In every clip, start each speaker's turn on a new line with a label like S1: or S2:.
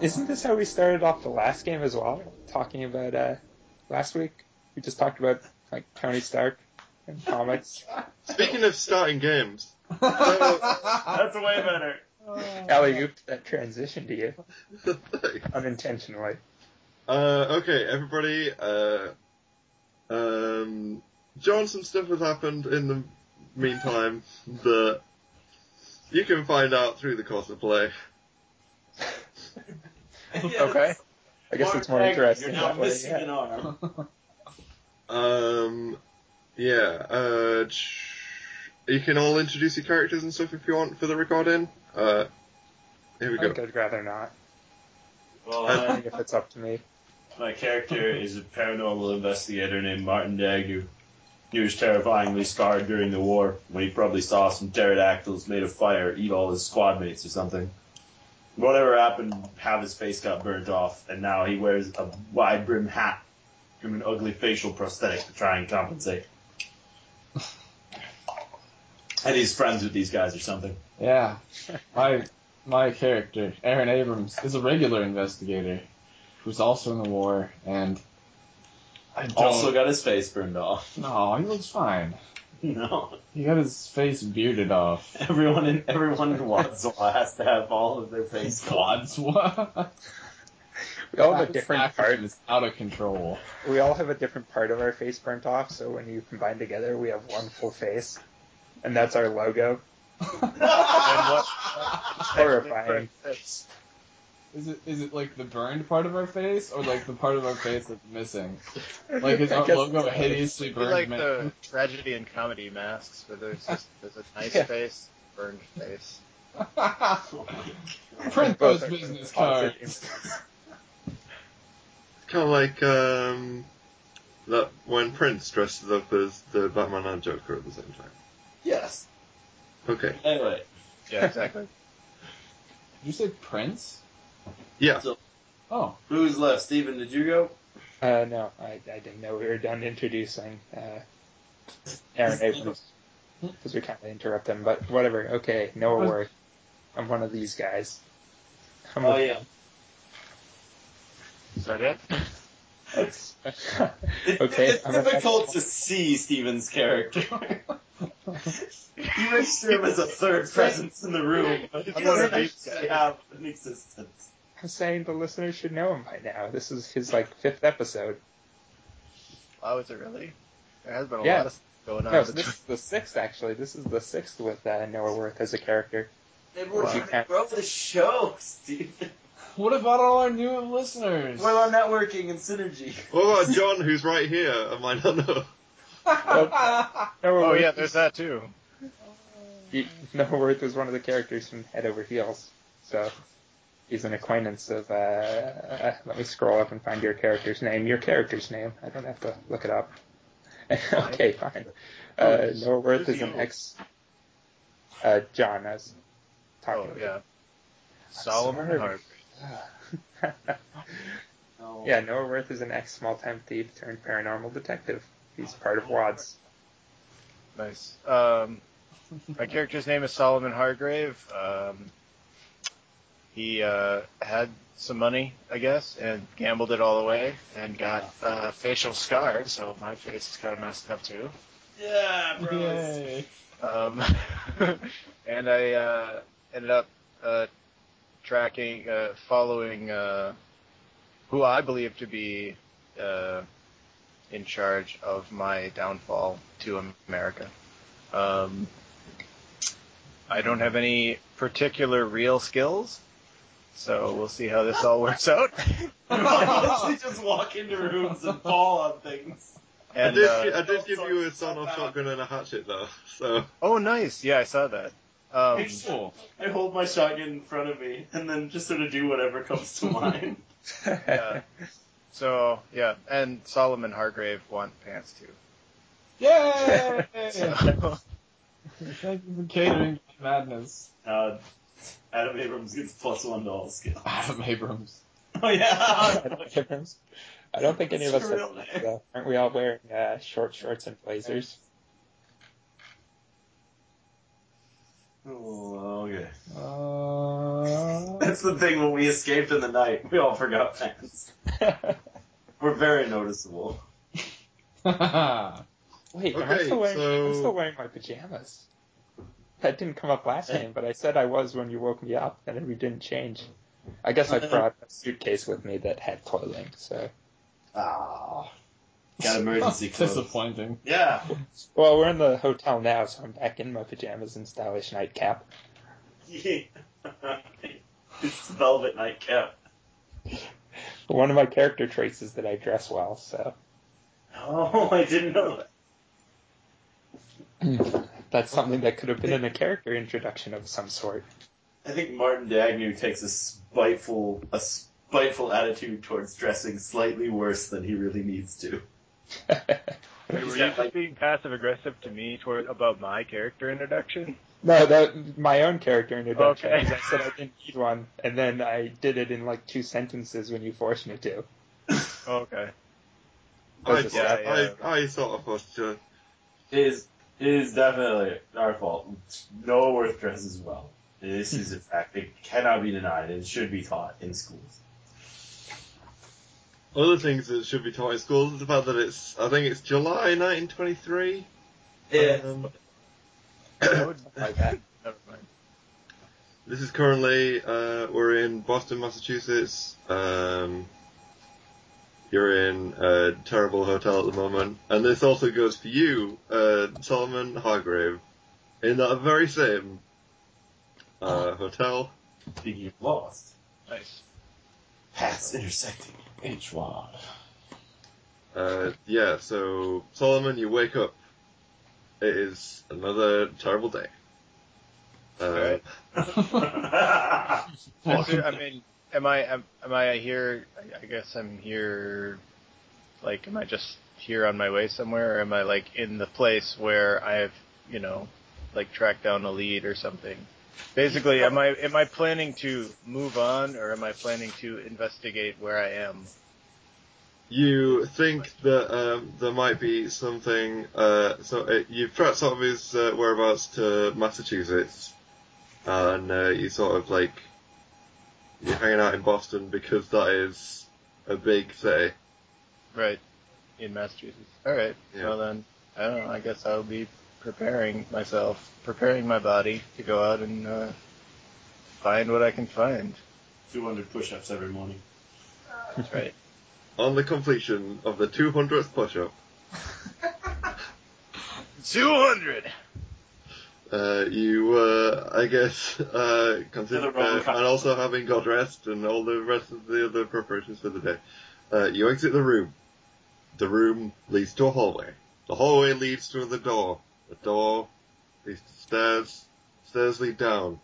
S1: Isn't this how we started off the last game as well? Talking about uh, last week, we just talked about like Tony Stark and comics.
S2: Speaking of starting games,
S3: That's way better.
S1: Ellie ooped that transition to you unintentionally.
S2: uh, okay, everybody, uh, um, John, some stuff has happened in the meantime that you can find out through the course of play.
S1: Okay. I guess
S3: Mark
S1: it's more
S3: Bagley,
S1: interesting
S3: You're now
S1: that way.
S3: missing
S1: Yeah.
S3: an arm.
S2: Um, yeah, uh, ch- you can all introduce your characters and stuff if you want for the recording. Uh, here we
S1: I
S2: go.
S1: think I'd rather not.
S3: Well,
S1: I
S3: uh,
S1: think if it's up to me.
S3: my character is a paranormal investigator named Martin Dagg who He was terrifyingly scarred during the war when he probably saw some pterodactyls made of fire eat all his squad mates or something. Whatever happened, half his face got burnt off, and now he wears a wide brim hat and an ugly facial prosthetic to try and compensate. and he's friends with these guys or something.
S4: Yeah. My my character, Aaron Abrams, is a regular investigator who's also in the war and I don't
S3: Also got his face burned off.
S4: No, he looks fine.
S3: No.
S4: He got his face bearded off.
S3: Everyone in everyone in Wadsall has to have all of their face gone.
S4: God's what?
S1: We
S4: uh,
S1: all have a different part.
S4: is out of control.
S1: We all have a different part of our face burnt off. So when you combine together, we have one full face, and that's our logo. Horrifying.
S4: Is it is it like the burned part of our face or like the part of our face that's missing? Like is
S1: I
S4: our
S1: guess-
S4: logo hideously
S5: We
S4: burned?
S5: like
S4: man?
S5: the tragedy and comedy masks, where there's just there's a nice
S1: Yeah.
S5: face, burned face.
S1: Both
S4: Print those
S1: are positive
S4: business cards.
S2: Kind of like um, that when Prince dresses up as the Batman and Joker at the same time.
S3: Yes.
S2: Okay.
S3: Anyway,
S5: Yeah, exactly.
S4: Did you say Prince?
S2: Yeah.
S4: Oh,
S3: who's left? Steven, did you go?
S1: Uh, no, I, I didn't know we were done introducing uh, Aaron Abrams because we kind of interrupt him, but whatever. Okay, Noah
S5: Oh.
S1: Worth. I'm one of these guys. I'm
S3: Oh,
S1: a-
S5: Is that it?
S1: Okay,
S3: It's
S1: I'm a-
S3: difficult to see Steven's character. you register him as a third presence in the room, but he
S5: I'm one of
S3: doesn't
S5: these
S3: actually have an existence.
S1: I'm saying the listeners should know him by now. This is his like fifth episode.
S5: Oh, is it really? There has been a
S1: Yeah.
S5: lot of stuff going on.
S1: No, so this is the sixth actually. This is the sixth with uh, Noah Worth as a character.
S3: Everyone's
S1: Wow.
S3: trying to grow the show, Steven.
S4: what about all our new listeners?
S3: What about networking and synergy?
S2: What about John, who's right here? I might not know.
S1: Noah
S5: oh
S1: Worth,
S5: yeah, there's that too.
S1: he- Noah Worth was one of the characters from Head Over Heels, so he's an acquaintance of. Uh, uh, let me scroll up and find your character's name. Your character's name. I don't have to look it up. okay, fine.
S5: Oh,
S1: Uh, Noah Worth is an ex. Uh, John, I was talking
S5: Oh
S1: about.
S5: yeah. Solomon
S1: Sorry.
S5: Hart.
S3: No.
S1: yeah, Noah Worth is an ex small time thief turned paranormal detective. He's part
S5: Oh,
S1: of WADS.
S5: Nice. Um, my character's name is Solomon Hargrave. Um, he uh, had some money, I guess, and gambled it all away, and got uh, facial scars, so my face is kind of messed up too.
S3: Yeah, bro. it's-
S4: Yay.
S5: Um, and I uh, ended up uh, tracking, uh, following uh, who I believe to be uh, in charge of my downfall to America. Um, I don't have any particular real skills, so we'll see how this all works out.
S3: Honestly, just walk into rooms and fall on things.
S2: I
S5: And
S2: did,
S5: uh,
S2: I did
S3: don't
S2: give
S3: talk
S2: you a
S3: about
S2: son-off
S3: that.
S2: shotgun and a hatchet, though. So
S5: oh, nice! Yeah, I saw that. Um,
S4: Cool.
S3: I hold my shotgun in front of me and then just sort of do whatever comes to mind.
S5: Yeah. So yeah, and Solomon Hargrave want pants too.
S4: Yay!
S5: So,
S4: Thank you for catering to madness.
S3: Uh, Adam Abrams gets plus one to all skills.
S4: Adam Abrams.
S3: Oh yeah.
S1: I don't think any of us
S3: It's real
S1: have, though. aren't we all wearing uh, short shorts and blazers?
S3: Oh, okay.
S4: Uh,
S3: That's the thing when we escaped in the night, we all forgot pants. We're very noticeable.
S1: Wait, am I
S2: Okay,
S1: still wearing?
S2: so-
S1: I'm still wearing my pajamas. That didn't come up last time, but I said I was when you woke me up, and we didn't change. I guess
S2: Uh-huh.
S1: I brought a suitcase with me that had clothing, so.
S3: Ah, got emergency clothes.
S4: Disappointing.
S3: Yeah,
S1: Well, we're in the hotel now, so I'm back in my pajamas and stylish nightcap.
S3: it's velvet nightcap.
S1: One of my character traits is that I dress well, so
S3: Oh, I didn't know that.
S2: Hmm.
S1: that's something that could have been in a character introduction of some sort.
S3: I think Martin Dagnew takes a spiteful, a spiteful attitude towards dressing slightly worse than he really needs to.
S5: Were
S3: He's
S5: you
S3: got, like-
S5: just being passive aggressive to me toward about my character introduction?
S1: No, that my own character introduction.
S5: Okay.
S1: 'cause I said I didn't need one, and then I did it in like two sentences when you forced me to.
S5: Oh, Okay.
S2: I,
S1: That's
S5: a- yeah,
S2: I, I sort of forced you.
S3: It is it is definitely our fault. No worth dresses well. This is a fact that cannot be denied and should be taught in schools.
S2: Other things that should be taught in schools is the fact that it's, I think it's July 1923. Um,
S5: That would-
S1: Like that.
S5: never mind.
S2: This is currently uh, we're in Boston, Massachusetts. Um, you're in a terrible hotel at the moment, and this also goes for you, uh, Solomon Hargrave, in that very same uh, hotel.
S3: Speaking of lost,
S5: Nice.
S3: paths intersecting. H one.
S2: Uh, yeah, so Solomon, you wake up. It is another terrible day. Uh,
S5: Alright.
S3: yeah,
S5: Actually, I mean, am I am, am I here? I- I guess I'm here. Like, am I just here on my way somewhere, or am I like in the place where I've you know, like tracked down a lead or something? Basically, am I am I planning to move on, or am I planning to investigate where I am?
S2: You think that um, there might be something. Uh, so uh, you've tracked sort of his uh, whereabouts to Massachusetts, and uh, you sort of like you're hanging out in Boston because that is a big city.
S5: Right, in Massachusetts. All right.
S2: Yeah.
S5: Well then, I don't know. I guess I'll be preparing myself, preparing my body to go out and uh, find what I can find.
S3: 200 push-ups every morning.
S5: That's right.
S2: On the completion of the 200th push-up,
S5: Two hundred.
S2: uh, you, uh, I guess, uh,
S3: Another
S2: consider
S3: wrong
S2: uh,
S3: cut.
S2: and also having got rest and all the rest of the other preparations for the day, uh, you exit the room. The room leads to a hallway. The hallway leads to the door. The door leads to stairs. Stairs lead down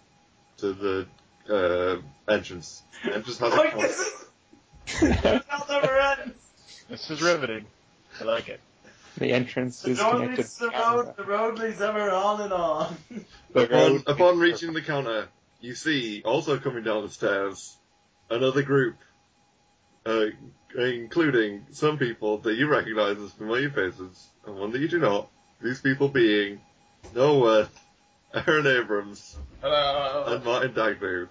S2: to the uh, entrance. Entrance has a
S3: Like
S2: clock.
S3: this is... That never ends.
S5: This is riveting. I like it.
S1: The entrance
S3: The
S1: is
S3: road
S1: connected.
S3: leads, the road, the road leads ever on and on.
S1: The
S2: Upon,
S1: road-
S2: upon reaching the counter, you see, also coming down the stairs, another group, uh, including some people that you recognize as familiar faces, and one that you do not. These people being Norworth, Aaron Abrams,
S5: Uh,
S4: Hello.
S2: and Martin Dagbu.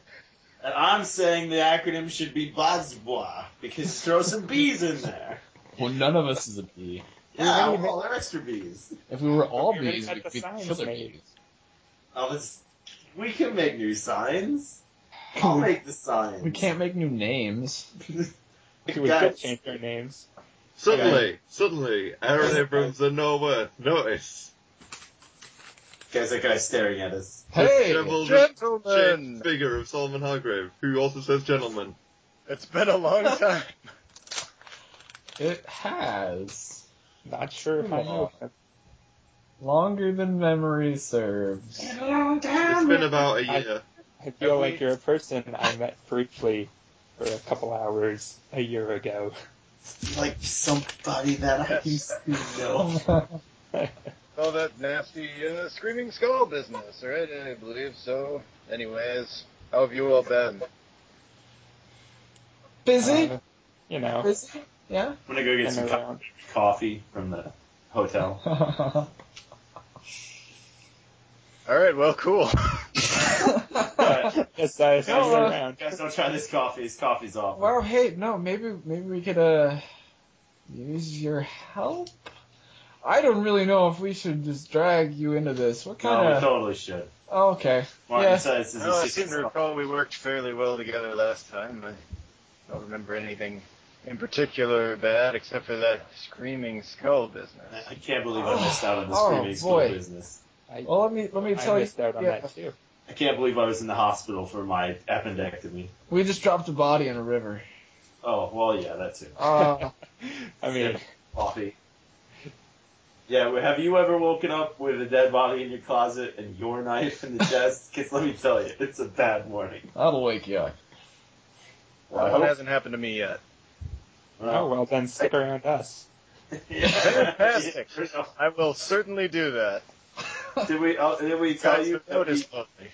S3: And I'm saying the acronym should be BASBOIS, because throw some B's in there.
S4: Well, none of us is a bee.
S3: Yeah, well, they're extra B's.
S4: If we were all
S1: We already
S4: bees,
S1: had
S4: we'd
S1: the
S4: be
S1: signs
S4: killer
S1: made.
S4: bees.
S3: Oh, it's, we can make new signs. I'll make the signs.
S4: Oh, We can't make new names.
S1: we could
S3: Guys.
S1: change our names.
S2: Suddenly, suddenly, Aaron Abrams and Norworth notice
S3: Guys, that guy's staring at us.
S4: Hey!
S2: disheveled,
S5: Gentlemen,
S2: shaped figure of Solomon Hargrave, who also says gentleman.
S5: it's been a long time.
S4: It has.
S1: Not sure if I know.
S4: Longer than memory serves.
S2: It's been about a year.
S1: I feel
S5: Have
S1: like
S5: we-
S1: you're a person I met briefly for a couple hours a year ago.
S3: Like somebody that I used to know.
S5: All that nasty uh, screaming skull business, right? I believe so. Anyways, how have you all been?
S4: Busy?
S1: Uh, you know,
S4: Busy? Yeah?
S3: I'm gonna go get
S1: and
S3: some co-
S1: around.
S3: coffee from the hotel.
S5: All right. Well, cool.
S3: But
S1: Yes, I was
S4: No, uh,
S1: around.
S3: Guys, don't try this coffee. This coffee's awful.
S4: Well, hey, no, maybe maybe we could uh use your help. I don't really know if we should just drag you into this. What kind
S3: no, we
S4: of?
S3: totally should.
S4: Oh, okay.
S3: Martin
S4: Yeah.
S3: says this is
S5: Well, Oh, I
S3: just-
S5: seem to recall we worked fairly well together last time. I don't remember anything in particular bad except for that screaming skull business.
S3: I can't believe I missed out on this
S4: Oh,
S3: screaming school
S4: boy.
S3: business.
S1: I,
S4: Well, let me let me tell
S1: I
S4: you.
S1: missed out on
S4: yeah,
S1: that too.
S3: I can't believe I was in the hospital for my appendectomy.
S4: We just dropped a body in a river.
S3: Oh, well, yeah, that too.
S4: Uh,
S1: I mean,
S3: Coffee. Yeah, well, have you ever woken up with a dead body in your closet and your knife in the chest? Because let me tell you, it's a bad morning.
S4: that'll wake you up.
S3: Well, I
S5: that
S3: hope-
S5: hasn't happened to me yet.
S1: oh well, then stick around us.
S3: Yeah.
S5: Fantastic. I will certainly do that.
S3: Did we uh, did we tell
S5: Guys,
S3: you
S5: the note
S3: that we,
S5: is lovely.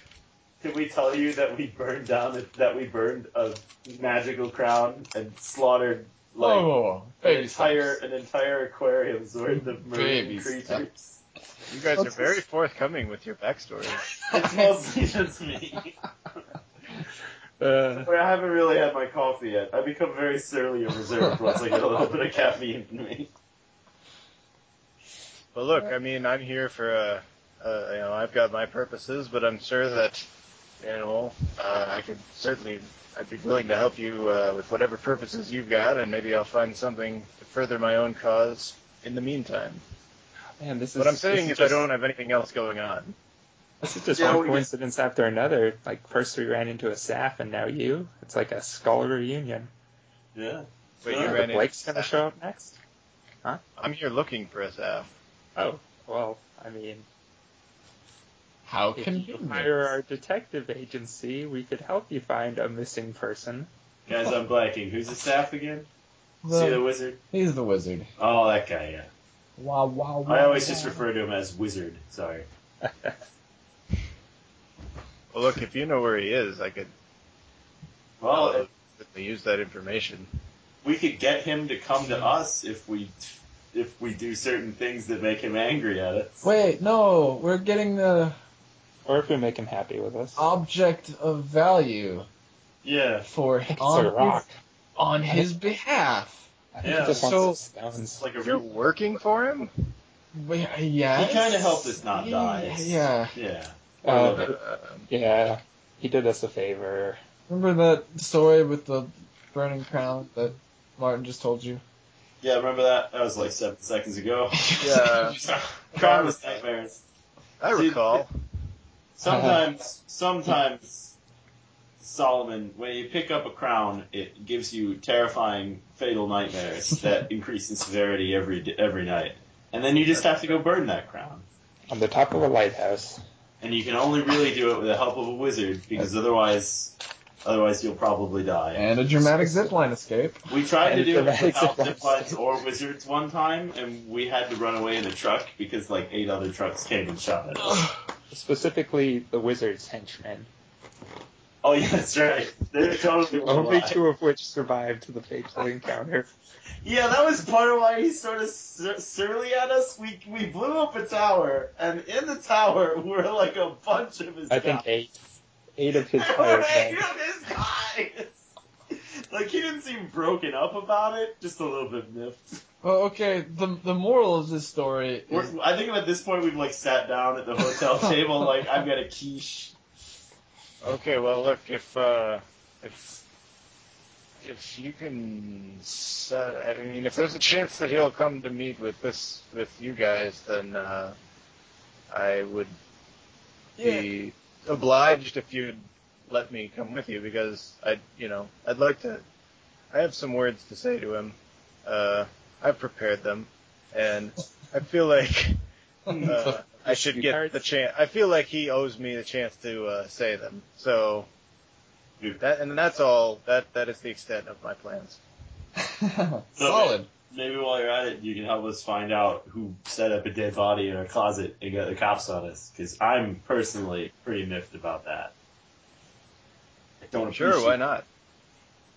S3: did we tell you that we burned down that we burned a magical crown and slaughtered like
S4: oh,
S3: an
S4: baby
S3: entire
S4: steps.
S3: an entire aquarium's worth of marine
S4: Baby
S3: creatures?
S5: You guys are
S4: What's
S5: very
S4: this?
S5: forthcoming with your backstory.
S3: It's mostly just me.
S1: Uh,
S3: But I haven't really had my coffee yet. I become very surly and reserved once I get a little bit of caffeine in me.
S5: But look, I mean, I'm here for, uh, uh, you know, I've got my purposes, but I'm sure that, you know, uh, I could certainly, I'd be willing to help you uh, with whatever purposes you've got, and maybe I'll find something to further my own cause in the meantime.
S1: man, this is
S5: What I'm saying
S1: this
S5: is
S1: just,
S5: I don't have anything else going on.
S1: This is just
S3: Yeah,
S1: one
S3: we-
S1: coincidence after another. Like first we ran into a Saf, and now you. It's like a skull reunion.
S3: Yeah.
S5: Wait,
S3: Yeah, the
S5: you ran
S1: The
S5: into
S1: Blake's gonna
S5: Saf.
S1: show up next.
S5: I'm here looking for a Saf.
S1: Oh well, I mean,
S4: How
S1: if
S4: can
S1: you
S4: you
S1: hire
S4: hire
S1: our detective agency, we could help you find a missing person.
S3: Guys, I'm blanking. Who's the staff again? See the
S4: the,
S3: wizard?
S4: He's the wizard.
S3: Oh, that guy, yeah.
S4: Wow, wow, wow.
S3: I always just
S4: wow.
S3: refer to him as wizard. Sorry.
S5: Well, look, if you know where he is, I could
S3: Well,
S1: Oh.
S5: uh, certainly use that information.
S3: we could get him to come to us if we if we do certain things that make him angry at us.
S4: Wait, no, we're getting the
S1: Or if we make him happy with us.
S4: object of value
S3: Yeah.
S4: for
S1: It's
S4: on
S1: a rock.
S4: his, on his behalf.
S1: I think
S3: Yeah,
S1: he just wants
S4: so-
S1: his stones.
S3: It's like a
S5: You're
S3: real
S5: working for him?
S4: We- uh, Yes.
S3: He kinda helped us not die. It's-
S4: Yeah.
S3: yeah.
S1: Uh,
S5: Uh,
S1: yeah, he did us a favor.
S4: Remember that story with the burning crown that Martin just told you?
S3: Yeah, remember that? That was like seven seconds ago.
S5: Yeah.
S3: Karma's nightmares.
S5: I recall.
S3: Sometimes, sometimes, Solomon, when you pick up a crown, it gives you terrifying, fatal nightmares that increase in severity every d- every night. And then you just have to go burn that crown.
S1: On the top of a lighthouse.
S3: And you can only really do it with the help of a wizard, because otherwise, otherwise you'll probably die.
S4: And a dramatic zipline escape.
S3: We tried to
S1: And
S3: do it
S1: dramatic
S3: without
S1: surprise.
S3: ziplines or wizards one time, and we had to run away in a truck because like eight other trucks came and shot at us.
S1: Specifically, the wizard's henchmen.
S3: Oh yeah, that's right. They're totally
S1: Only
S3: alive.
S1: two of which survived the fateful encounter.
S3: Yeah, that was part of why he sort of sur- surly at us. We we blew up a tower, and in the tower were like a bunch of his.
S1: I think
S3: guys.
S1: eight. Eight of his
S3: There were
S1: hired
S3: eight
S1: men.
S3: of his guys. Like he didn't seem broken up about it, just a little bit miffed.
S4: Well, Oh, okay, the, the moral of this story
S3: We're,
S4: is
S3: I think at this point we've like sat down at the hotel table, like I've got a quiche.
S5: Okay, well, look, if uh, if if you can, s- uh, I mean, if there's a chance that he'll come to meet with this with you guys, then uh, I would be obliged if you'd let me come with you because I, you know, I'd like to. I have some words to say to him. Uh, I've prepared them, and I feel like. Uh, I should get the chance. I feel like he owes me the chance to uh, say them. So that and that's all. That that is the extent of my plans.
S3: Uh,
S4: solid.
S3: Maybe while you're at it, you can help us find out who set up a dead body in our closet and got the cops on us. Because I'm personally pretty miffed about that. I don't
S5: Sure, why not?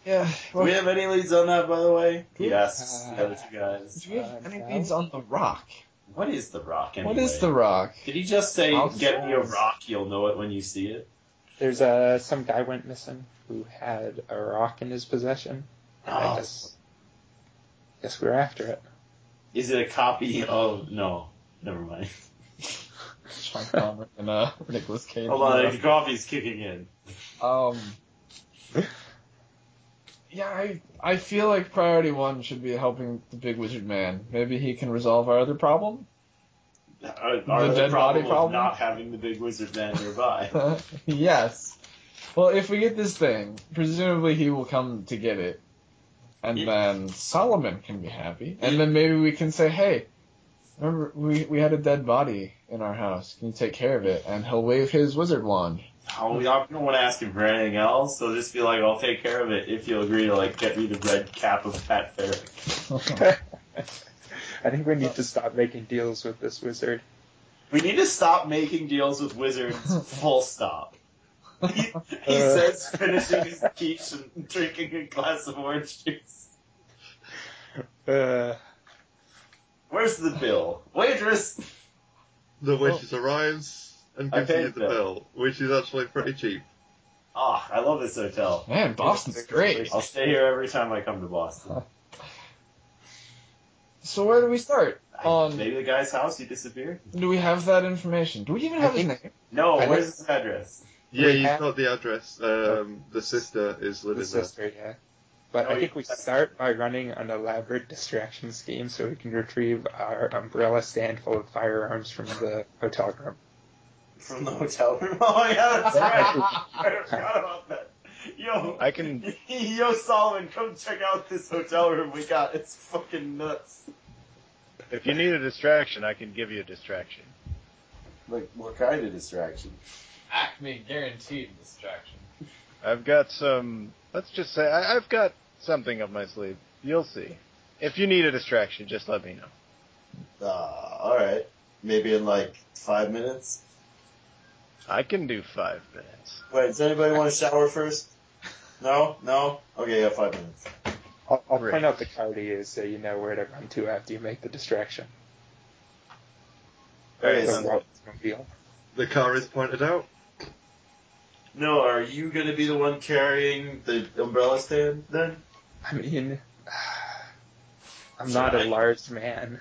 S4: Yeah.
S3: Do
S4: Well,
S3: we have any leads on that, by the way? He
S4: Yeah.
S3: asks the other two guys.
S4: do we have any leads on the rock?
S3: What is the rock anyway?
S4: What is the rock?
S3: Did he just say,
S4: I'll
S3: "Get me a
S4: say-
S3: rock, you'll know it when you see it"?
S1: There's uh, some guy went missing who had a rock in his possession. and I
S3: Oh,
S1: guess, guess we were after it.
S3: is it a copy of? No, never mind.
S4: Sean Connery and uh, Nicholas Cage.
S3: Hold on, the coffee's kicking in.
S4: Um. Yeah, I I feel like priority one should be helping the big wizard man. Maybe he can resolve our other problem.
S3: Our, our
S4: The dead
S3: problem
S4: body
S3: of
S4: problem?
S3: not having the big wizard man nearby.
S4: yes. Well, if we get this thing, presumably he will come to get it, and
S3: Yeah.
S4: then Solomon can be happy, and
S3: Yeah.
S4: then maybe we can say, hey. Remember, we, we had a dead body in our house. Can you take care of it? And he'll wave his wizard wand.
S3: oh, we don't want to ask him for anything else. So just be like, I'll take care of it if you'll agree to like get me the red cap of Pat Ferrick.
S1: I think we need to stop making deals with this wizard.
S3: We need to stop making deals with wizards. Full stop. He,
S1: Uh.
S3: he says, finishing his quiche and drinking a glass of orange juice.
S1: Uh,
S3: Where's the bill, waitress?
S2: The waitress arrives and
S3: I
S2: gives
S3: paid
S2: you the
S3: that.
S2: bill, which is actually pretty cheap.
S3: Ah, I love this hotel.
S4: Man, Boston's great.
S3: I'll stay here every time I come to Boston.
S4: So where do we start? On
S3: Maybe the guy's house. He disappeared.
S4: Do we have that information? Do we even
S1: I
S4: have his
S1: think-
S4: name?
S3: No,
S1: I
S3: where's his address?
S2: Yeah,
S1: We
S2: you've
S1: have-
S2: got the address. Um, the sister is
S1: the
S2: living there.
S1: sister, yeah. But
S3: No,
S1: I think
S3: you-
S1: we start by running an elaborate distraction scheme so we can retrieve our umbrella stand full of firearms from the hotel room.
S3: From the hotel room. Oh yeah, that's right. I forgot about that. Yo,
S5: I can.
S3: yo, Solomon, come check out this hotel room we got. It's fucking nuts.
S5: If you need a distraction, I can give you a distraction.
S3: Like what kind of distraction?
S4: Acme guaranteed distraction.
S5: I've got some. Let's just say I, I've got something up my sleeve. You'll see. If you need a distraction, just let me know.
S3: Uh, all right. Maybe in like five minutes.
S5: I can do five minutes.
S3: Wait, does anybody want to shower first? No, no. Okay, yeah, five minutes.
S1: I'll, I'll
S5: Great.
S1: point out the card he is so you know where to run to after you make the distraction.
S3: Okay,
S1: The
S3: so-
S1: automobile.
S2: The car is pointed out.
S3: no, are you gonna be the one carrying the umbrella stand then?
S1: I mean, I'm not a large man.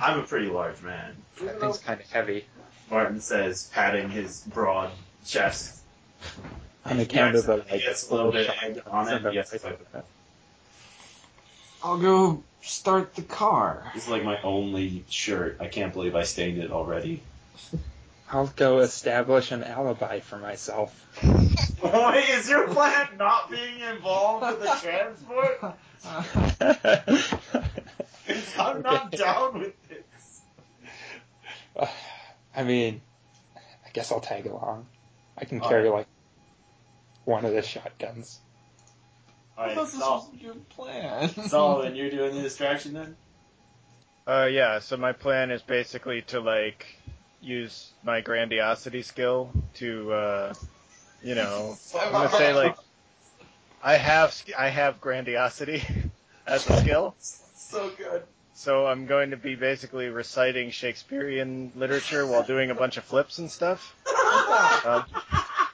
S3: I'm a pretty large man.
S1: That thing's kind of heavy.
S3: Martin says, patting his broad chest.
S1: On account of the
S3: He
S1: like,
S3: gets a little bit egg on it. Yes, it's like,
S4: I'll go start the car.
S3: this is like my only shirt. I can't believe I stained it already.
S1: I'll go establish an alibi for myself.
S3: Wait, is your plan not being involved with the transport?
S1: I
S3: I'm not down with this.
S1: mean, I guess I'll tag along. I can carry like one of the shotguns.
S3: All right, Sol-
S4: a good plan.
S3: Solomon, you're doing the distraction then?
S5: Uh, yeah. So my plan is basically to like use my grandiosity skill to, uh, you know, I'm gonna say like I have sk- I have grandiosity as a skill.
S3: So good.
S5: So I'm going to be basically reciting Shakespearean literature while doing a bunch of flips and stuff. Um,
S3: I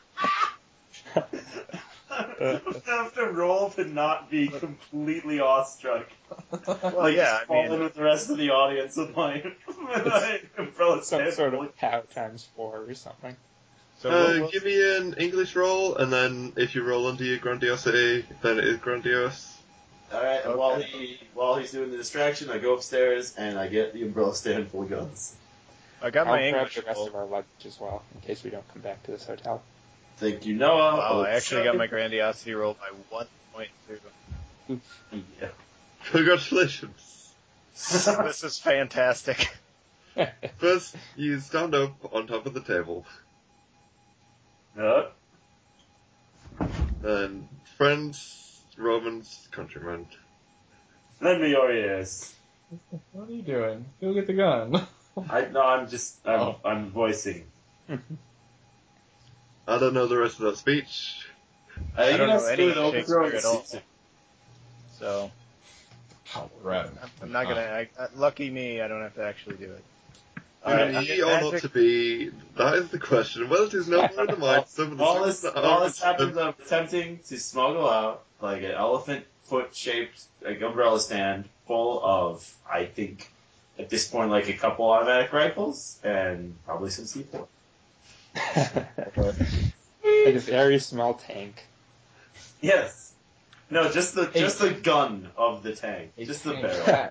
S3: have to roll to not be completely awestruck.
S5: well, yeah,
S3: just
S5: I
S3: fall in
S5: mean,
S3: with the rest of the audience with my, with my umbrella
S1: Some
S3: stand.
S1: sort of pow times four or something.
S5: so
S2: uh,
S5: what-
S2: give me an English roll, and then if you roll under your grandiosity, then it is grandiose.
S3: All right, and while he while he's doing the distraction, I go upstairs and I get the umbrella stand full of guns.
S5: I got
S1: I'll
S5: my
S1: grab
S5: English
S1: the rest
S5: roll.
S1: of our luggage as well in case we don't come back to this hotel.
S3: Thank you, Noah.
S5: Wow, I actually got my
S3: grant.
S5: grandiosity roll by one point two.
S2: Congratulations.
S5: this is fantastic.
S2: First, you stand up on top of the table, and friends, Romans, countrymen.
S3: lend me your ears.
S4: what are you doing? Go get the gun.
S3: I, no, I'm just I'm,
S4: Oh.
S3: I'm voicing.
S2: I don't know the rest of that speech.
S3: I, think
S5: don't know
S3: that's
S5: any
S3: good, overthrow
S5: Shakespeare at all.
S3: season.
S5: So
S4: Colorado.
S3: Oh,
S5: I'm- I'm not gonna. I, uh, lucky me, I don't have to actually do it.
S2: To be or not to be, that is the question. Well, it is no more in the minds of the
S3: All this,
S2: that
S3: all
S2: are-
S3: this happens. I'm attempting to smuggle out like an elephant foot shaped like umbrella stand full of, I think, at this point, like a couple automatic rifles and probably some C4.
S1: like a very small tank.
S3: Yes. No, just the
S4: Hey.
S3: just the gun of the tank, just the barrel.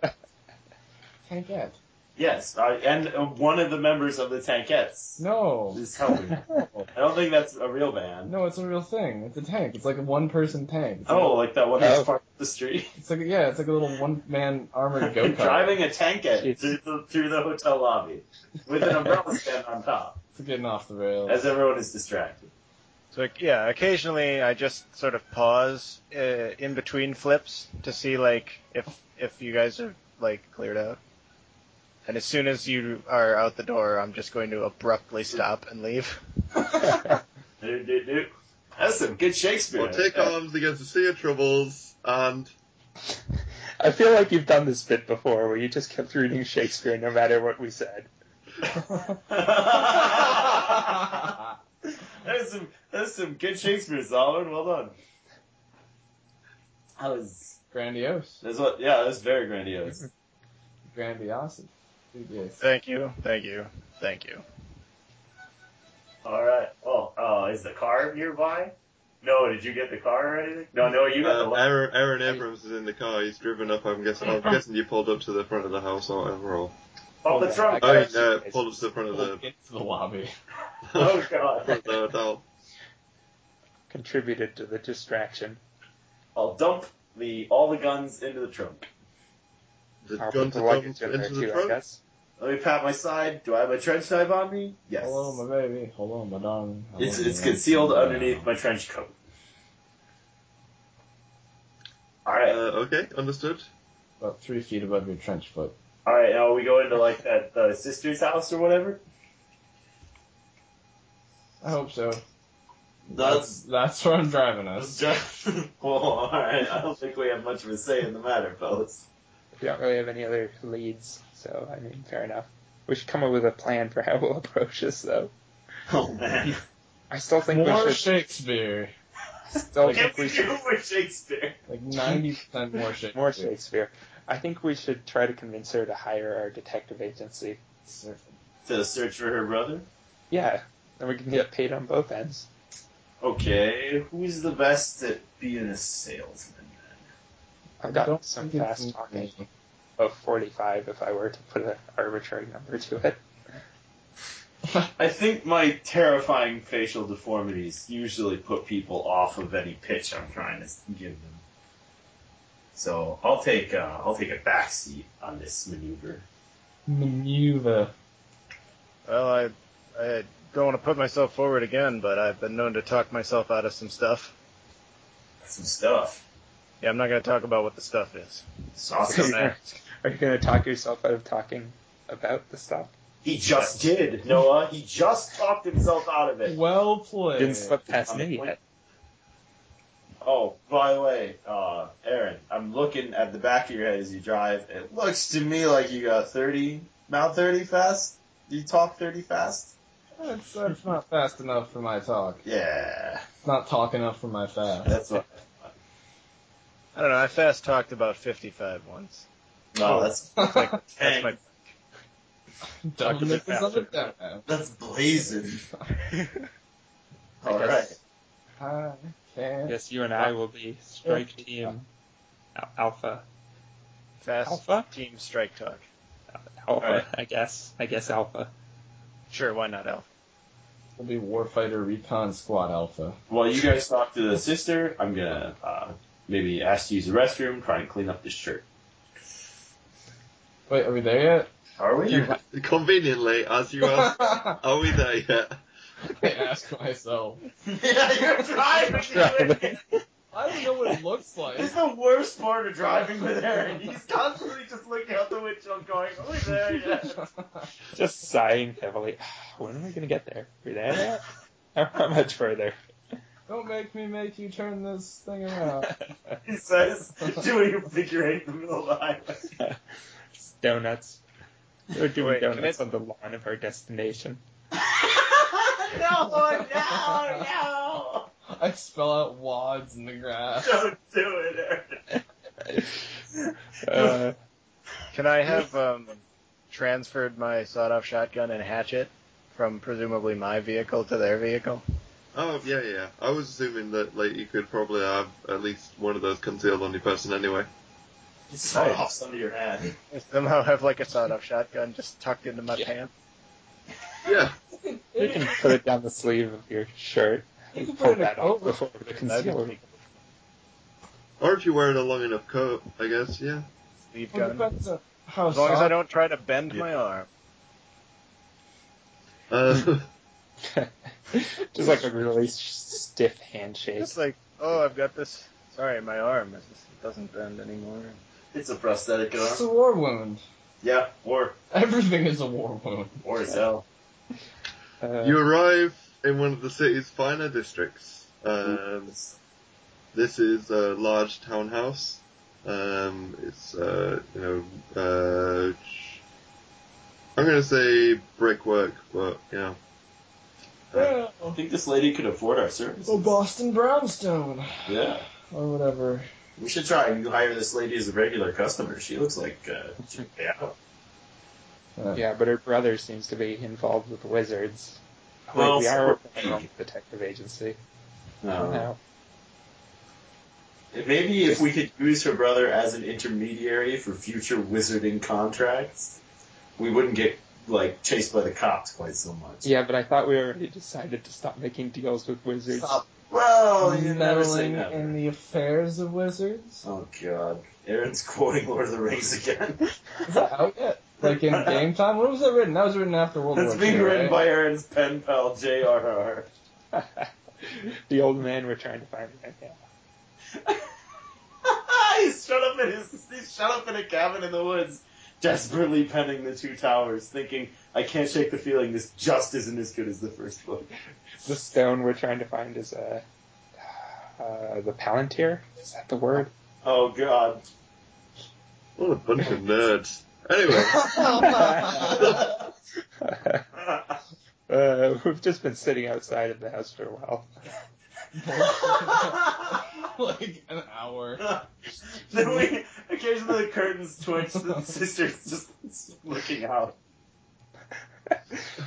S4: Tankette.
S3: Yes, I, and uh, one of the members of the tankettes
S4: No.
S3: is helping. I don't think that's a real band.
S4: No, it's a real thing. It's a tank. It's like a one person tank. It's like,
S3: Oh, like that one
S1: No.
S3: that's parked up the street.
S4: It's like, yeah, it's like a little one man armored go kart.
S3: driving a tankette
S1: Jeez.
S3: through the, through the hotel lobby with an umbrella stand on top
S4: It's getting off the rails.
S3: as everyone is distracted.
S5: So yeah, occasionally I just sort of pause uh, in between flips to see like if if you guys are like cleared out. And as soon as you are out the door, I'm just going to abruptly stop and leave.
S3: Dude, dude, dude. That's some good Shakespeare.
S2: Or take arms against the sea of troubles and
S1: I feel like you've done this bit before, where you just kept reading Shakespeare no matter what we said.
S3: That's some that's some good Shakespeare, Solomon. Well done. That was
S4: Grandiose.
S3: that's what yeah, that was very grandiose.
S4: Grandiosity. Yes.
S5: Thank you, thank you, thank you.
S3: All right. Oh, uh, is the car nearby? No, did you get the car or anything? No, no, you got
S2: uh,
S3: the car.
S2: Aaron, Aaron Abrams is in the car. He's driven up. I'm guessing. I'm guessing you pulled up to the front of the house or whatever. Or,
S3: Oh, the trunk.
S2: oh,
S3: Oh,
S2: you, uh, pulled up to the front of the.
S4: Into the lobby.
S3: Oh, God.
S2: front of the hotel.
S1: Contributed to the distraction.
S3: I'll dump the all the guns into the trunk.
S2: The
S1: I'll
S2: gun
S1: put
S2: to
S1: the
S2: gun
S1: luggage in there
S2: into the
S1: too, I
S2: front.
S1: guess.
S3: Let me pat my side. Do I have my trench knife on me? Yes.
S4: Hello, my baby. Hello, my darling. Hello,
S3: It's
S4: my
S3: it's
S4: love.
S3: concealed underneath my trench coat. All
S2: Uh,
S3: right.
S2: okay, understood.
S4: About three feet above your trench foot.
S3: All right, now we go into like that uh, sister's house or whatever.
S4: I hope so. that's where I'm driving us.
S3: well, all right. I don't think we have much of a say in the matter, fellas.
S1: We don't really have any other leads, so I mean, fair enough. We should come up with a plan for how we'll approach this, though.
S3: Oh man,
S1: I still think
S4: More
S1: we should.
S4: Shakespeare.
S1: Still
S4: Like,
S1: think
S3: can't
S1: we
S3: we
S1: should
S3: do with Shakespeare?
S4: Like ninety percent more Shakespeare.
S1: more Shakespeare. I think we should try to convince her to hire our detective agency.
S3: To search for her brother.
S1: Yeah, and we can get paid on both ends.
S3: Okay, who's the best at being a salesman?
S1: I've
S4: I don't
S1: got some
S4: think it's
S1: fast talking
S4: me.
S1: of 45 if I were to put an arbitrary number to it.
S3: I think my terrifying facial deformities usually put people off of any pitch I'm trying to give them. So I'll take uh, I'll take a backseat on this maneuver.
S4: Maneuver.
S5: Well, I I don't want to put myself forward again, but I've been known to talk myself out of some stuff.
S3: Some stuff.
S5: Yeah, I'm not going to talk about what the stuff is.
S3: Sausage.
S1: Are you going to talk yourself out of talking about the stuff?
S3: He just did, Noah. He just talked himself out of it.
S4: Well played.
S1: Didn't slip past
S3: I'm
S1: me
S3: like-
S1: yet.
S3: Oh, by the way, uh, Aaron, I'm looking at the back of your head as you drive. It looks to me like you got 30, mount 30 fast. You talk 30 fast?
S4: That's, that's not fast enough for my talk.
S3: Yeah,
S4: It's not talk enough for my fast.
S3: that's what.
S5: I don't know. I fast talked about 55 once.
S3: No, that's
S5: That's my, that's my
S4: Dominic is on
S1: faster.
S4: the demo.
S3: that's blazing.
S1: I
S3: All right.
S1: guess-
S4: I can't.
S1: Yes, you and I will be strike team al- alpha.
S5: fast
S1: Alpha?
S5: team strike talk.
S1: Alpha,
S3: Alright.
S1: I guess. I guess alpha.
S5: Sure, why not Alpha?
S4: It'll be Warfighter Recon Squad Alpha.
S3: While you guys talk to the sister, I'm gonna uh, maybe ask to use the restroom, try and clean up this shirt.
S4: Wait, are we there
S3: Are we?
S2: You, conveniently, as you
S4: yet?
S2: asked, are we there yet?
S4: I ask myself.
S3: yeah, you're driving.
S1: Driving.
S4: I don't know what it looks like.
S3: It's the worst part of driving with Aaron. He's constantly just looking out the windshield going, Are we there yet?
S1: Just sighing heavily. When are we going to get there? Are we there yet? How much further?
S4: don't make me make you turn this thing around.
S3: He says, doing a figure eight in the middle of the highway.
S1: Donuts. They're doing
S5: Wait,
S1: donuts
S5: commit-
S1: on the lawn of our destination.
S6: no, no, no.
S4: I spell out wads in the grass.
S3: Don't do it, Aaron.
S1: Uh,
S5: Can I have um, transferred my sawed-off shotgun and hatchet from presumably my vehicle to their vehicle?
S2: Oh yeah, yeah. I was assuming that like you could probably have at least one of those concealed on your person anyway.
S3: It's sawed off under your hat.
S5: I somehow have like a sawed-off shotgun just tucked into my
S1: Yeah.
S5: pants.
S2: Yeah,
S1: you can put it down the sleeve of your shirt.
S6: You can
S1: Pull
S6: put it in a
S1: that off
S6: coat.
S1: before the concealer.
S2: or if you're wearing a long enough coat, I guess. Yeah.
S5: Sleeve
S4: Well,
S5: gun.
S4: depends on how
S5: As long as I
S4: soft-
S5: don't try to bend
S2: Yeah.
S5: my arm.
S2: Uh,
S1: Just like a really s- stiff handshake.
S5: It's like, oh, I've got this. Sorry, my arm is- it doesn't bend anymore.
S3: It's a prosthetic
S4: It's a
S3: arm.
S4: war wound.
S3: Yeah, or
S4: Everything is a war wound.
S3: or as hell.
S1: Uh,
S2: you arrive in one of the city's finer districts. Um, this is a large townhouse. Um, it's uh, you know, uh, I'm gonna say brickwork, but you know,
S4: Yeah.
S3: I think this lady could afford our services.
S4: Oh, Boston brownstone.
S3: Yeah.
S4: Or whatever.
S3: We should try and hire this lady as a regular customer. She looks like uh, she'd pay out.
S4: Uh,
S1: yeah, but her brother seems to be involved with wizards. Wait,
S3: Well,
S1: we are
S3: so-
S1: a wrong detective agency.
S3: No.
S1: No.
S3: Um, Maybe if we could use her brother as an intermediary for future wizarding contracts, we wouldn't get like chased by the cops quite so much.
S1: Yeah, but I thought we already decided to stop making deals with wizards.
S4: Stop
S3: Well, Oh, you never say
S4: meddling in
S3: never.
S4: the affairs of wizards.
S3: Oh god, Aaron's quoting Lord of the Rings again.
S4: Is that out yet? Like in game time? When was that written? That was written after World
S3: That's
S4: War II.
S3: being written
S4: right?
S3: by Aaron's pen pal J.R.R.
S1: the old man we're trying to find right now.
S3: he's shut up in his he's shut up in a cabin in the woods, desperately penning the two towers, thinking, I can't shake the feeling this just isn't as good as the first book.
S1: The stone we're trying to find is uh, uh, the palantir. Is that the word?
S3: Oh god.
S2: what a bunch of nerds. Anyway,
S1: Uh, we've just been sitting outside of the house for a while.
S4: like an hour.
S3: then we occasionally the curtains twitch, the sister's just looking out.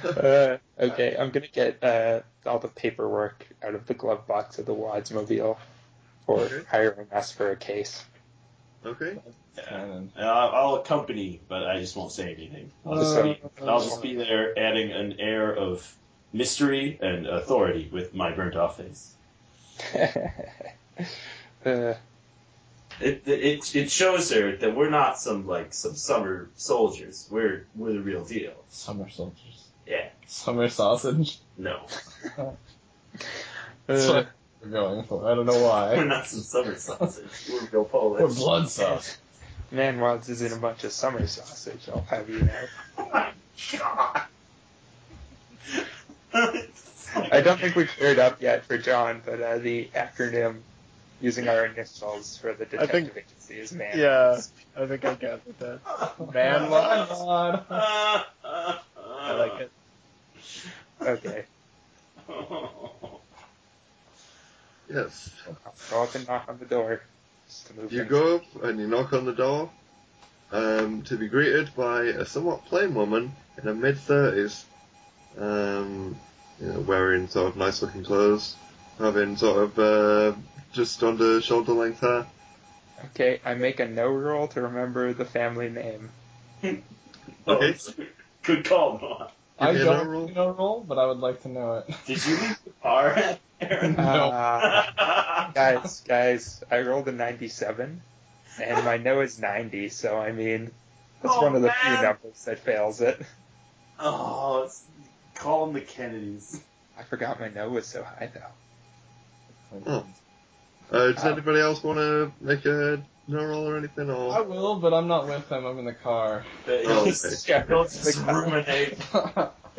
S1: Uh, okay, I'm gonna get uh, all the paperwork out of the glove box of the Wadsmobile for
S2: Okay.
S1: hiring us for a case.
S2: okay.
S4: Cannon.
S3: And I'll, Uh, I'll accompany, but I just won't say anything. I'll just,
S1: Uh,
S3: I'll just be there adding an air of mystery and authority with my burnt off face.
S1: uh,
S3: It, it, it shows her that we're not some, like, some summer soldiers. We're, we're the real deal.
S4: Summer soldiers.
S3: Yeah.
S4: Summer sausage.
S3: No.
S4: That's
S1: uh,
S4: what we're going for. I don't know
S3: We're
S4: why.
S3: not some summer sausage. We're real Polish.
S4: We're blood sausage.
S1: man, Wads is in a bunch of summer sausage. I'll have you know.
S3: Oh my god.
S1: I don't think we've cleared up yet for John, but uh, the acronym using our initials for the detective
S5: think-
S1: agency is MAN.
S5: Yeah, I think I gathered that. Man
S4: Come on.
S5: law. I like it.
S1: Okay.
S2: Yes.
S1: I'll go up and knock on the door. Just to move
S2: You
S1: things.
S2: go up and you knock on the door um, to be greeted by a somewhat plain woman in her mid thirties, um, you know, wearing sort of nice looking clothes, having sort of uh, just under shoulder length hair.
S1: Okay, I make a no roll to remember the family name.
S2: Okay.
S3: Good call, Noah.
S2: Give
S4: I
S2: me a
S4: don't
S2: roll.
S4: know roll, but I would like to know it.
S3: Did you leave the car, Aaron?
S4: No.
S1: Uh, guys, guys, I rolled a 97, and my no is 90, so I mean, that's
S3: Oh,
S1: one of the few
S3: man.
S1: numbers that fails it.
S3: oh, it's, call him the Kennedys.
S1: I forgot my no was so high, though.
S2: Oh. Uh, does
S1: Ah.
S2: anybody else want to make a no roll or anything?
S4: I
S2: Or
S4: will, but I'm not with them. I'm in the car.
S3: He'll just, he'll
S1: Like,
S3: just ruminate.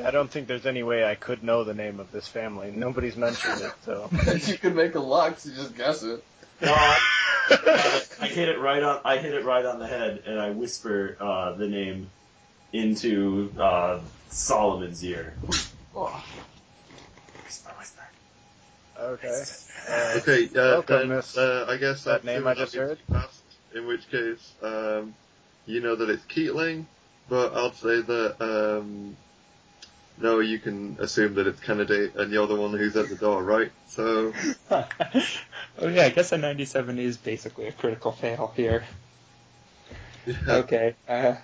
S5: I don't think there's any way I could know the name of this family. Nobody's mentioned it, so.
S4: you could make a lux. You just guess it.
S3: No, I, I hit it right on. I hit it right on the head, and I whisper uh, the name into uh, Solomon's ear.
S5: Okay. Uh,
S2: Okay, uh,
S5: Welcome,
S2: then,
S5: Miss-
S2: uh, I guess
S5: that
S2: that's
S5: name
S2: given
S5: I just
S2: that it's passed, in which case, um, you know that it's Keatling, but I'll say that um, no, you can assume that it's Kennedy, and you're the one who's at the door, right? So
S1: oh yeah, I guess a 97 is basically a critical fail here.
S2: yeah.
S1: Okay. Uh,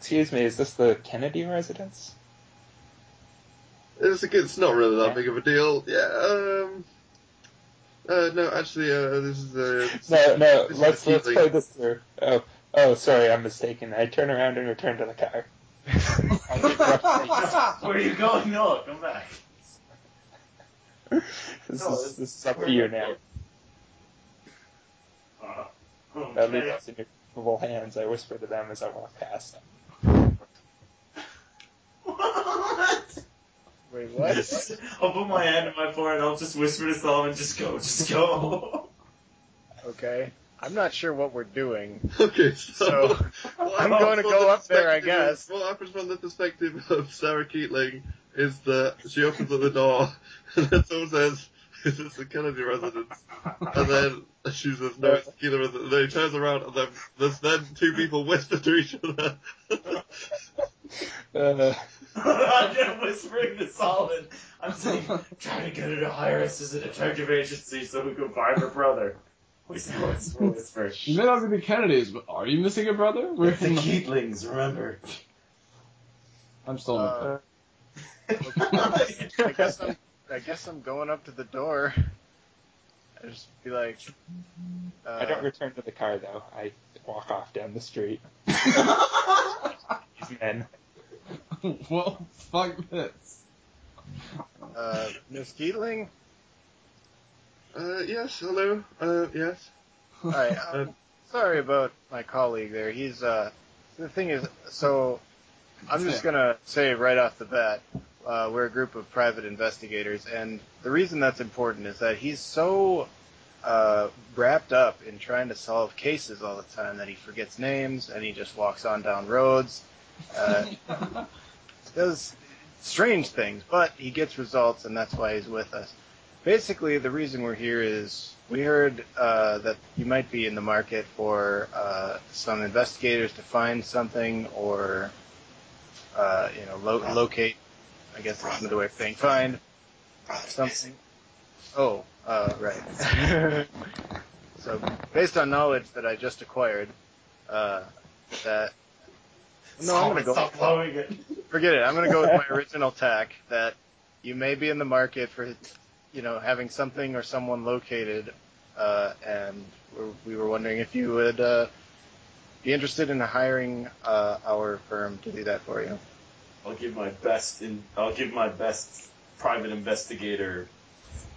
S1: excuse me, is this the Kennedy residence?
S2: it's a good, it's not really that big of a deal. Yeah. Um, uh, no, actually, uh, this is uh,
S1: No, no.
S2: This is
S1: Let's
S2: the
S1: let's
S2: Keatling.
S1: play this through. Oh, oh, sorry, I'm mistaken. I turn around and return to the car. I make rough
S3: Where are you going? No, come back.
S1: takes. this, is, this is up to you now.
S3: Uh,
S1: I leave
S3: okay.
S1: us in your capable hands. I whisper to them as I walk past them.
S3: What?
S5: Wait, what?
S3: I'll put my hand in my forehead. I'll just whisper to Solomon, "Just go, just go."
S5: Okay. I'm not sure what we're doing.
S2: Okay, so,
S5: So,
S2: what
S5: I'm
S2: happens
S5: gonna
S2: from
S5: go
S2: the
S5: up there,
S2: perspective
S5: I
S2: is-
S5: guess.
S2: What happens from the perspective of Sarah Keatling is that she opens up the door and then someone says, "Is this the Kennedy residence?" And then she says, "No, it's the Kennedy residence." Then he turns around and then there's then two people whisper to each other.
S1: Uh,
S3: I'm just whispering to Solomon. I'm saying, trying to get her to hire us as a detective agency so we can find her brother. Whisper, whisper, whisper.
S4: You may not be the Kennedys, but are you missing a brother? We're
S3: It's the Keatlings, remember?
S4: I'm still.
S5: Uh,
S1: Oh.
S5: Um, I guess I'm. I guess I'm going up to the door. I just be like. Uh,
S1: I don't return to the car though. I walk off down the street. These men.
S4: well, fuck this.
S5: uh, Miss Keatling.
S2: Uh, yes, hello, uh, yes.
S5: All right. I'm sorry about my colleague there. He's uh. The thing is, so I'm just gonna say right off the bat, uh, we're a group of private investigators, and the reason that's important is that he's so uh, wrapped up in trying to solve cases all the time that he forgets names and he just walks on down roads. Uh, does strange things, but he gets results, and that's why he's with us. Basically, the reason we're here is we heard uh, that you might be in the market for uh, some investigators to find something or, uh, you know, lo- locate. I guess that's another way of saying find something. Oh, uh, right. so, based on knowledge that I just acquired, uh, that. No, I'm gonna go
S3: Stop blowing it.
S5: forget it. I'm going to go with my original tack that you may be in the market for, you know, having something or someone located, uh, and we're, we were wondering if you would uh, be interested in hiring uh, our firm to do that for you.
S3: I'll give my best in. I'll give my best private investigator,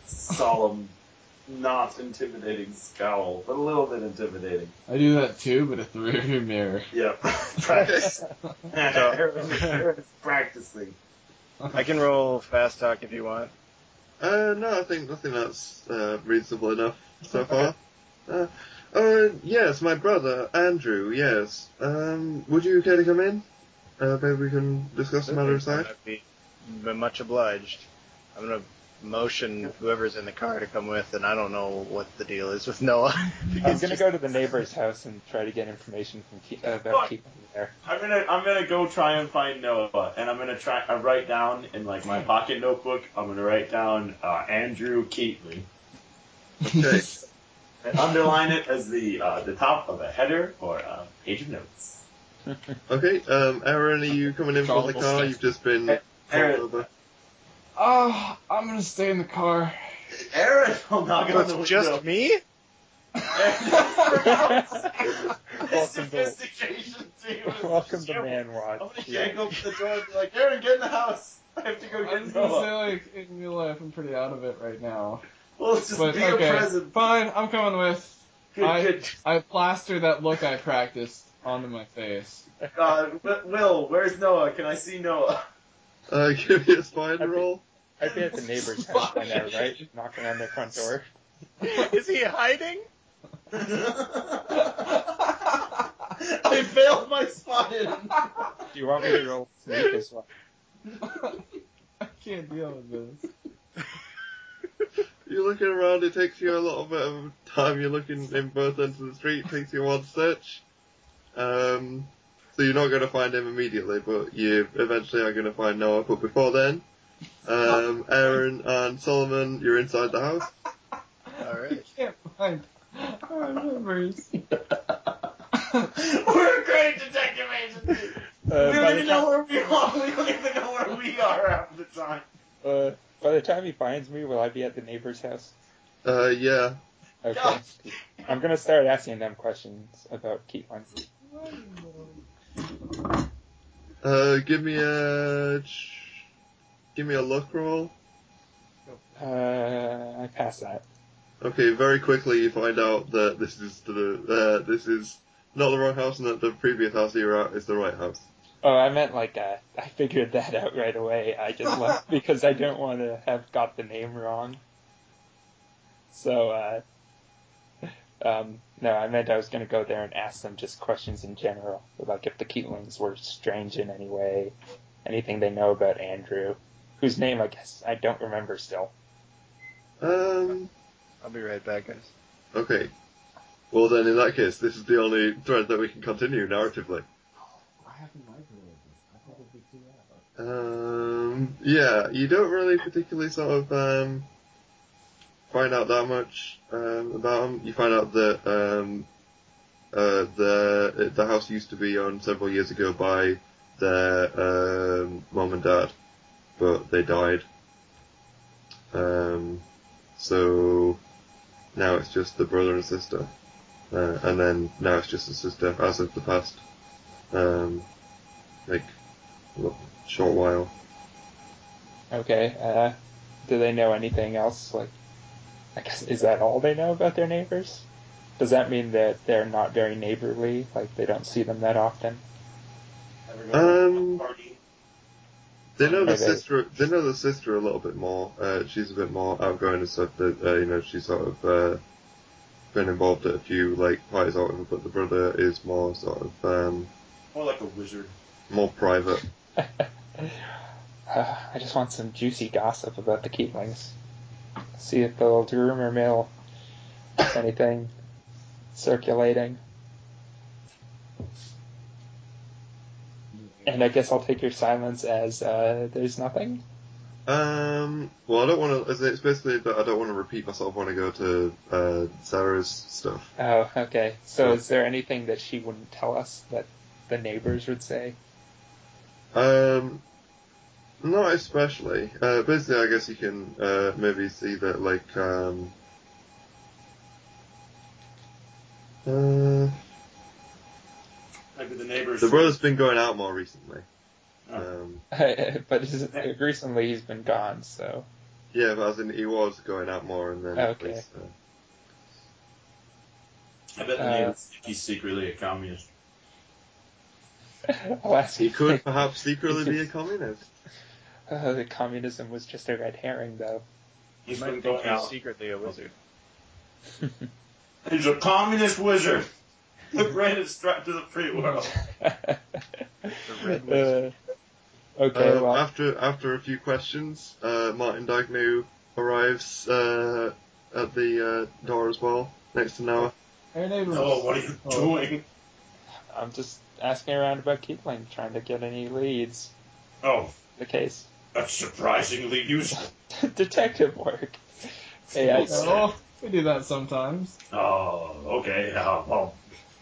S3: solemn, not intimidating scowl, but a little bit intimidating.
S4: I do that too, but at the rearview mirror.
S3: Yep. Practice. Aaron's practicing.
S5: I can roll fast talk if you want.
S2: Uh, no, I think I think that's uh, reasonable enough so far. Uh, uh, yes, my brother Andrew. Yes. Um, would you care to come in? Uh, maybe we can discuss the matter of size.
S5: I'd be be much obliged. I'm going to motion whoever's in the car to come with, and I don't know what the deal is with Noah.
S1: I'm gonna go to the neighbor's house and try to get information from Ke- about
S3: Fuck.
S1: keeping there.
S3: I'm gonna I'm gonna go try and find Noah, and I'm gonna try. I write down in like my pocket notebook. I'm gonna write down uh, Andrew Keatley
S2: Okay.
S3: and underline it as the uh, the top of a header or a page of notes.
S2: Okay. Um, Aaron, are you coming in from the car? You've just been
S3: Eh,
S2: called
S3: Aaron.
S2: over.
S4: Oh, I'm gonna stay in the car.
S3: Aaron, I'll knock
S5: So
S3: on the window.
S5: it's just me?
S1: Welcome to-
S3: Sophistication team.
S1: Welcome to
S3: I'm
S1: Man
S3: gonna
S1: Yeah.
S3: yank open the door and be like, Aaron, get in the house. I have to go
S4: I
S3: get
S4: was gonna say,
S3: Noah.
S4: like, in real life, I'm pretty out of it right now.
S3: Well, it's just
S4: But,
S3: be
S4: okay.
S3: a present.
S4: Fine, I'm coming with.
S3: Good,
S4: I-
S3: good.
S4: I plaster that look I practiced onto my face.
S3: Uh, Wi- Will, where's Noah? Can I see Noah?
S2: Uh, give me a spider roll.
S1: I'd be at the neighbor's house by now, right? Knocking on their front door.
S5: Is he hiding?
S3: I failed my spot in.
S1: Do you want me to roll sneak as well?
S4: I can't deal with this.
S2: You're looking around, it takes you a little bit of um, time. You're looking in both ends of the street, it takes you one search. Um, so you're not going to find him immediately, but you eventually are going to find Noah. But before then, um, Aaron and Solomon, you're inside the house.
S5: All
S4: I
S5: right.
S4: can't find our numbers.
S6: We're great detective agency.
S1: Uh,
S6: we
S1: by
S6: don't
S1: the
S6: even know where we are. We don't even know where we are half the time.
S1: ti- uh, by the time he finds me, will I be at the neighbor's house?
S2: Uh, yeah.
S1: Okay.
S6: God.
S1: I'm gonna start asking them questions about Keelan.
S2: Uh, give me a, ch- give me a luck roll.
S1: Uh, I pass that.
S2: Okay, very quickly you find out that this is the uh, this is not the wrong house, and that the previous house you were at is the right house.
S1: Oh, I meant like uh, I figured that out right away. I just left because I don't want to have got the name wrong. So, uh, um, no, I meant I was going to go there and ask them just questions in general, like if the Keatlings were strange in any way, anything they know about Andrew, whose name I guess I don't remember still.
S2: Um.
S5: I'll be right back, guys.
S2: Okay. Well then, in that case, this is the only thread that we can continue narratively.
S4: I haven't microwaved this. I think it'll be two hours.
S2: Um. Yeah, you don't really particularly sort of um find out that much um about them. You find out that um uh the the house used to be owned several years ago by their um mom and dad, but they died. Um. So now it's just the brother and sister, uh, and then now it's just the sister as of the past, um, like a lo- short while.
S1: Okay. Uh, do they know anything else? Like, I guess is that all they know about their neighbors? Does that mean that they're not very neighborly? Like they don't see them that often?
S3: Ever go to
S2: Um,
S3: a party?
S2: They know the
S1: Okay.
S2: sister. They know the sister a little bit more. Uh, she's a bit more outgoing and stuff. That uh, you know, she's sort of uh, been involved at a few like parties out of it, but the brother is more sort of um,
S3: More like a wizard.
S2: more private.
S1: uh, I just want some juicy gossip about the Keatlings. See if the old rumor mill has anything circulating. And I guess I'll take your silence as uh, there's nothing.
S2: Um. Well, I don't want to. It's basically that I don't want to repeat myself when I go to uh, Sarah's stuff.
S1: Oh, okay. So
S2: Yeah.
S1: is there anything that she wouldn't tell us that the neighbors would say?
S2: Um, not especially. Uh, basically, I guess you can uh, maybe see that like um, uh,
S3: Like with the neighbors.
S2: the brother's been going out more recently.
S3: Oh.
S2: Um,
S1: but is recently he's been gone, so
S2: yeah, but as in he was going out more, and then uh,
S1: Okay.
S2: like, so-
S3: I bet the
S1: Uh,
S3: neighbors think he's secretly a communist.
S1: I'll ask
S2: he
S1: you.
S2: could perhaps secretly be a communist.
S1: Uh, the communism was just a red herring, though.
S5: You
S3: He's been
S5: might think
S3: going
S5: he's
S3: out.
S5: secretly a wizard.
S3: He's a communist wizard. the brand is strapped to the free world.
S5: red
S1: Uh, okay,
S2: Um,
S1: well,
S2: After after a few questions, uh, Martin Dagnew arrives uh, at the uh, door as well, next to Noah.
S4: Aaron Abrams.
S3: Oh, what are you
S4: Oh.
S3: doing?
S1: I'm just asking around about Keatling, trying to get any leads.
S3: Oh,
S1: The case,
S3: that's surprisingly useful.
S1: detective work. Hey, I,
S4: No, Oh, we do that sometimes.
S3: Oh, okay. Uh, well,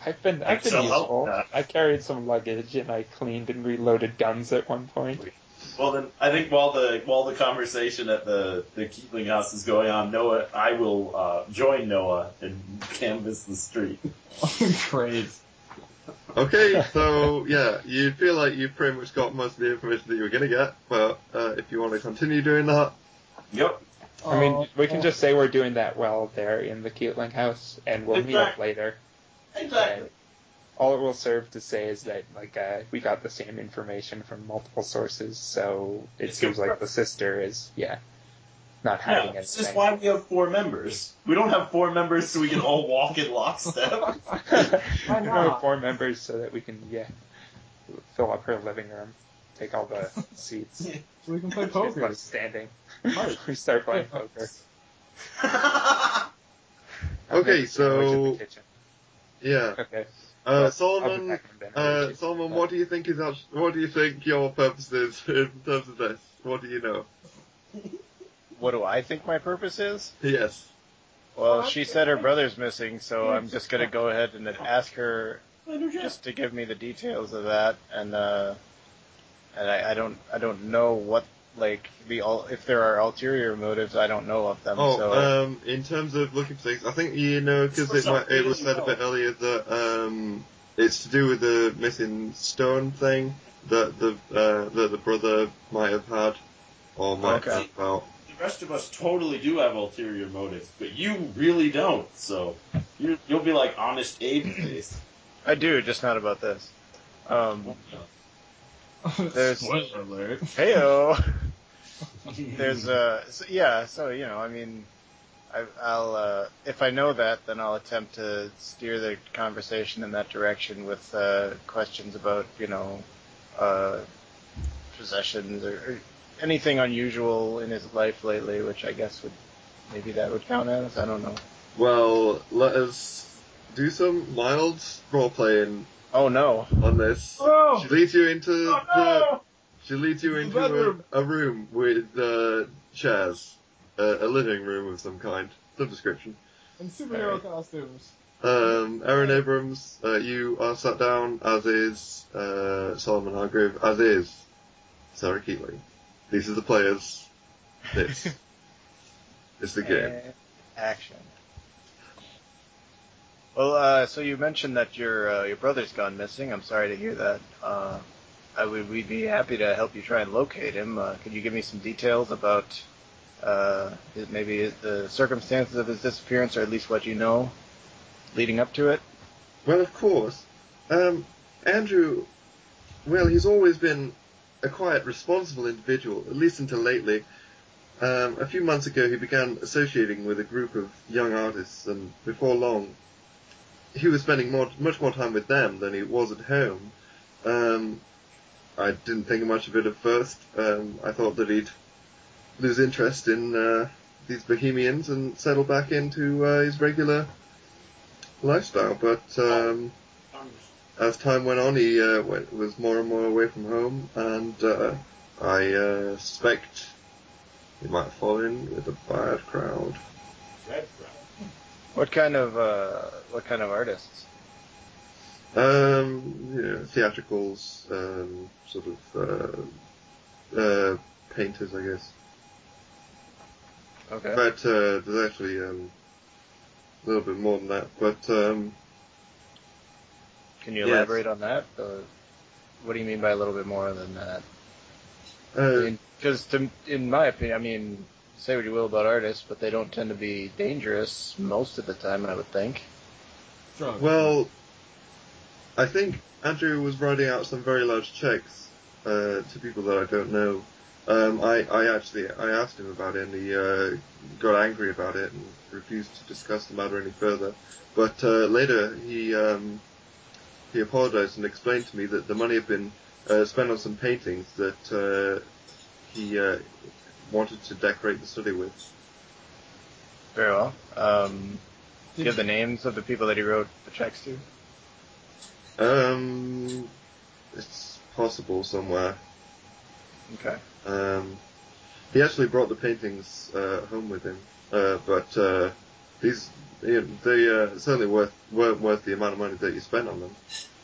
S1: I've been I've been
S3: Excel help
S1: useful.
S3: that.
S1: I carried some luggage and I cleaned and reloaded guns at one point.
S3: well then, I think while the while the conversation at the the Keatling house is going on, Noah, I will uh, join Noah and canvass the street.
S4: Great.
S2: Okay, so yeah, you feel like you've pretty much got most of the information that you were gonna get, but uh, if you want to continue doing that,
S3: Yep.
S1: I mean, we can
S4: Oh.
S1: just say we're doing that well there in the Keatling house, and we'll meet up
S3: Exactly.
S1: later.
S3: Exactly.
S1: All it will serve to say is that like uh, we got the same information from multiple sources, so it
S3: It's
S1: seems like
S3: confirmed.
S1: the sister is yeah, not
S3: Yeah,
S1: hiding
S3: this is
S1: anything.
S3: why we have four members. We don't have four members so we can all walk in lockstep.
S1: There are
S4: not?
S1: four members so that we can yeah fill up her living room, take all the seats.
S4: We can play
S1: Just
S4: poker.
S1: left standing.
S4: Right.
S1: we start playing poker. I've
S2: Okay,
S1: made a sandwich in
S2: so-
S1: the kitchen.
S2: Yeah.
S1: okay. Well,
S2: Uh,
S1: I'll be
S2: Solomon,
S1: back in a minute.
S2: uh, Solomon, what do you think is actu- what do you think your purpose is in terms of this? What do you know?
S5: What do I think my purpose is?
S2: Yes.
S5: Well, she said her brother's missing, so I'm just gonna go ahead and ask her just to give me the details of that, and uh, and I, I don't I don't know what like the ul- if there are ulterior motives, I don't know of them.
S2: Oh,
S5: so
S3: uh,
S2: um, in terms of looking for things, I think you know because
S3: It's
S2: it,
S3: for
S2: might- it was
S3: something,
S2: said a bit earlier that um, it's to do with the missing stone thing that the uh, that the brother might have had or might
S5: Okay.
S2: have about.
S3: The rest of us totally do have ulterior motives, but you really don't. So you you'll be like honest Abe face.
S5: I do, just not about this. Um, There's-
S4: Spoiler alert.
S5: heyo. There's uh so, yeah, so you know, I mean, I, I'll uh, if I know that, then I'll attempt to steer the conversation in that direction with uh, questions about you know uh, possessions or, or anything unusual in his life lately, which I guess would maybe that would count as I don't know.
S2: Well, let us do some mild role playing
S5: Oh no,
S2: on this.
S4: Oh!
S2: She leads you into the she leads you
S4: The
S2: into
S4: bedroom.
S2: a, a room with uh, chairs, uh, a living room of some kind, some description.
S4: In superhero costumes.
S2: Um, Aaron Abrams, uh, you are sat down, as is uh, Solomon Hargrove, as is Sarah Keeling. These are the players. This is the game.
S5: And action. Well, uh, so you mentioned that your uh, your brother's gone missing. I'm sorry to hear that. Uh, I would we'd be happy to help you try and locate him. Uh, could you give me some details about uh, his, maybe his, the circumstances of his disappearance, or at least what you know leading up to it?
S2: Well, of course. Um, Andrew, well, he's always been a quiet, responsible individual, at least until lately. Um, a few months ago, he began associating with a group of young artists, and before long, he was spending more, much more time with them than he was at home. Um, I didn't think much of it at first. Um, I thought that he'd lose interest in uh, these bohemians and settle back into uh, his regular lifestyle, but um, as time went on, he uh, went, was more and more away from home, and uh, I uh, suspect he might have fallen with a bad crowd.
S3: Red
S5: What kind of uh, what kind of artists?
S2: Um, you know, theatricals, um, sort of uh, uh, painters, I guess.
S5: Okay.
S2: But uh, there's actually um, a little bit more than that. But um,
S5: Can you
S2: yes.
S5: elaborate on that? Or what do you mean by a little bit more than that?
S2: uh,
S5: Because to, in my opinion, I mean, say what you will about artists, but they don't tend to be dangerous most of the time, I would think.
S4: Drugs.
S2: well, I think Andrew was writing out some very large checks uh, to people that I don't know. Um, I, I actually I asked him about it and he uh, got angry about it and refused to discuss the matter any further. But uh, later he um, he apologized and explained to me that the money had been uh, spent on some paintings that uh, he uh, wanted to decorate the study with.
S5: Very well. Um,
S4: Did
S5: do you have the names of the people that he wrote the checks to?
S2: Um, it's possible somewhere.
S5: Okay.
S2: Um, he actually brought the paintings uh, home with him, uh, but uh, these you know, they uh, certainly worth, weren't worth the amount of money that you spent on them.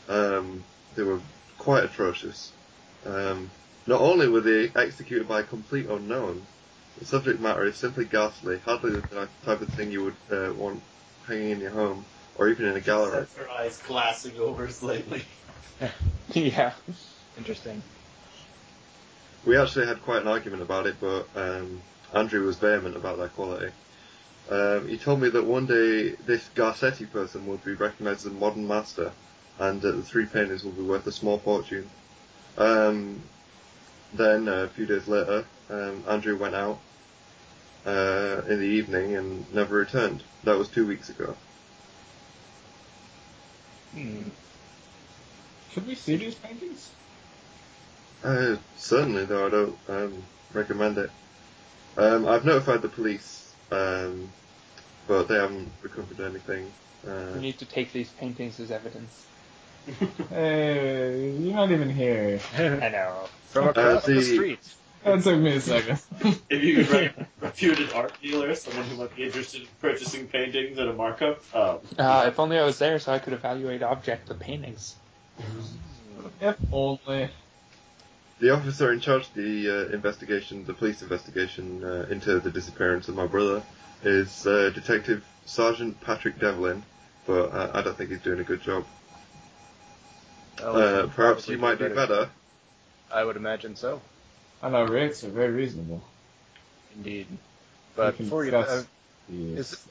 S2: Um, they were quite atrocious. Um, not only were they executed by a complete unknown, the subject matter is simply ghastly, hardly the type type of thing you would uh, want hanging in your home or even in a gallery.
S3: That's her eyes glassing over slightly.
S1: yeah.
S5: Interesting.
S2: We actually had quite an argument about it, but um, Andrew was vehement about their quality. Um, he told me that one day this Garcetti person would be recognised as a modern master, and that the three paintings will be worth a small fortune. Um, then uh, a few days later, um, Andrew went out uh, in the evening and never returned. That was two weeks ago.
S5: Hmm.
S4: Should we see these paintings?
S2: Uh, certainly, though I don't um, recommend it. Um, I've notified the police, um, but they haven't recovered anything.
S1: We
S2: Uh,
S1: need to take these paintings as evidence.
S4: Hey, you're not even here.
S1: I know.
S5: From across
S2: Uh, the-
S5: the street.
S4: That took me a second.
S3: If you could rec- reputed art dealer, someone who might be interested in purchasing paintings at a markup, um,
S1: Uh, if only I was there so I could evaluate object of paintings.
S4: if only.
S2: the officer in charge of the uh, investigation, the police investigation uh, into the disappearance of my brother, is uh, Detective Sergeant Patrick Devlin, but uh, I don't think he's doing a good job. Uh, perhaps you might do better.
S5: I would imagine so,
S4: I know rates are very reasonable.
S5: indeed. But
S4: can
S5: before you,
S4: discuss.
S5: uh, Is-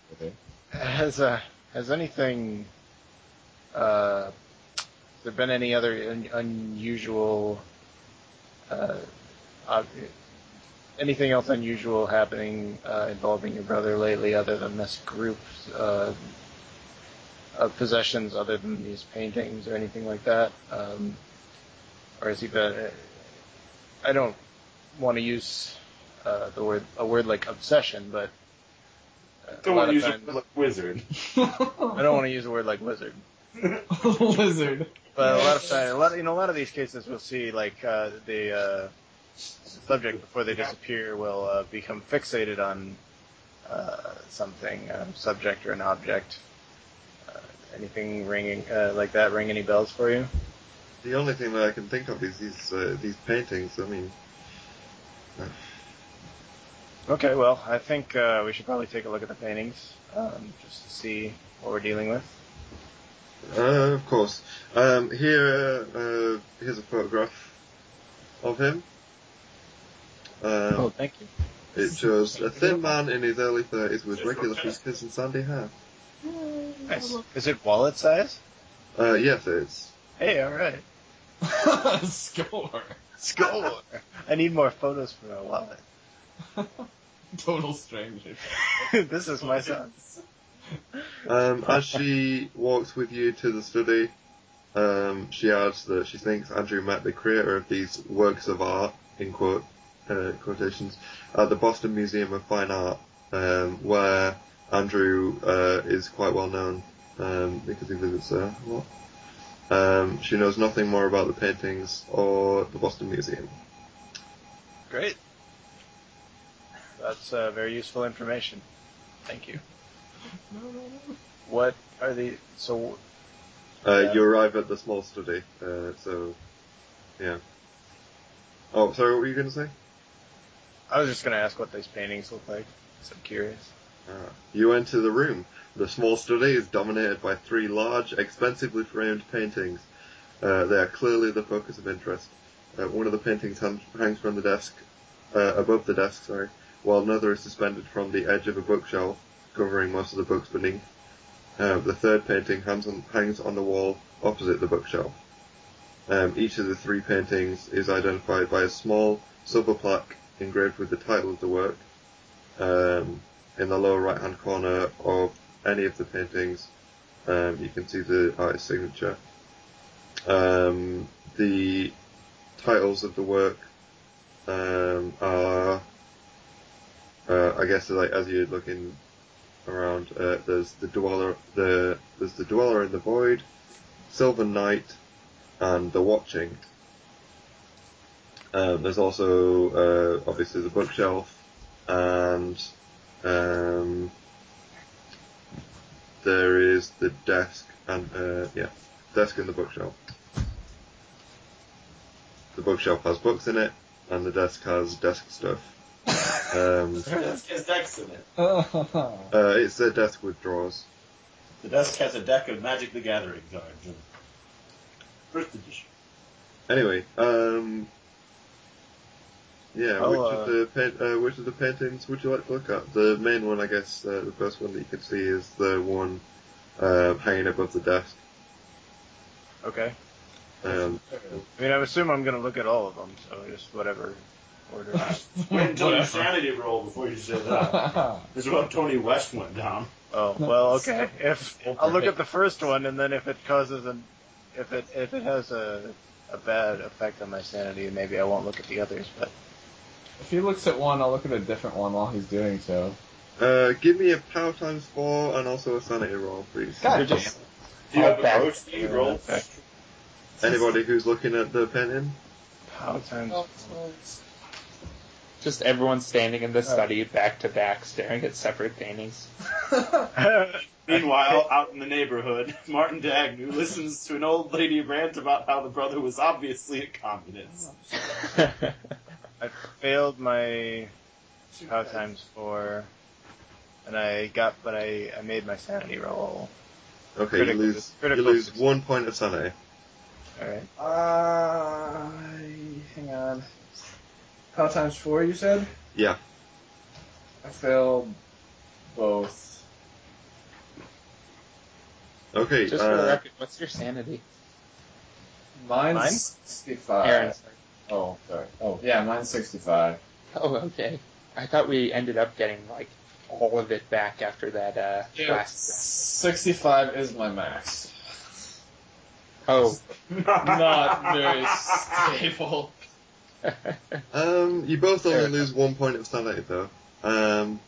S5: has uh, has anything uh, there been any other un- unusual uh, uh, anything else unusual happening uh, involving your brother lately other than this group uh, of possessions other than these paintings or anything like that um, or has he been I don't want to use uh, the word a word like obsession but uh, a lot
S3: someone
S5: of
S3: who's a
S5: times-
S3: wizard.
S5: I don't want to use the word like wizard,
S4: Lizard.
S5: but a lot of time, a lot in a lot of these cases, we'll see like uh, the uh, subject before they disappear will uh, become fixated on uh, something, a subject or an object. Uh, anything ringing uh, like that ring any bells for you?
S2: The only thing that I can think of is these uh, these paintings. I mean,
S5: Okay, well, I think uh, we should probably take a look at the paintings um, just to see what we're dealing with.
S2: Uh, of course. Um, here, uh, here's a photograph of him. Um,
S5: Oh, thank you.
S2: it shows a thin man in his early 30s with regular features and sandy hair.
S5: Nice. Is it wallet size?
S2: Uh, yes, it is.
S5: Hey, all right.
S4: Score.
S5: Score. I need more photos for my wallet.
S4: Total stranger.
S5: this is my son.
S2: Um, as she walks with you to the study, um, she adds that she thinks Andrew met the creator of these works of art, in quote, uh, quotations, at the Boston Museum of Fine Art, um, where Andrew uh, is quite well known um, because he visits there a lot. Um, she knows nothing more about the paintings or the Boston Museum.
S5: Great. That's uh, very useful information. Thank you. What are the so?
S2: Uh,
S5: Yeah.
S2: You arrive at the small study, uh, so yeah. Oh, sorry, what were you going to say?
S5: I was just gonna ask what these paintings look like. So I'm curious.
S2: Ah, You enter the room. The small study is dominated by three large, expensively framed paintings. Uh, they are clearly the focus of interest. Uh, one of the paintings hung- hangs from the desk, uh, above the desk, sorry, while another is suspended from the edge of a bookshelf, covering most of the books beneath. Uh, the third painting hangs on, hangs on the wall opposite the bookshelf. Um, each of the three paintings is identified by a small silver plaque engraved with the title of the work. Um, in the lower right hand corner of any of the paintings, um, you can see the artist's signature. Um, the titles of the work um, are, uh, I guess, like as you're looking around, uh, there's the dweller, the there's the dweller in the void, Sylvan Night, and the Watching. Um, there's also uh, obviously the bookshelf and um, there is the desk and uh, yeah, desk and the bookshelf. The bookshelf has books in it, and the desk has desk stuff. Um,
S3: desk has decks in it.
S2: uh, it's a desk with drawers.
S3: The desk has a deck of Magic the Gathering cards. in First edition.
S2: Anyway, um, yeah,
S5: Oh,
S2: which
S5: uh,
S2: of the paint, uh, which of the paintings would you like to look at? The main one, I guess, uh, the first one that you can see is the one uh, hanging above the desk.
S5: Okay.
S2: Um,
S5: I mean, I assume I'm gonna look at all of them. So just whatever order.
S3: Wait until your sanity roll before you say that. This is what Tony West went down.
S5: oh well, okay. If I'll look at the first one, and then if it causes an if it if it has a a bad effect on my sanity, maybe I won't look at the others. But
S4: If he looks at one, I'll look at a different one while he's doing so.
S2: Uh, give me a power times four and also a sanity roll, please.
S1: God
S5: They're
S1: damn.
S5: just-
S3: Do you
S1: All
S3: have
S1: back.
S3: approach? Do you roll?
S2: Anybody who's looking at the painting?
S5: power times
S1: Just everyone standing in the study back to back, staring at separate paintings.
S3: Meanwhile, out in the neighborhood, Martin Dagnu listens to an old lady rant about how the brother was obviously a communist.
S5: I failed my power times four, and I got but I I made my sanity roll.
S2: Okay,
S5: Critical-
S2: you lose. You
S5: critical
S2: lose
S5: success.
S2: one point of sanity.
S5: All right.
S6: Uh, hang on. Power times four, you said?
S2: Yeah.
S6: I failed both.
S2: Okay.
S1: Just for the
S2: uh,
S1: record, what's your sanity?
S6: Mine's
S5: Mine?
S6: 65.
S1: Aaron's.
S6: Oh, sorry. Oh, yeah, mine's 65.
S1: Oh, okay. I thought we ended up getting like all of it back after that uh, last.
S6: 65 is my max.
S1: Oh,
S6: Not very stable.
S2: um, you both only
S1: Fair
S2: lose one point of sanity though. Um,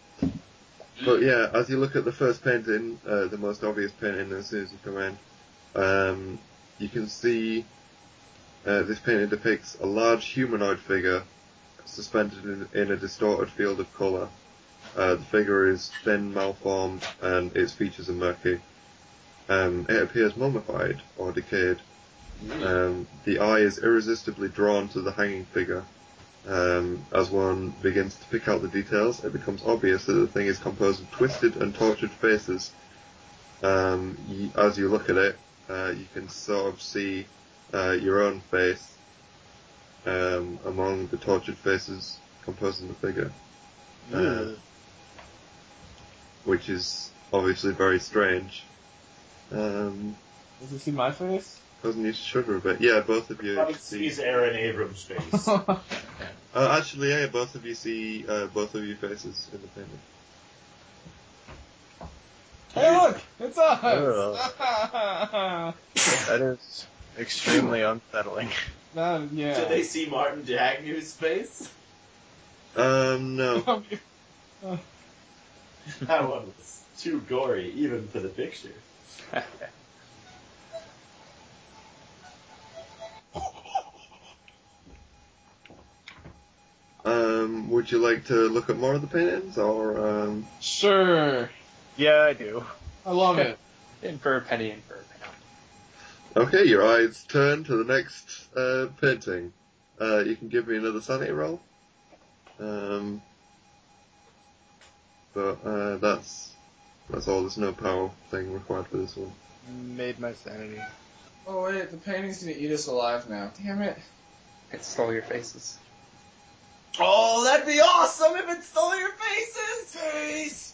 S2: but yeah, as you look at the first painting, uh, the most obvious painting, as soon as you come in, um, you can see uh, this painting depicts a large humanoid figure suspended in, in a distorted field of color. Uh, the figure is thin, malformed, and its features are murky. Um, it appears mummified or decayed. Um, the eye is irresistibly drawn to the hanging figure. Um, as one begins to pick out the details, it becomes obvious that the thing is composed of twisted and tortured faces. Um, y as you look at it, uh, you can sort of see uh, your own face um, among the tortured faces composing the figure, Uh, which is obviously very strange. Um,
S4: Does he see my face?
S2: causing you to shudder a bit. Yeah, both of you.
S3: Probably
S2: see-
S3: sees Aaron Abrams' face.
S2: Uh, actually, yeah, both of you see uh, both of your faces in the painting.
S4: hey, look! It's
S5: Ugh.
S4: us!
S5: that is extremely unsettling.
S4: no, yeah.
S3: Did they see Martin Dagnu's face?
S2: Um, no.
S3: That one was too gory, even for the picture.
S2: Um, would you like to look at more of the paintings, or um,
S4: sure.
S5: Yeah, I do.
S4: I love it.
S1: in for a penny, in for a pound.
S2: okay, your eyes turn to the next uh, painting. Uh, you can give me another sanity roll. Um, but uh, that's that's all. There's no power thing required for this one.
S5: Made my sanity.
S6: Oh, wait, the painting's gonna eat us alive now. Damn it.
S1: It stole your faces.
S3: Oh, that'd be awesome if it stole your faces! Face!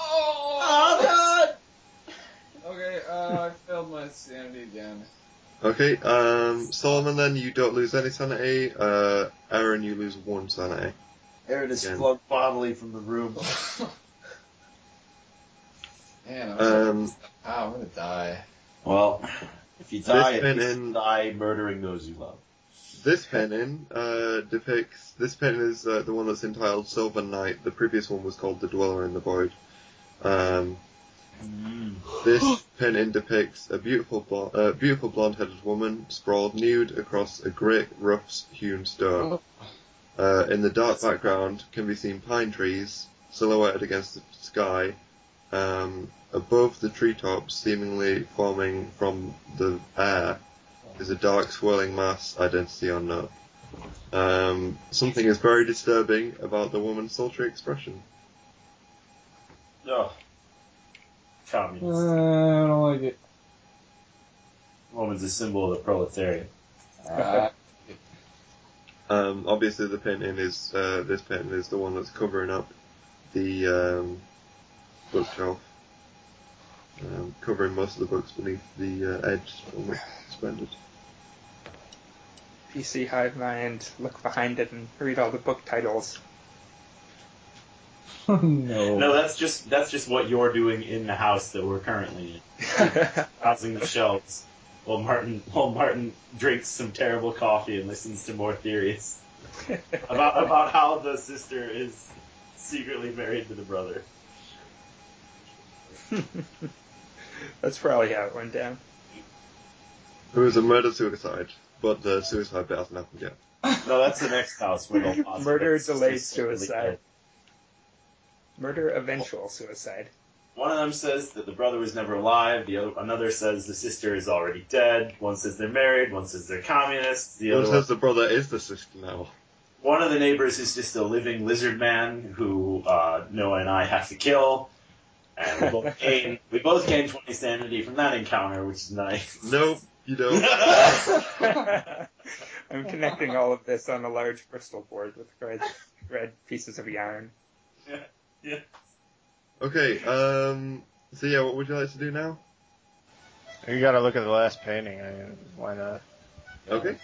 S3: Oh, God!
S6: Okay, uh, I failed my sanity again.
S2: Okay, um, Solomon, then you don't lose any sanity. Uh, Aaron, you lose one sanity.
S6: Aaron
S2: Again.
S6: flogged
S3: Bodily from the room.
S6: Man, I'm,
S2: Um,
S6: ah, I'm gonna die.
S3: Well, if you die,
S2: This
S3: at least
S2: man in-
S3: die murdering those you love.
S2: This painting uh, depicts. This painting is uh, the one that's entitled Silver Knight. The previous one was called The Dweller in the Void. Um, this painting depicts a beautiful, blo- uh, beautiful blonde-headed woman sprawled nude across a great rough-hewn stone. Uh, in the dark background can be seen pine trees silhouetted against the sky, um, above the treetops, seemingly forming from the air is a dark swirling mass, identity unknown. Um, something is very disturbing about the woman's sultry expression.
S3: Oh.
S4: Uh,
S3: Communist.
S4: I don't like it.
S3: Woman's a symbol of the proletariat.
S4: Uh,
S6: Ah.
S2: Um, obviously, the painting is uh, this painting is the one that's covering up the um, bookshelf, um, covering most of the books beneath the uh, edge, almost suspended.
S1: PC hive mind, look behind it and read all the book titles.
S4: no.
S3: No, that's just that's just what you're doing in the house that we're currently in,
S1: I
S3: housing the shelves. while Martin while Martin drinks some terrible coffee and listens to more theories about about how the sister is secretly married to the brother.
S1: That's probably how it went down.
S2: It was a murder suicide, but the suicide bit hasn't happened yet.
S3: No, that's the next house where they'll pause,
S1: Murder
S3: but it's
S1: delayed
S3: secretly
S1: suicide. Murder eventual suicide.
S3: One of them says that the brother was never alive. The other, another says the sister is already dead. One says they're married. One says they're communists. The
S2: One
S3: other one,
S2: says the brother is the sister now.
S3: one of the neighbors is just a living lizard man who uh, Noah and I have to kill. And we both gain we both gain twenty sanity from that encounter, which is nice.
S2: Nope, you don't.
S1: I'm connecting all of this on a large Bristol board with red, red pieces of yarn.
S2: Okay, um, so yeah, what would you like to do now?
S5: You gotta look at the last painting. I mean, why not?
S3: Um,
S2: Okay.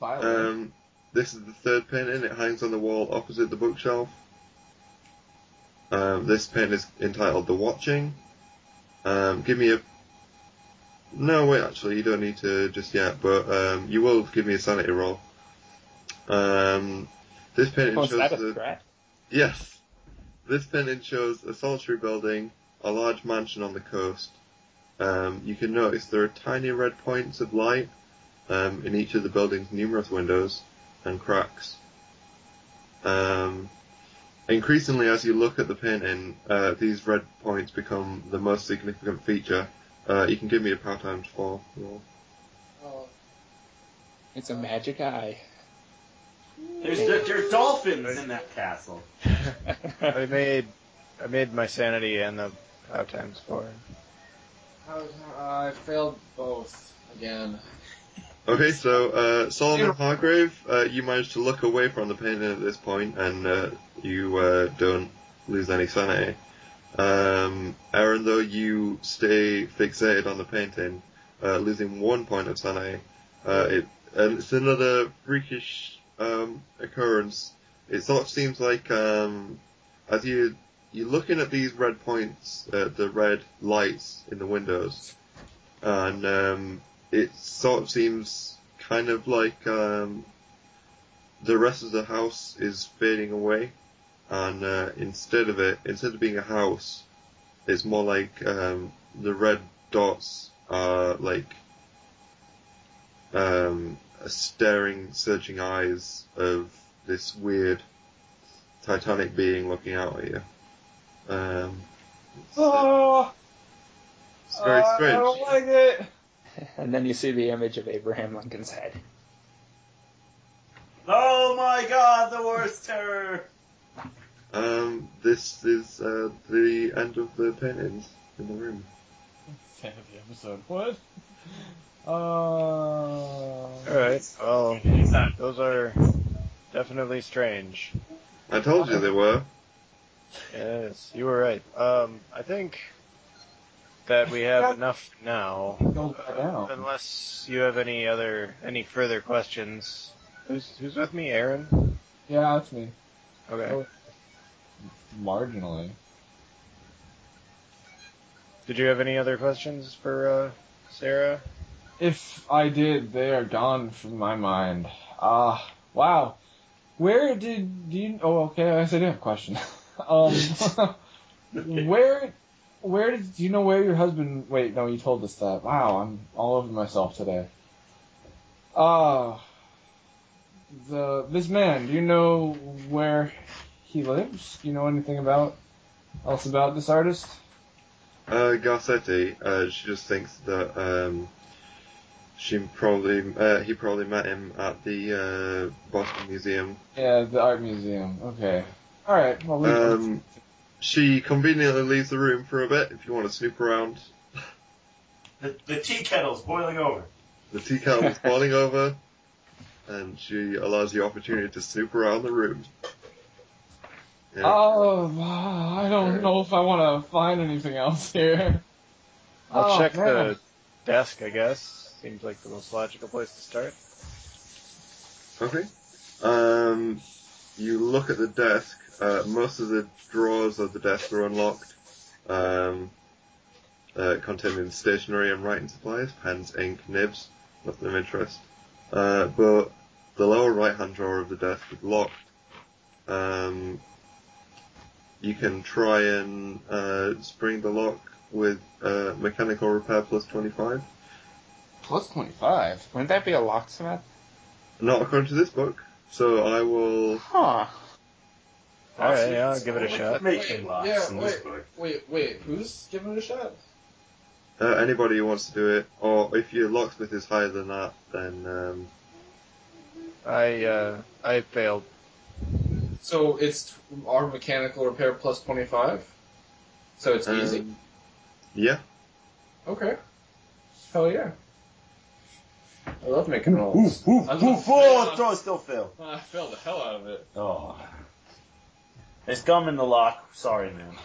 S4: Violent.
S2: Um, this is the third painting. It hangs on the wall opposite the bookshelf. Um, this painting is entitled "The Watching." Um, give me a. No, wait. Actually, you don't need to just yet, but um, you will give me a sanity roll. Um, this painting
S1: Oh, is
S2: shows
S1: that
S2: the.
S1: a threat?
S2: Yes. This painting shows a solitary building, a large mansion on the coast. Um, you can notice there are tiny red points of light um, in each of the building's numerous windows and cracks. Um, increasingly, as you look at the painting, uh, these red points become the most significant feature. Uh, you can give me a power times four. roll.
S6: Oh,
S1: It's a magic eye.
S3: There's there's dolphins in that castle.
S5: I made I made my sanity and the five times four.
S6: how is that-
S4: Uh,
S6: I failed both again.
S2: Okay, so uh, Solomon Hargrave, uh, you managed to look away from the painting at this point, and uh, you uh, don't lose any sanity. Um, Aaron, though, you stay fixated on the painting, uh, losing one point of sanity. Uh, it, and it's another freakish um, occurrence. It sort of seems like um, as you you're looking at these red points, uh, the red lights in the windows, and um, it sort of seems kind of like um, the rest of the house is fading away, and uh, instead of it, instead of being a house, it's more like um, the red dots are like um, staring, searching eyes of this weird Titanic being looking out at you. Um, it's,
S4: Oh,
S2: it's
S5: Uh,
S2: very
S4: oh,
S2: strange.
S4: I don't like it.
S1: And then you see the image of Abraham Lincoln's head.
S3: Oh my God, the worst terror.
S2: Um, this is uh, the end of the paintings in the room.
S4: End of the episode. What? Uh,
S5: All right. Well,
S3: It's not
S5: those are definitely strange.
S2: I told you they were.
S5: Yes, you were right. Um, I think that we have enough now.
S4: Go back down.
S5: Unless you have any other any further questions. Who's who's with me, Aaron?
S4: Yeah, that's me.
S5: Okay.
S4: Oh. Marginally.
S5: Did you have any other questions for uh, Sarah?
S4: If I did, they are gone from my mind. Ah, wow. Where did do you? Oh, okay. I guess I do have a question. um, where, where did do you know where your husband? Wait, no, you told us that. Wow, I'm all over myself today. Ah, the this man. Do you know where he lives? Do you know anything about else about this artist?
S2: Uh, Garcetti, uh, she just thinks that um, she probably uh, he probably met him at the uh, Boston Museum.
S4: Yeah, the art museum. Okay. All right. Well, we-
S2: Um, she conveniently leaves the room for a bit. If you want to snoop around,
S3: The, the tea kettle's boiling over.
S2: the tea kettle is boiling over, and she allows you opportunity to snoop around the room. Yeah.
S4: Oh, wow, I don't know if I want to find anything else here.
S5: I'll
S4: Oh,
S5: check
S4: man.
S5: the desk, I guess. Seems like the most logical place to start.
S2: Okay. Um, you look at the desk. Uh, most of the drawers of the desk are unlocked. Um, uh, containing stationery and writing supplies, pens, ink, nibs, nothing of interest. Uh, but the lower right hand drawer of the desk is locked. Um, you can try and uh, spring the lock with uh, mechanical repair plus 25.
S4: Plus 25.
S1: Wouldn't that be a locksmith?
S2: Not according to this book, so I will.
S1: Huh.
S5: All right, yeah, I'll give it a
S3: Actually,
S5: shot.
S3: Making locks
S6: Yeah,
S3: in this
S6: wait.
S3: book.
S6: Wait, wait, who's giving it a shot?
S2: Uh, anybody who wants to do it, or if your locksmith is higher than that, then um,
S5: I uh, I failed.
S6: So it's our mechanical repair plus 25? So
S5: Uh,
S6: it's easy?
S2: um, yeah,
S6: Okay. Hell yeah. I love making rolls. I'm gonna-
S3: Oh, throw still failed.
S6: I failed the hell out of it.
S3: Oh. It's gum in the lock. Sorry, man.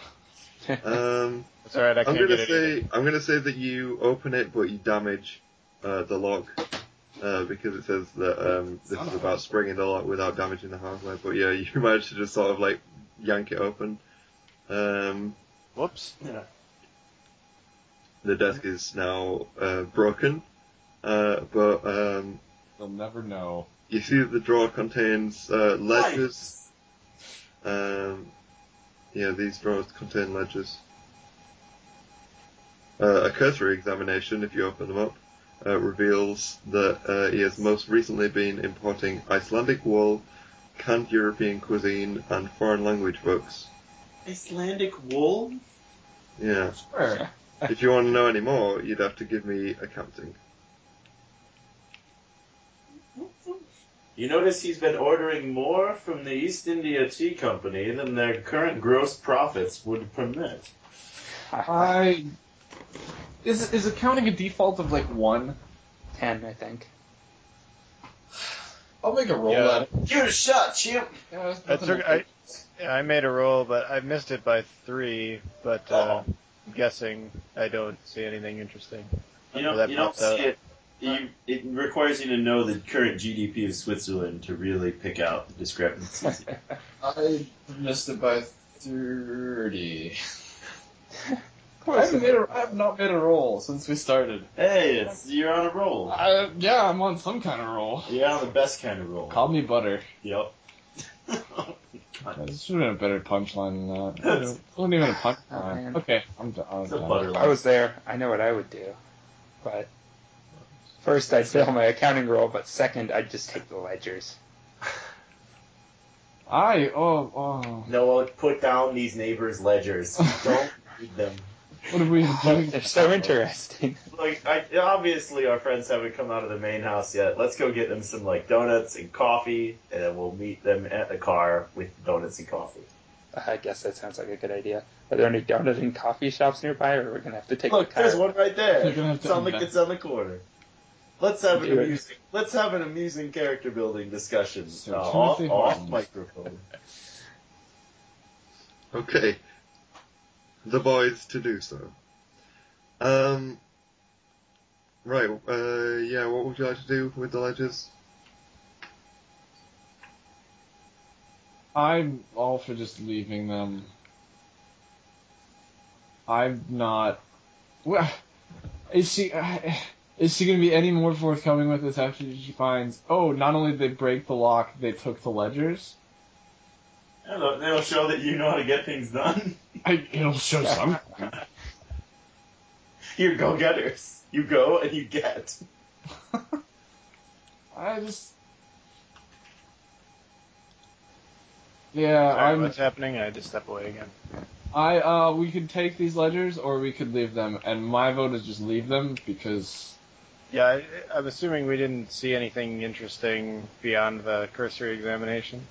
S2: um,
S5: It's all right. I
S2: I'm
S5: can't get
S2: gonna
S5: it.
S2: say I'm gonna say that you open it, but you damage uh, the lock uh, because it says that um, this is about springing the lock without damaging the hardware. But yeah, you managed to just sort of like yank it open. Um,
S5: Whoops.
S2: the desk is now uh, broken, uh, but um,
S4: They'll never know.
S2: you see that the drawer contains uh, ledgers. Um, yeah, these drawers contain ledgers. Uh, a cursory examination, if you open them up, uh, reveals that uh, he has most recently been importing Icelandic wool, canned European cuisine, and foreign language books.
S3: Icelandic wool?
S2: Yeah.
S4: Sure.
S2: if you want to know any more, you'd have to give me accounting.
S3: You notice he's been ordering more from the East India Tea Company than their current gross profits would permit.
S4: I. Is, is accounting a default of like one?
S1: Ten, I think.
S6: I'll make a roll
S5: Yeah.
S6: out of it.
S3: You shut, chimp!
S6: Yeah, that's
S5: I
S6: nothing
S5: took.
S6: to-
S5: I, yeah, I made a roll, but I missed it by three. But uh, I'm guessing I don't see anything interesting.
S3: You
S5: Oh,
S3: don't,
S5: that
S3: you don't
S5: pops up.
S3: see it. You, it requires you to know the current GDP of Switzerland to really pick out the discrepancies.
S6: I missed it by 30. I
S1: Close
S6: haven't
S1: enough.
S6: made a, I have not made a roll since we started.
S3: hey, it's, you're on a roll.
S4: Uh, yeah, I'm on some kind of roll.
S3: You're on the best kind of roll.
S4: Call me butter.
S3: Yep.
S4: That should have been a better punchline than that.
S3: That's-
S4: It wasn't even a
S1: Oh,
S4: punchline.
S1: man.
S4: okay, I'm done. I'm
S3: it's a
S4: done.
S3: butter
S1: If I was there, I know what I would do. But first, I'd fail my accounting roll, but second, I'd just take the ledgers.
S4: I oh oh.
S3: Noah, put down these neighbors' ledgers. Don't read them.
S4: What are we doing?
S1: They're so interesting.
S3: Like, I, obviously, our friends haven't come out of the main house yet. Let's go get them some like donuts and coffee, and then we'll meet them at the car with donuts and coffee.
S1: I guess that sounds like a good idea. Are there any donut and coffee shops nearby, or are we gonna have to take
S3: Look,
S1: the car?
S3: there's one right there.
S4: You're gonna have to
S3: It's on the
S4: unback-
S3: it's on the corner. Let's have an
S1: Do it.
S3: amusing let's have an amusing character building discussion
S4: Sir
S3: uh, off,
S4: Timothy
S3: off
S4: Holmes.
S3: microphone.
S2: Okay. The boys to do so. Um. Right. Uh. Yeah. What would you like to do with the ledgers?
S4: I'm all for just leaving them. I'm not. Well, is she? uh, Is she gonna be any more forthcoming with this after she finds? Oh, not only did they break the lock, they took the ledgers.
S3: Hello, they'll show that you know how to get things done.
S4: I, it'll show some.
S3: You're go getters. You go and you get.
S4: I just. Yeah,
S5: Sorry,
S4: Uh, I'm.
S5: what's happening? I just step away again.
S4: I uh, we could take these ledgers or we could leave them, and my vote is just leave them because
S5: Yeah, I, I'm assuming we didn't see anything interesting beyond the cursory examination.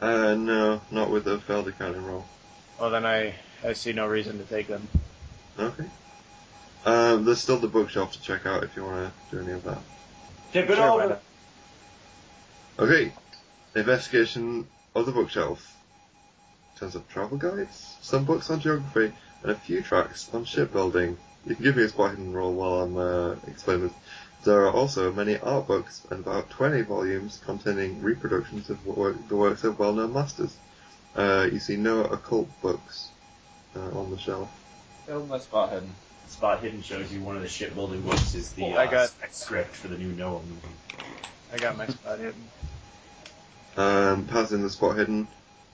S2: Uh. No. Not with the failed accounting roll.
S5: Well, then I, I see no reason to take them.
S2: Okay. Um. There's still the bookshop to check out if you want to do any of that.
S3: Tip
S1: Sure, why not?
S2: Okay. Investigation of the bookshelf. In terms of travel guides, some books on geography, and a few tracks on shipbuilding. You can give me a spot hidden roll while I'm uh, explaining. There are also many art books and about 20 volumes containing reproductions of work, the works of well-known masters. Uh, you see no occult books uh, on the shelf.
S4: Failed my spot hidden.
S3: Spot Hidden shows you one of the shipbuilding books is the
S5: Oh,
S3: uh,
S5: I got-
S3: script for the new Noah movie.
S5: I got my spot hidden.
S2: Um, passing the spot hidden,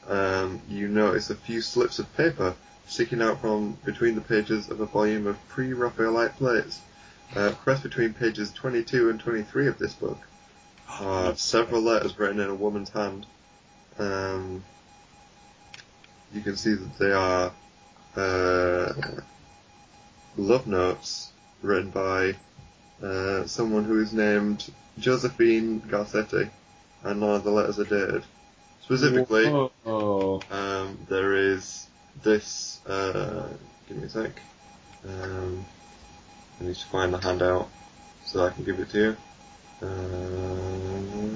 S2: um, you notice a few slips of paper sticking out from between the pages of a volume of pre-Raphaelite plates, uh, pressed between pages 22 and 23 of this book. Are several letters written in a woman's hand. Um, you can see that they are uh, love notes written by uh, someone who is named Josephine Garcetti, and none of the letters are dated. Specifically,
S4: Oh.
S2: um, there is this. Uh, give me a sec. Um, I need to find the handout so I can give it to you. Um,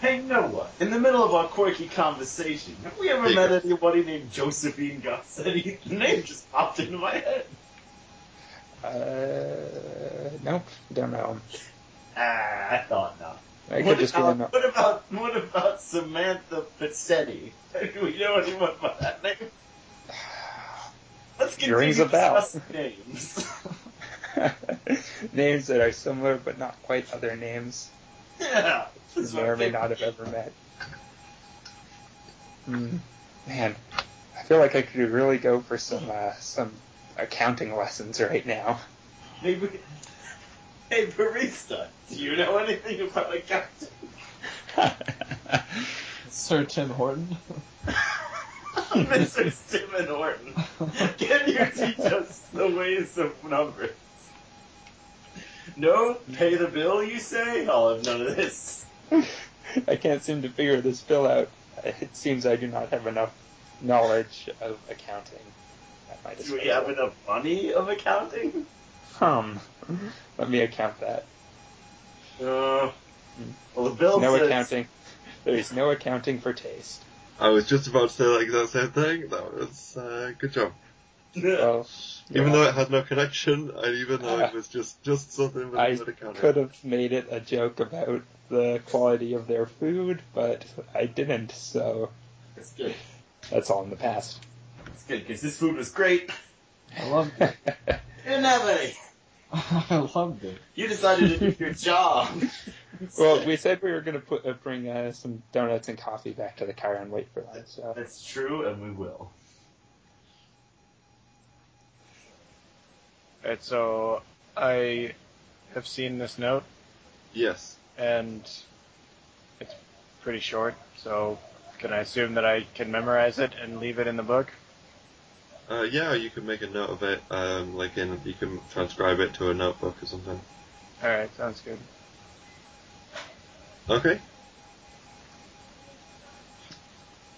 S3: Hey Noah, in the middle of our quirky conversation, have we ever met anybody named Josephine Garcetti? The name just popped into my head.
S1: Uh, nope, don't know.
S3: Ah, I thought not.
S1: I could
S3: what,
S1: just be
S3: about,
S1: in a-
S3: what about what about Samantha Pizzetti? Do we know anyone by that name? Let's
S1: It
S3: continue
S1: rings a bell.
S3: discussing names.
S1: names that are similar but not quite other names
S3: yeah, this
S1: you
S3: is
S1: may
S3: my
S1: or may
S3: favorite.
S1: not have ever met. Hmm. Man, I feel like I could really go for some uh, some accounting lessons right now.
S3: Hey, ba- hey, barista, do you know anything about a captain?
S4: Sir Tim Horton.
S3: Mr. Stephen Horton, can you teach us the ways of numbers? No, pay the bill, you say? I'll have none of this.
S1: I can't seem to figure this bill out. It seems I do not have enough knowledge of accounting. at my
S3: Do we have
S1: disposal.
S3: enough money of accounting?
S1: Hum. Let me account that.
S3: Uh, well, the bill
S1: No
S3: says,
S1: accounting. There is no accounting for taste.
S2: I was just about to say that exact same thing. That was uh, good job.
S1: Well,
S2: Even
S1: yeah. Uh,
S2: though it had no connection, and even though it was just just something with
S1: I
S2: a counter.
S1: could have made it a joke about the quality of their food, but I didn't, so
S3: It's good.
S1: that's all in the past.
S3: It's good because this food was great.
S4: I loved
S1: I
S4: it.
S3: Didn't have any.
S4: I loved it.
S3: You decided to do your job.
S1: well, we said we were going to put uh, bring uh, some donuts and coffee back to the car and wait for that. So
S3: That's true, and we will.
S5: Alright, so I have seen this note
S2: Yes.
S5: and it's pretty short, so can I assume that I can memorize it and leave it in the book?
S2: Uh, yeah, you can make a note of it, um, like in you can transcribe it to a notebook or something.
S5: Alright, sounds good.
S2: Okay.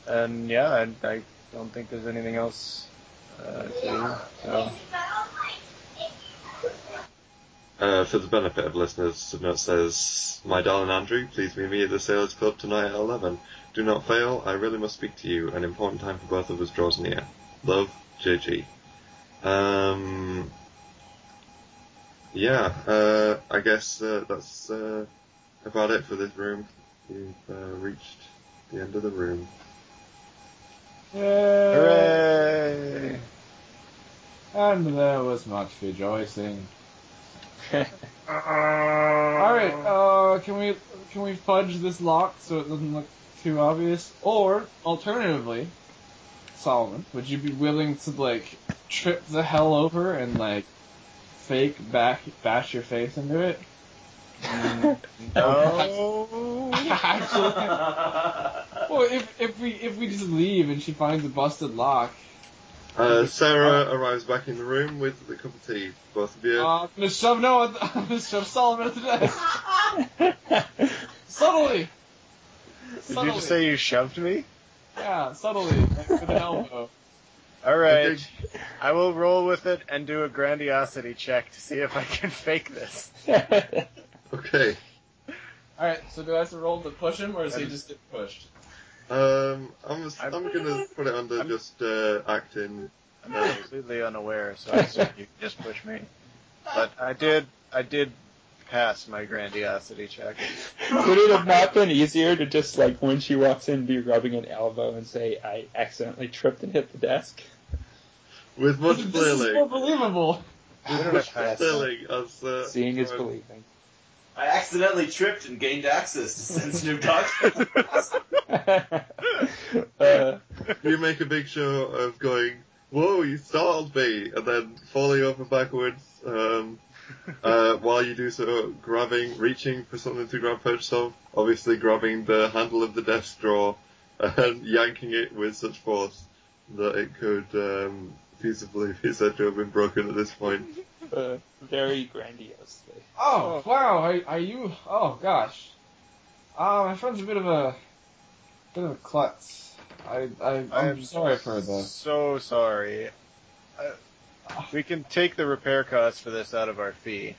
S5: And Um, yeah, I, I don't think there's anything else uh, to do. So
S2: Uh, for the benefit of listeners, the note says, "My darling Andrew, please meet me at the Sailors Club tonight at eleven. Do not fail. I really must speak to you. An important time for both of us draws near. Love, JG." Um. Yeah. Uh, I guess uh, that's uh, about it for this room. We've uh, reached the end of the room.
S5: hooray!
S4: And there was much rejoicing. Alright, uh, can we can we fudge this lock so it doesn't look too obvious? Or alternatively, Solomon, would you be willing to like trip the hell over and like fake back bash your face into it?
S5: No.
S4: Actually, well, if if we if we just leave and she finds a busted lock,
S2: Uh, Sarah arrives back in the room with a cup of tea. Both of you.
S4: uh, I'm gonna shove Noah, I'm gonna shove Solomon at the desk subtly.
S5: Did
S4: Subtly.
S5: you just say you shoved me?
S4: yeah, subtly, like with an elbow.
S5: All right, I will roll with it and do a grandiosity check to see if I can fake this.
S2: Okay.
S4: All right, so do I have to roll to push him, or does he just get pushed?
S2: Um, I'm, just-
S5: I'm-
S2: I'm, gonna put it under
S5: I'm-
S2: just uh, acting.
S5: I'm completely unaware, so I assume you can just push me. But I did, I did pass my grandiosity check.
S1: Would it have not been easier to just like when she walks in, be rubbing an elbow and say, "I accidentally tripped and hit the desk"?
S2: With much
S4: this is more
S2: flailing,
S4: believable.
S5: We don't have time.
S2: Telling us, uh,
S1: Seeing is
S2: uh,
S1: believing.
S3: I accidentally tripped and gained access to sensitive documents.
S1: uh,
S2: You make a big show of going, "Whoa, you startled me!" and then falling over backwards. Um, uh, while you do so, grabbing, reaching for something to grab purchase of, obviously grabbing the handle of the desk drawer and yanking it with such force that it could um, feasibly be said to have been broken at this point.
S1: uh, very grandiosely.
S4: Oh, wow, are, are you? Oh gosh, uh, my friend's a bit of a bit of a klutz. I, I I'm
S5: I'm
S4: sorry for the.
S5: So sorry. Uh, we can take the repair costs for this out of our fee.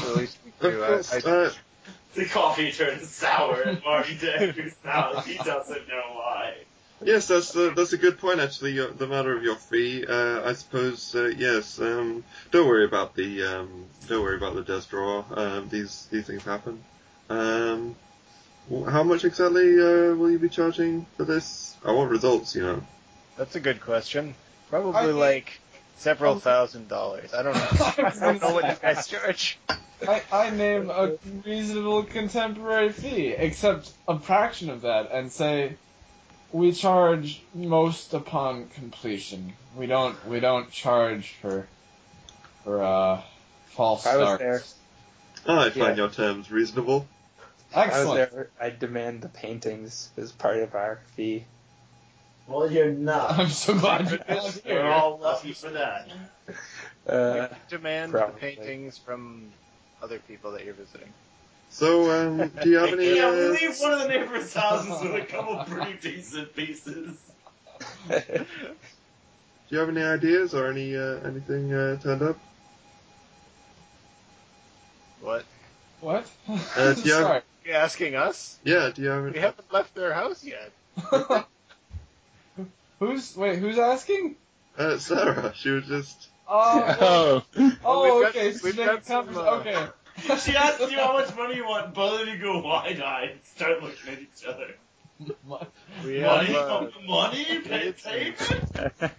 S5: Or at least we
S2: Of
S5: do. I,
S2: course,
S5: I,
S2: uh,
S3: the coffee turns sour at Martin Dagger's house. He doesn't know why.
S2: Yes, that's uh, that's a good point. Actually, your, the matter of your fee, uh, I suppose. Uh, yes, um, don't worry about the um, don't worry about the death draw. Um, these these things happen. Um, wh- how much exactly uh, will you be charging for this? I want results, you know.
S5: that's a good question.
S4: I
S5: Probably
S4: think-
S5: like several
S4: Oh.
S5: thousand dollars. I don't know. I don't know what you guys charge.
S4: I, I name a reasonable contemporary fee, except a fraction of that, and say we charge most upon completion. We don't we don't charge for for uh false
S1: If I was
S4: starts.
S1: there,
S2: Ah, I find
S1: Yeah.
S2: your terms reasonable.
S1: I was
S4: Excellent.
S1: there. I'd demand the paintings as part of our fee.
S3: Well, you're
S4: I'm
S3: not.
S4: so glad you guys are
S3: We're
S4: here.
S3: all lucky for that.
S1: Uh,
S5: Demand
S1: Probably.
S5: the paintings from other people that you're visiting.
S2: So, um, do you have any?
S3: Yeah, we
S2: Uh,
S3: leave one of the neighbors' houses with a couple pretty decent pieces.
S2: do you have any ideas or any uh, anything uh, turned up?
S5: What?
S4: What?
S2: Uh, do you have-
S4: Sorry.
S5: You asking us?
S2: Yeah, do you have?
S5: We haven't left their house yet.
S4: who's wait? Who's asking?
S2: Uh, Sarah, she was just.
S4: Oh, well-
S5: we've
S4: oh,
S5: got-
S4: okay. so
S5: we've
S4: they
S5: got
S4: covered-
S5: some, uh,
S4: okay.
S3: She asked you how much money you want, both of you go wide eyed and start looking at each other.
S4: What?
S5: We
S3: Money?
S5: have, uh,
S3: Fucking money? Pay payment?
S4: No,
S5: We're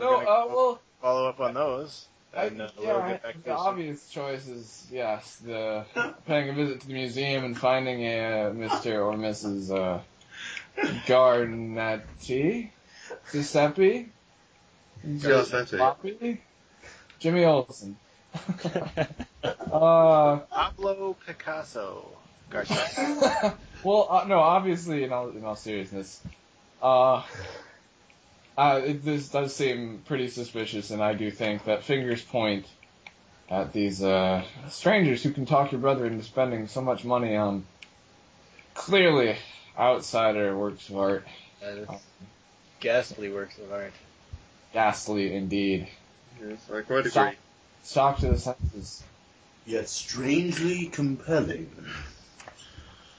S5: gonna
S4: uh,
S5: go-
S4: well,
S5: follow up on those.
S4: I,
S5: And uh,
S4: yeah,
S5: we'll
S4: I-
S5: get back to
S4: the
S5: you.
S4: obvious choice is yes, the paying a visit to the museum and finding a uh, Mister or Mrs. Uh, Garnetti, Giuseppe,
S2: Giuseppe.
S4: Poppy, Jimmy Olsen. uh,
S5: Pablo Picasso. Garcia.
S4: well, uh, no, obviously, in all, in all seriousness, uh, uh, it, this does seem pretty suspicious, and I do think that fingers point at these uh, strangers who can talk your brother into spending so much money on clearly outsider works of art.
S5: That is ghastly works of art.
S4: Ghastly indeed.
S2: Yes, I quite agree.
S4: Shock, shock to the senses.
S3: Yet strangely compelling.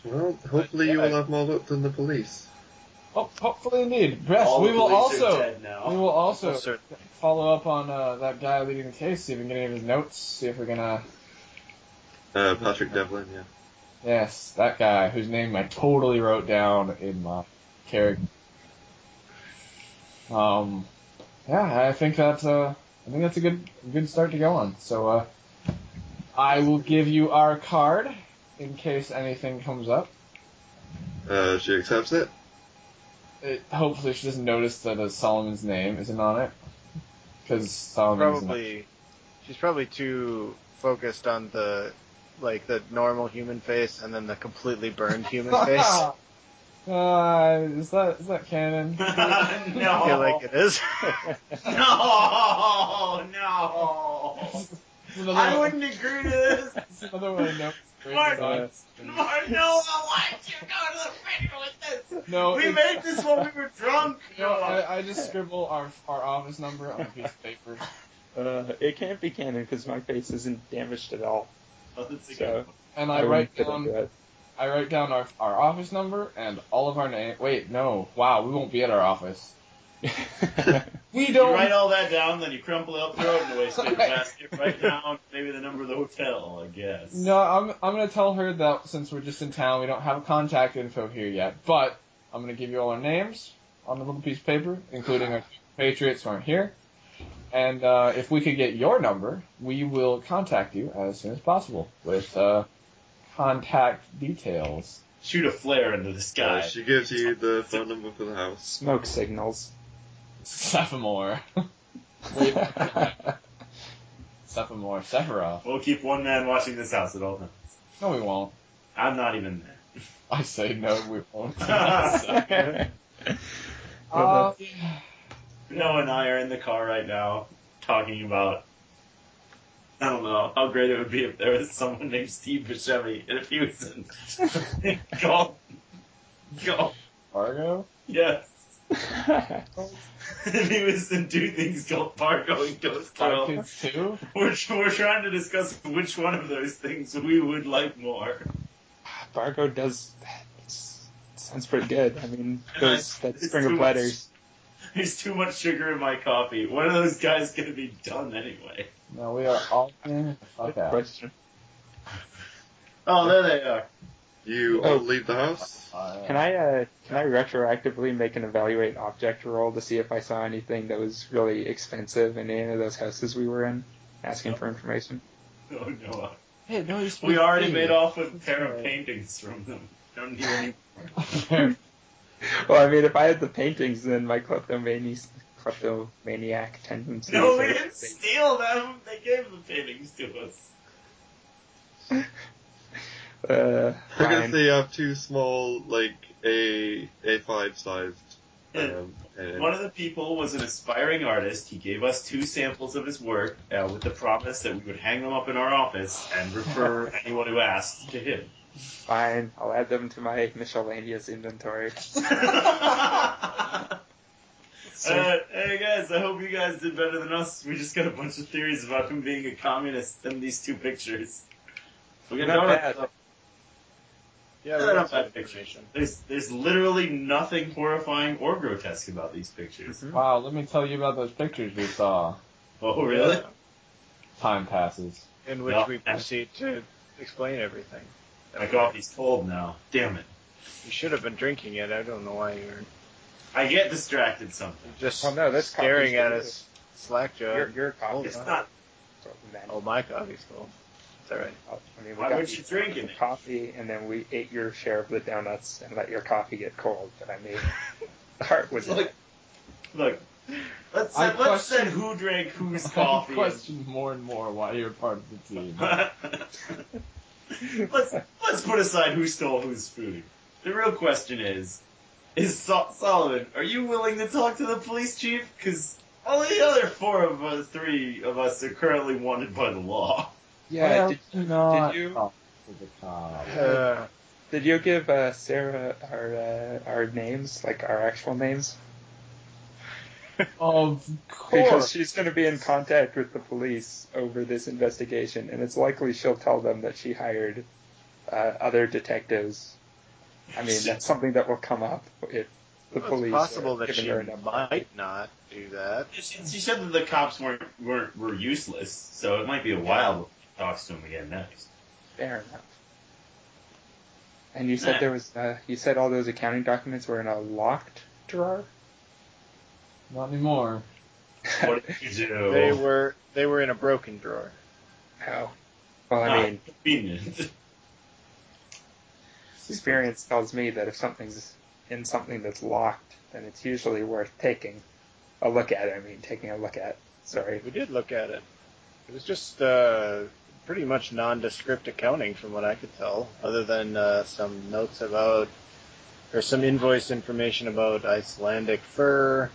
S2: Well, hopefully you
S5: yeah.
S2: will have more luck than the police.
S4: Oh, hopefully, indeed. Yes, we will also. We will also.
S5: Well, sir,
S4: follow up on uh, that guy leading the case, see if we can get any of his notes, see if we're gonna.
S2: Uh, Patrick Devlin, yeah.
S4: Yes, that guy whose name I totally wrote down in my character. Um, yeah, I think that's uh, I think that's a good good start to go on. So uh, I will give you our card in case anything comes up.
S2: Uh, she accepts it.
S4: It, hopefully, she doesn't notice that uh, Solomon's name isn't on it because Solomon's not-
S5: probably she's probably too focused on the like the normal human face and then the completely burned human face. I
S4: Uh, is that is that canon?
S3: no.
S5: feel like it is.
S3: No, no.
S4: It's another
S3: I
S4: one-
S3: wouldn't agree to this.
S4: it's another one I know. it's great
S3: Mark.
S4: design.
S3: Mark, no, why'd you go to the funeral with this?
S4: No,
S3: we
S4: it's-
S3: made this when we were drunk.
S4: Oh, No, I, I just scribble our our office number on a piece of paper.
S1: uh, it can't be canon because my face isn't damaged at all.
S3: Oh, that's a good
S1: So
S4: And I,
S1: wouldn't
S4: write
S1: fit into
S4: down
S1: it.
S4: I write down our our office number and all of our name. Wait, no, wow, we won't be at our office. We
S3: You
S4: don't.
S3: write all that down, then you crumple it up, throw it in a waste paper basket, write down maybe the number of the hotel, I guess.
S4: no, I'm I'm gonna tell her that since we're just in town, we don't have contact info here yet. But I'm gonna give you all our names on a little piece of paper, including our patriots who aren't here. And uh, if we could get your number, we will contact you as soon as possible with uh, contact details.
S3: Shoot a flare into the sky.
S2: Uh, she gives you the phone number for the house.
S1: Smoke signals.
S4: Sophomore. Sophomore. Sephiroth.
S3: We'll keep one man watching this house at all times.
S4: No, we won't.
S3: I'm not even there.
S4: I say no, we won't.
S1: Well,
S4: Uh,
S3: Noah and I are in the car right now talking about I don't know how great it would be if there was someone named Steve Buscemi and if he was in golf. Golf.
S4: Fargo?
S3: Yes.
S1: the-
S3: and he was in two things called Fargo and Ghost
S4: Five
S3: Girl.
S4: Kids 2?
S3: We're, we're trying to discuss which one of those things we would like more.
S1: Fargo does. it's- Sounds pretty good. I mean, those that
S3: It's
S1: string
S3: too
S1: of
S3: much-
S1: letters.
S3: There's too much sugar in my coffee. One of those guys gonna be done anyway.
S4: No, we are all in. Fuck out.
S1: Question.
S3: Oh, there they are.
S2: You
S1: Oh.
S2: all leave the house.
S1: Can I uh, can I retroactively make an evaluate object roll to see if I saw anything that was really expensive in any of those houses we were in, asking for information?
S3: Oh no.
S4: Hey, no, you
S3: We already made off with a pair of paintings from them. Don't need any
S4: off.
S1: Well, I mean, if I had the paintings, then my kleptomani- kleptomaniac tendencies.
S3: No,
S1: are-
S3: we didn't steal them. They gave the paintings to us.
S1: Uh,
S2: We're gonna
S1: fine.
S2: say you have two small, like a a five sized.
S3: Yeah.
S2: Um, and-
S3: One of the people was an aspiring artist. He gave us two samples of his work uh, with the promise that we would hang them up in our office and refer anyone who asked to him.
S1: Fine, I'll add them to my miscellaneous inventory.
S3: uh, hey guys, I hope you guys did better than us. We just got a bunch of theories about him being a communist and these two pictures. We got
S1: Not
S3: donuts
S1: bad.
S3: up.
S5: Yeah, we
S3: Not
S5: got
S3: bad
S5: some information.
S3: There's there's literally nothing horrifying or grotesque about these pictures.
S4: wow, let me tell you about those pictures we saw.
S3: Oh really?
S4: Time passes.
S5: In which
S3: No.
S5: we proceed to explain everything.
S3: My coffee's cold now. Damn it.
S5: You should have been drinking it. I don't know why you were
S3: I get distracted something.
S5: just
S1: Oh, no, that's
S5: staring
S1: coffee's
S5: at
S1: good.
S5: us. Slack job.
S1: Your, your coffee's
S3: It's not.
S5: Oh, my coffee's cold. It's all right.
S1: I mean, we
S3: Why
S1: got
S3: would you drink
S1: the
S3: it?
S1: coffee, and then we ate your share of the donuts and let your coffee get cold. But I mean, the heart was
S3: It's like- Look, let's
S4: I
S3: set, let's
S4: question-
S3: set who drank whose
S4: I
S3: coffee.
S4: question more and more why you're part of the team.
S3: let's let's put aside who stole whose food. The real question is, is Sol- Solomon? Are you willing to talk to the police chief? Because only the other four of us, three of us, are currently wanted by the law.
S1: yeah.
S4: Well, uh,
S1: Did,
S4: not
S1: did you-
S4: talk to the cop.
S5: Uh,
S1: did you give uh, Sarah our uh, our names, like our actual names?
S4: Of
S1: Because
S4: course.
S1: she's going to be in contact with the police over this investigation, and it's likely she'll tell them that she hired uh, other detectives. I mean, that's something that will come up if the
S5: Well,
S1: police.
S5: It's possible
S1: are
S5: that
S1: giving
S5: she
S1: her a number.
S5: might not do that.
S3: She, she said that the cops weren't weren't were useless, so it might be a while before she talks to him again next.
S1: Fair enough. And you said
S3: Yeah.
S1: there was. Uh, you said all those accounting documents were in a locked drawer.
S4: Not anymore.
S3: What did you do?
S5: They were they were in a broken drawer.
S1: no. Well, I mean,
S3: Not convenient.
S1: experience tells me that if something's in something that's locked, then it's usually worth taking a look at. I mean, taking a look at. Sorry.
S5: We did look at it. It was just uh, pretty much nondescript accounting from what I could tell, other than uh, some notes about or some invoice information about Icelandic fur.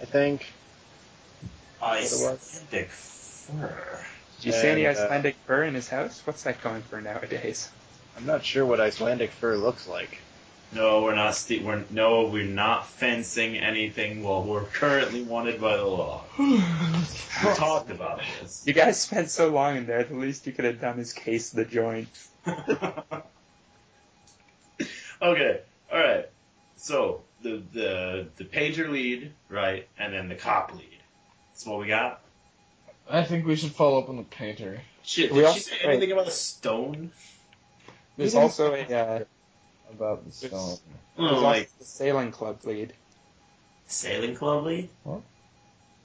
S5: I think
S3: Icelandic fur.
S1: Did you see any
S5: And, uh,
S1: Icelandic fur in his house? What's that going for nowadays?
S5: I'm not sure what Icelandic fur looks like.
S3: No, we're not. St- we're no, we're not fencing anything. Well, we're currently wanted by the law. we talked about this.
S1: You guys spent so long in there. The least you could have done is case the joint.
S3: okay, all right. So the the the pager lead, right, and then the cop lead. That's what we got.
S4: I think we should follow up on the painter.
S3: Shit,
S1: We
S3: did
S1: also-
S3: she say anything about a stone?
S1: There's
S3: Mm-hmm.
S4: We didn't
S1: also a uh,
S4: about the
S1: There's-
S4: stone.
S1: there's
S3: Oh,
S1: also
S3: like
S1: the sailing club lead.
S3: sailing club lead.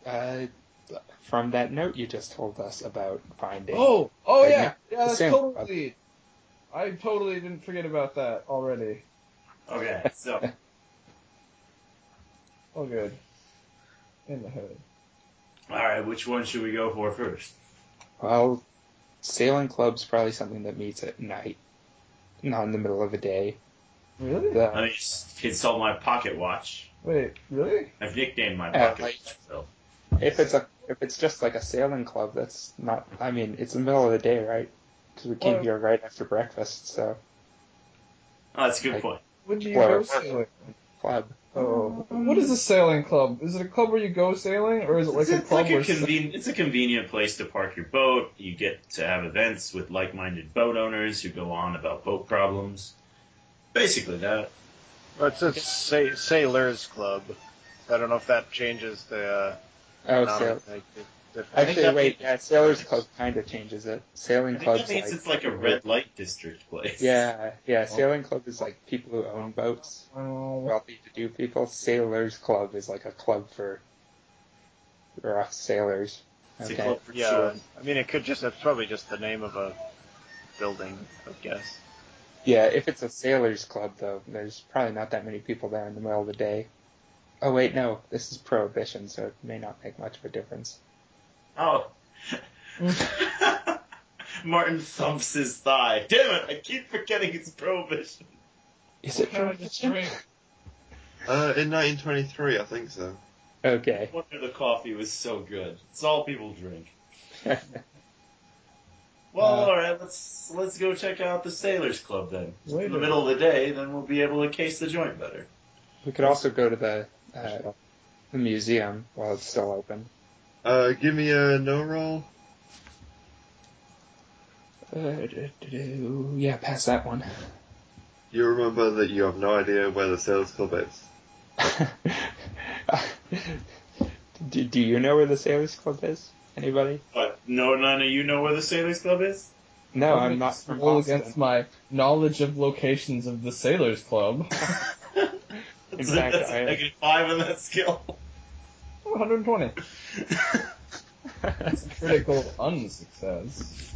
S1: Uh, from that note you just told us about finding.
S4: Oh, oh
S1: Right
S4: yeah,
S1: now.
S4: yeah. That's
S1: Sam.
S4: totally. I totally didn't forget about that already.
S3: Okay, so
S4: All good. In the hood.
S3: all right, which one should we go for first?
S1: Well, sailing club's probably something that meets at night, not in the middle of the day.
S4: Really?
S3: Let
S1: The,
S3: me just consult my pocket watch.
S4: Wait, really?
S3: I've nicknamed my
S1: Yeah,
S3: pocket
S1: like-
S3: watch. So.
S1: if it's a if it's just like a sailing club, that's not. I mean, it's the middle of the day, right? Because we came
S4: Well-
S1: here right after breakfast, so
S3: Oh, that's a good
S1: Like-
S3: point.
S4: When do you
S1: Well,
S4: go
S1: uh,
S4: sailing?
S1: club.
S4: Oh, what is a sailing club? Is it a club where you go sailing, or is it like
S3: it's
S4: a
S3: a-
S4: club
S3: like a
S4: where?
S3: conven- it's a convenient place to park your boat. You get to have events with like-minded boat owners who go on about boat problems. Basically that.
S5: Well, it says sa- Sailors Club. I don't know if that changes the.
S1: Oh,
S5: Uh,
S1: sail.
S5: nom- like, the, the-
S3: I think
S1: Actually,
S3: that
S1: wait.
S3: means-
S1: Yeah, sailors club kind of changes it.
S3: I
S1: Sailing
S3: think
S1: club's
S3: that means Oh.
S1: like,
S3: it's like a red light district place.
S1: yeah, yeah. Sailing club is like people who own boats.
S4: Oh,
S1: wealthy to do people. Sailors Club is like a club for rough sailors.
S3: It's a
S1: Okay.
S3: club for
S5: yeah,
S3: sure.
S5: I mean, it could just. It's probably just the name of a building, I guess.
S1: Yeah, if it's a sailors club though, there's probably not that many people there in the middle of the day. Oh wait, no, this is prohibition, so it may not make much of a difference.
S3: Oh. Martin thumps his thigh. Damn it, I keep forgetting it's prohibition.
S1: Is it
S4: kind of just
S1: prohibition?
S4: drink?
S2: Uh, in 1923, I think so.
S1: Okay.
S3: No wonder the coffee was so good. It's all people drink. Well,
S4: Uh,
S3: all right, let's let's go check out the Sailors Club then.
S4: Wait
S3: in
S4: a
S3: the middle of the day, then we'll be able to case the joint better.
S1: we could also go to the uh, the museum while it's still open.
S2: Uh, give me a no roll.
S1: Uh, do- do- do. yeah, pass that one.
S2: You remember that you have no idea where the sales club is.
S1: do, do you know where the Sailors Club is? Anybody?
S3: But no, none of you know where the Sailors Club is.
S1: No,
S4: Let me
S1: I'm not
S4: just
S1: from
S4: roll
S1: Boston.
S4: against my knowledge of locations of the Sailors Club.
S1: In fact,
S3: that's
S1: I-
S3: a negative five on that skill.
S4: 120. Critical unsuccess.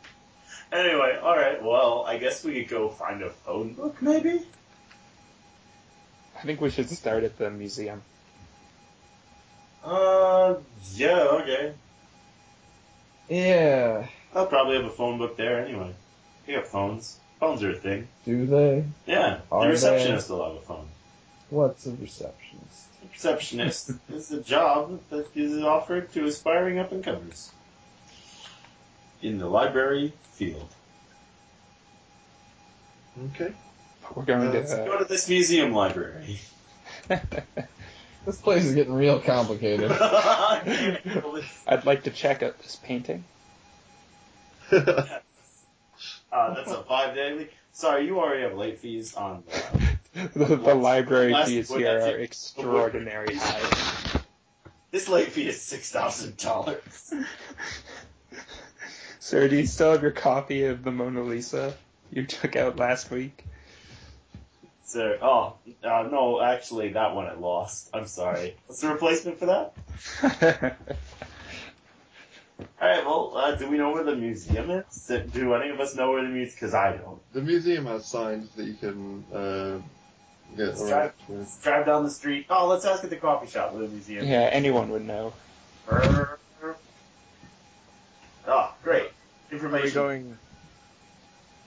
S3: anyway, all right. Well, I guess we could go find a phone book, maybe.
S1: I think we should start at the museum.
S3: Uh, yeah, okay.
S4: Yeah.
S3: I'll probably have a phone book there anyway. We have phones. Phones are a thing.
S4: Do they?
S3: Yeah,
S4: Are
S3: the
S4: they?
S3: receptionist will have a phone.
S4: What's a receptionist?
S3: receptionist is a job that is offered to aspiring up and comers in the library field.
S2: Okay.
S1: We're going
S2: Uh,
S1: to. uh,
S3: Let's go to this museum library.
S4: This place is getting real complicated.
S3: uh,
S1: I'd like to check out this painting.
S3: Uh, that's a five daily. Sorry, you already have late fees on. Uh,
S1: The, the library
S3: Last-
S1: fees
S3: what-
S1: here
S3: that's
S1: are
S3: it.
S1: extraordinary high.
S3: this late fee is six thousand dollars.
S1: Sir, do you still have your copy of the Mona Lisa you took out last week?
S3: So, oh uh, no, actually, that one I lost. I'm sorry. What's the replacement for that? All right. Well, uh, do we know where the museum is? Uh, Do any of us know where the museum? Because I don't.
S2: The museum has signs that you can uh, get
S3: Let's
S2: around. to.
S3: Let's drive down the street. Oh, let's ask at the coffee shop or the museum.
S1: yeah, anyone would know.
S3: Ah, Oh, great.
S5: Are we
S3: Information.
S5: going?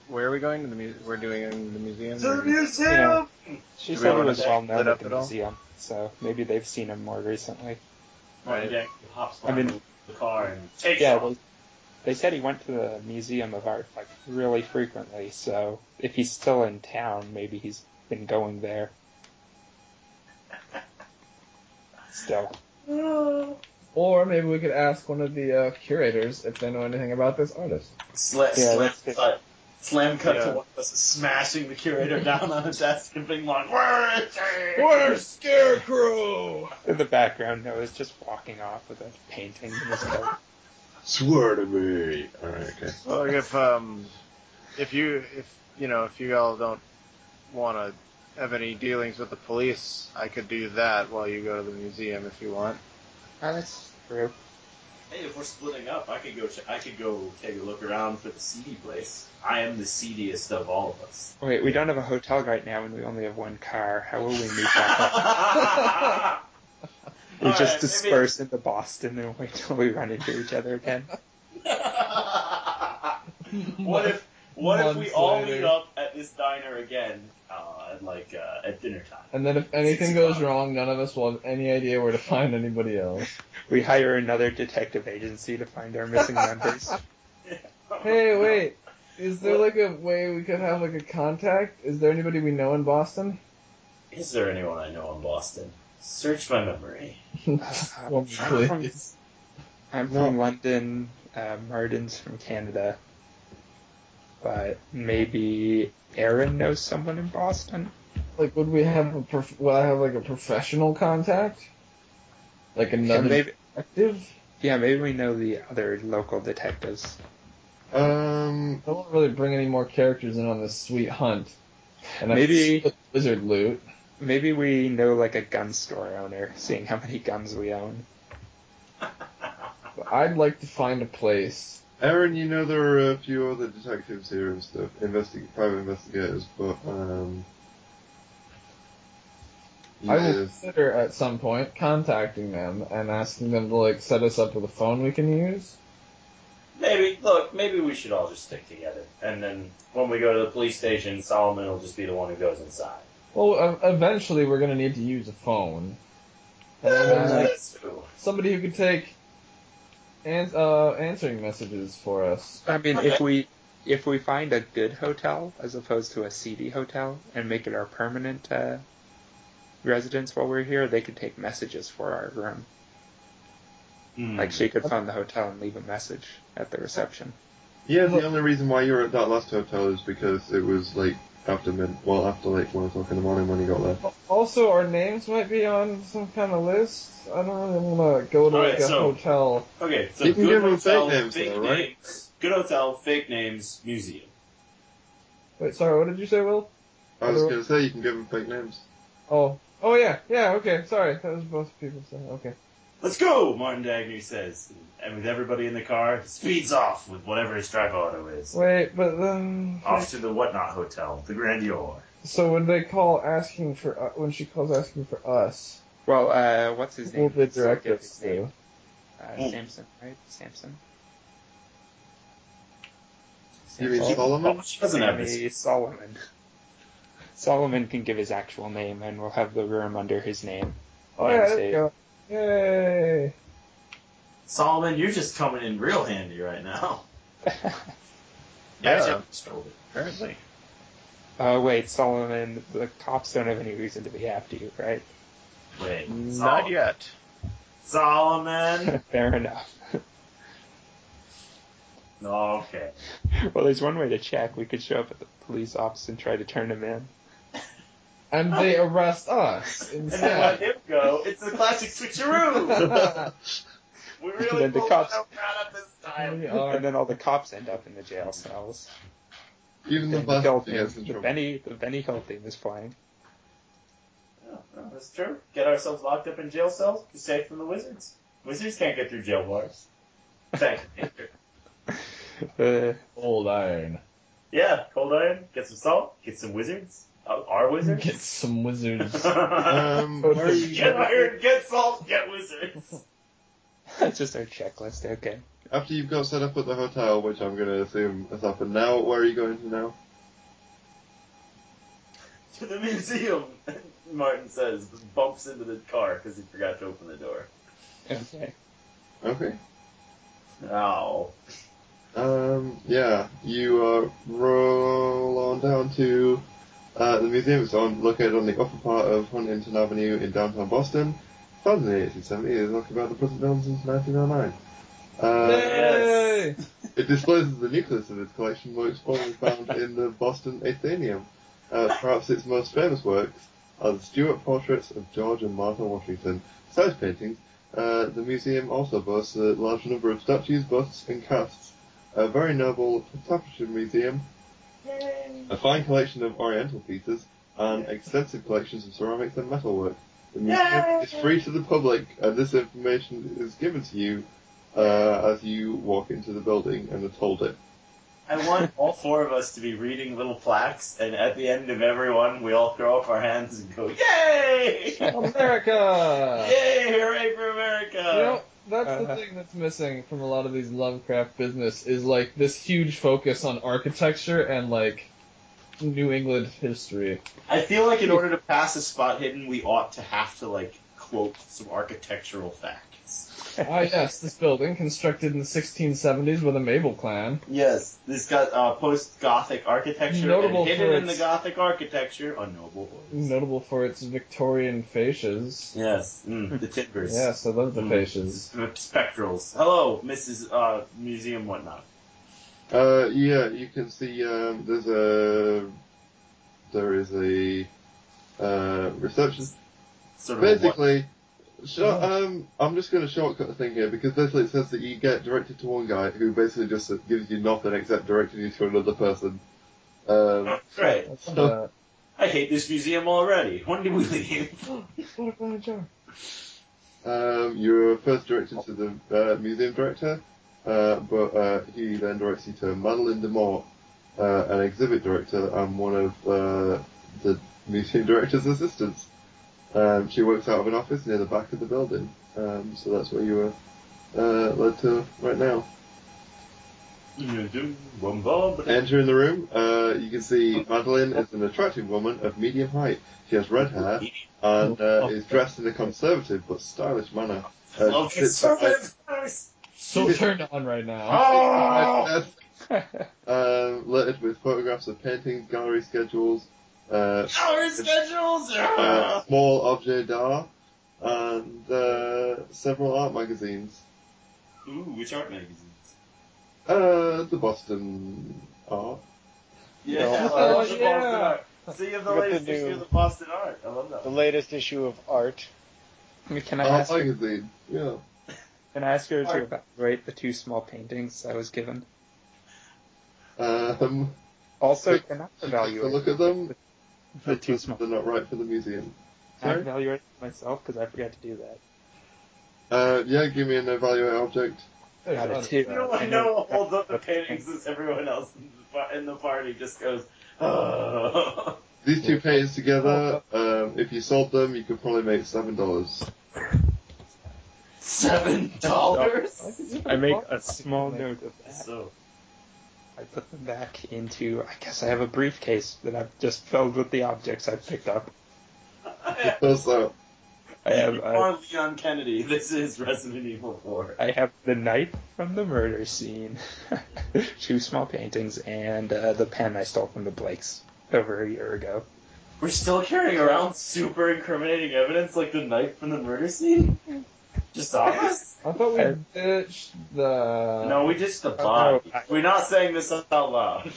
S5: Where are we going to the museum? We're doing the museum.
S3: to the
S5: or-
S3: museum!
S1: Yeah. She
S5: Do
S1: said
S5: we
S1: it
S5: wanna
S1: was well known
S5: lit
S1: at
S5: up
S1: the
S5: at all?
S1: museum, so maybe they've seen him more recently.
S3: Right. Yeah, he hops
S1: I mean-
S3: behind the car and takes
S1: Yeah,
S3: off.
S1: they, they said he went to the Museum of Art like really frequently. So if he's still in town, maybe he's been going there. Still,
S4: or maybe we could ask one of the uh, curators if they know anything about this artist.
S3: Sla-
S1: Yeah,
S3: slam
S1: that's it.
S3: cut. Slam cut
S5: Yeah.
S3: to one of us smashing the curator down on a desk and being like, "Where's it?"
S4: Scarecrow!
S1: in the background, Noah's just walking off with a painting in his coat.
S2: Swear to me. Alright, okay.
S5: Well, if um, if you if you know if you all don't want to have any dealings with the police, I could do that while you go to the museum if you want.
S1: Oh, that's True.
S3: Hey, if we're splitting up, I could go. Ch- I could go take a look around for the seedy place. I am the seediest of all of us.
S1: Wait, we don't have a hotel right now, and we only have one car. How will we meet back up? We
S3: All
S1: just
S3: right,
S1: disperse into Boston and wait till we run into each other again.
S3: what if what if we
S4: Months
S3: all
S4: later.
S3: meet up at this diner again uh, at like uh, at dinner time?
S4: And then if anything goes
S3: 65.
S4: wrong, none of us will have any idea where to find anybody else.
S1: We hire another detective agency to find our missing members.
S4: Hey, wait. Is there like a way we could have like a contact? Is there anybody we know in Boston?
S3: Is there anyone I know in Boston? Search my memory.
S4: Oh,
S1: I'm
S4: Probably.
S1: from, I'm from London. Uh, Martin's from Canada. But maybe Aaron knows someone in Boston.
S4: Like, would we have a prof- would I have like a professional contact? Like
S1: Yeah,
S4: another
S1: maybe,
S4: detective?
S1: yeah, maybe we know the other local detectives.
S2: Um,
S4: I won't really bring any more characters in on this sweet hunt. And I
S1: Maybe-
S4: split the wizard loot.
S1: Maybe we know like a gun store owner, seeing how many guns we own.
S4: But I'd like to find a place.
S2: Aaron, you know there are a few other detectives here and stuff, investig- private investigators, but um,
S4: I will
S2: yes.
S4: consider at some point contacting them and asking them to like set us up with a phone we can use.
S3: Maybe look, maybe we should all just stick together, and then when we go to the police station, Solomon will just be the one who goes inside.
S4: Well, uh, eventually we're gonna need to use a phone. And then, like,
S3: That's true.
S4: somebody who could take ans- uh, answering messages for us.
S1: I mean, if we if we find a good hotel as opposed to a seedy hotel and make it our permanent uh, residence while we're here, they could take messages for our room.
S3: Hmm.
S1: Like she could phone the hotel and leave a message at the reception.
S2: yeah, the only reason why you were at that last hotel is because it was like after mid, well after like one o'clock in the morning when you got there.
S4: Also, our names might be on some kind of list. I don't really want to go to
S3: Alright,
S4: like a
S3: so-
S4: hotel.
S3: Okay, so
S2: You can
S3: good
S2: give 'em
S3: hotel,
S2: fake names, though, right?
S3: names, good hotel, fake names, museum.
S4: Wait, sorry, what did you say, Will?
S2: I was gonna say you can give them fake names.
S4: Oh, oh yeah, yeah, okay, sorry, that was both people saying. Okay,
S3: Let's go, Martin Dagny says, and with everybody in the car, speeds off with whatever his drive auto is.
S4: wait, but then
S3: Off to the whatnot hotel, the Grandeur.
S4: so when they call asking for uh, when she calls asking for us,
S1: Well, uh, what's his name?
S4: we'll the
S1: Still give
S4: directives
S1: his name.
S4: to.
S1: Uh, Samson, right? Samson.
S2: You mean
S1: Samson.
S2: Solomon?
S3: Oh, She doesn't have this.
S1: Sammy Solomon. Solomon can give his actual name, and we'll have the room under his name.
S4: Oh
S1: Yeah,
S4: yeah, there
S1: say-
S4: we go. Yay!
S3: Solomon, you're just coming in real handy right now.
S5: Yeah.
S3: Guys have control.
S5: Apparently.
S1: Oh wait, Solomon, the cops don't have any reason to be after you, right?
S3: Wait,
S5: Not
S3: Sol-
S5: yet.
S3: Solomon.
S1: Fair enough.
S3: okay.
S1: well, there's one way to check. We could show up at the police office and try to turn him in.
S4: And they arrest us
S3: And then let
S4: instead.
S3: him go. It's the classic switcheroo. we really
S1: Then the
S3: pulled
S1: cops-
S3: it out right this time.
S4: we are.
S1: And then all the cops end up in the jail cells.
S2: Even the
S1: And the Hill
S2: bastard
S1: theme,
S2: gets in
S1: the
S2: trouble.
S1: Benny, the Benny Hill theme is playing.
S3: Yeah, well, that's true. Get ourselves locked up in jail cells. Be safe from the wizards. Wizards can't get through jail bars. Thank you.
S1: Uh,
S4: Old iron.
S3: Yeah, cold iron. Get some salt. Get some wizards. Uh, our wizards.
S4: Get some wizards.
S2: Um, where are you
S3: get
S2: going?
S3: iron. Get salt. Get wizards.
S1: that's just our checklist. Okay.
S2: After you've got set up at the hotel, which I'm gonna assume has happened now, where are you going to now?
S3: to the museum. Martin says, bumps into the car because he forgot to open the door.
S1: Okay.
S2: Okay.
S3: Oh.
S2: Um, yeah, you uh, roll on down to uh, the museum. It's on, located on the upper part of Huntington Avenue in downtown Boston. Founded in 1870, it is occupied by the British Isles since 1909. Uh,
S4: Yay!
S2: it discloses the nucleus of its collection, which formerly found in the Boston Athenaeum. Uh, perhaps its most famous works are the Stuart portraits of George and Martha Washington, size paintings. Uh, the museum also boasts a large number of statues, busts, and casts. A very noble tapestry museum, a fine collection of oriental pieces, and extensive collections of ceramics and metalwork. The museum is free to the public, and this information is given to you uh, as you walk into the building and are told it.
S3: I want all four of us to be reading little plaques, and at the end of every one, we all throw up our hands and go, "Yay!
S4: America!
S3: Yay! Hooray for America!"
S4: You know, that's the
S1: Uh.
S4: thing that's missing from a lot of these Lovecraft business is like this huge focus on architecture and like New England history.
S3: I feel like in order to pass a spot hidden, we ought to have to like quote some architectural facts.
S4: ah, yes, this building constructed in the 1670s by the Mabel clan.
S3: Yes, this got uh, post-Gothic architecture
S4: Notable
S3: and hidden
S4: for
S3: in the
S4: its-
S3: Gothic architecture, a noble voice.
S4: Notable for its Victorian fascias.
S3: Yes, mm, the timbers.
S4: Yes, I love the
S3: Mm.
S4: fascias.
S3: The spectrals. Hello, Mrs. Uh, Museum whatnot.
S2: Uh, yeah, you can see um, there's a there is a uh, reception.
S3: Sort of a what-
S2: Basically, short, um, I'm just going to shortcut the thing here because basically it says that you get directed to one guy who basically just gives you nothing except directing you to another person. Um,
S3: Right.
S4: That's, uh,
S3: I hate this museum already. When do we leave?
S4: what a fine job.
S2: Um, you're first directed to the uh, museum director, uh, but uh, he then directs you to Madeline DeMort, uh, an exhibit director and one of uh, the museum director's assistants. Um, she works out of an office near the back of the building, um, so that's where you were uh, led to right now. Entering the room, uh, you can see Madeline is an attractive woman of medium height. She has red hair and uh, is dressed in a conservative but stylish manner. Uh,
S3: Hello,
S2: she sits
S3: conservative first.
S4: So turned on right now.
S3: Oh!
S2: That's um, littered with photographs of paintings, gallery schedules, uh,
S3: Our schedules!
S2: uh,
S3: Ah!
S2: small objet d'art, and uh, several art magazines.
S3: Ooh, which art magazines?
S2: Uh, the Boston Art.
S3: Yeah,
S4: Oh,
S3: I love the
S4: yeah.
S3: Boston art. So you have the
S5: Got the
S3: latest
S5: new-
S3: issue of the Boston art. I love that.
S5: The latest issue of Art.
S1: Can Uh, I
S2: Art
S1: ask? you-
S2: magazine, yeah.
S1: Can I ask her to evaluate the two small paintings I was given?
S2: Um,
S1: Also, can I
S2: you take a
S1: evaluate
S2: look at them.
S1: the two small?
S2: They're not right for the museum.
S1: Can I
S2: Sorry?
S1: evaluate myself because I forgot to do that.
S2: Uh, yeah, give me an evaluate object.
S1: Got it too.
S3: You know, I know all the, the paintings as everyone else in the, par- in the party just goes, oh.
S2: These two paintings together, um, if you sold them, you could probably make seven dollars.
S3: Seven dollars?
S1: I make a small note of that.
S3: So,
S1: I put them back into. I guess I have a briefcase that I've just filled with the objects I've picked up.
S2: Also,
S1: I have.
S3: you
S1: A,
S3: are Leon Kennedy. This is Resident Evil 4.
S1: I have the knife from the murder scene, two small paintings, and uh, the pen I stole from the Blakes over a year ago.
S3: We're still carrying around super incriminating evidence like the knife from the murder scene? Just us?
S4: I thought
S1: Uh,
S4: we ditched the.
S3: No, we just the
S1: no,
S3: body.
S1: I-
S3: We're not saying this out loud.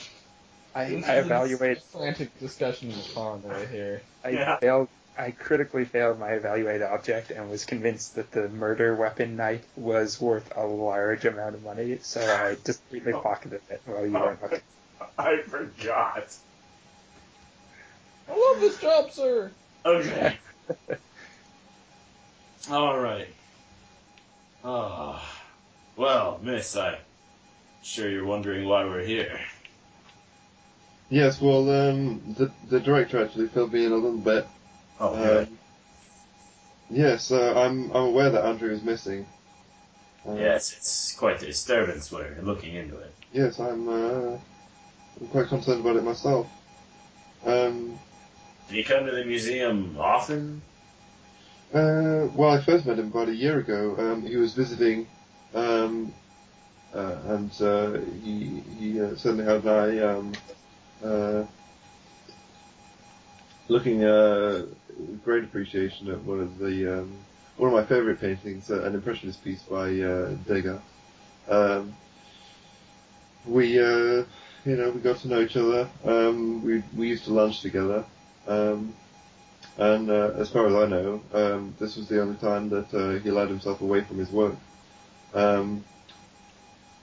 S1: I,
S4: This
S1: I
S4: is a
S1: evaluate.
S4: Frantic discussion in the pond right here.
S1: I
S3: Yeah.
S1: failed. I critically failed my evaluate object and was convinced that the murder weapon knife was worth a large amount of money, so I discreetly
S4: Oh.
S1: pocketed it while you weren't looking.
S3: I forgot.
S4: I love this job, sir.
S3: Okay. All right. Ah, well, Miss, I'm sure you're wondering why we're here.
S2: Yes, well, um, the, the director actually filled me in a little bit.
S3: Oh,
S2: Um, yeah, so I'm, I'm aware that Andrew is missing. Um,
S3: yes, it's quite a disturbance. We're looking into it.
S2: Yes, I'm, uh, I'm quite concerned about it myself. Um,
S3: Do you come to the museum often?
S2: uh, well, I first met him about a year ago. Um, he was visiting, um, uh, and uh, he, he uh, certainly had an eye um, uh, looking uh, with great appreciation at one of the um, one of my favourite paintings, uh, an impressionist piece by uh, Degas. Um, we, uh, you know, we got to know each other. Um, we we used to lunch together, um, and uh, as far as I know, um, this was the only time that uh, he allowed himself away from his work. Um,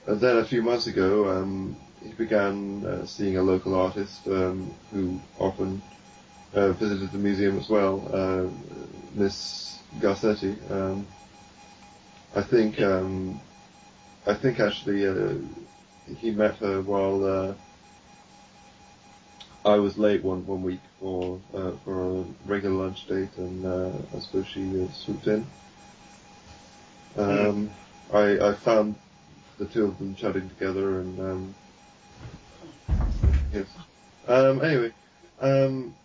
S2: and then a few months ago, um, he began uh, seeing a local artist um, who often uh, visited the museum as well, uh, Miss Garcetti. Um, I think um, I think actually uh, he met her while uh, I was late one one week for uh, for a regular lunch date, and uh, I suppose she uh, swooped in. Um, I I found the two of them chatting together, and um, yes. Um, anyway, um,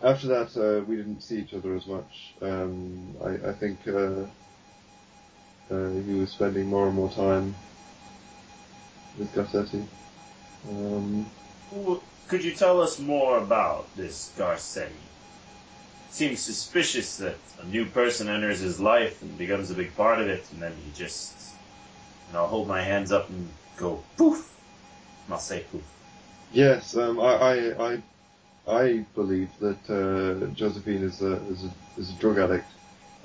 S2: after that uh, we didn't see each other as much. Um, I, I think uh, uh, he was spending more and more time with Garcetti. Um,
S3: Who- Could you tell us more about this Garcetti? Seems suspicious that a new person enters his life and becomes a big part of it, and then he just. And I'll hold my hands up and go poof. And I'll say poof.
S2: Yes, um, I, I, I, I believe that uh, Josephine is a, is a is a drug addict,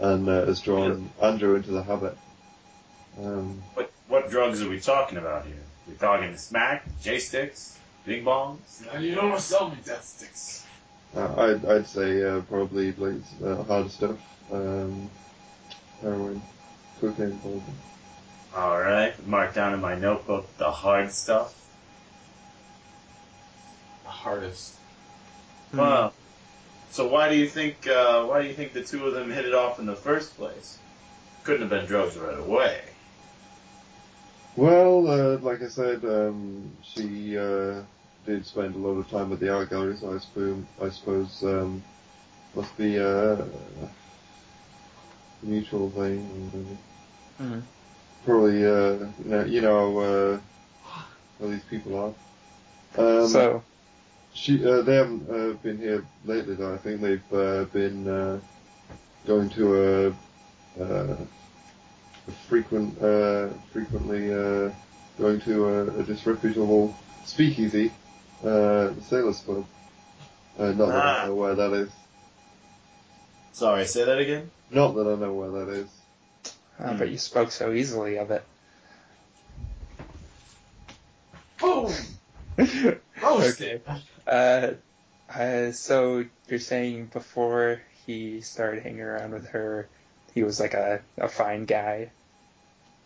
S2: and uh, has drawn Andrew into the habit. Um,
S3: What what drugs are we talking about here? we talking smack, J sticks, big bongs.
S7: Now you don't sell me death sticks.
S2: I- I'd I'd say uh, probably like uh, hard stuff, um, heroin, cocaine, probably.
S3: All right, mark down in my notebook the hard stuff.
S7: The hardest.
S3: Well, so why do you think uh, why do you think the two of them hit it off in the first place? Couldn't have been drugs right away.
S2: Well, uh, like I said, um, she uh, did spend a lot of time at the art gallery, so I suppose, I suppose um, must be a mutual thing.
S1: Mhm.
S2: Probably, uh, you know, you know uh, how these people are. Um,
S1: so
S2: she, uh, they haven't uh, been here lately, though. I think they've uh, been uh, going to a, uh, a frequent, uh, frequently uh, going to a, a disreputable speakeasy, uh, the Sailors Club. Uh, not that
S3: Ah.
S2: I know where that is.
S3: Sorry, say that again.
S2: Not that I know where that is.
S1: uh, but you spoke so easily of it.
S7: Boom! Roasted.
S1: Uh, uh, so you're saying before he started hanging around with her, he was like a, a fine guy,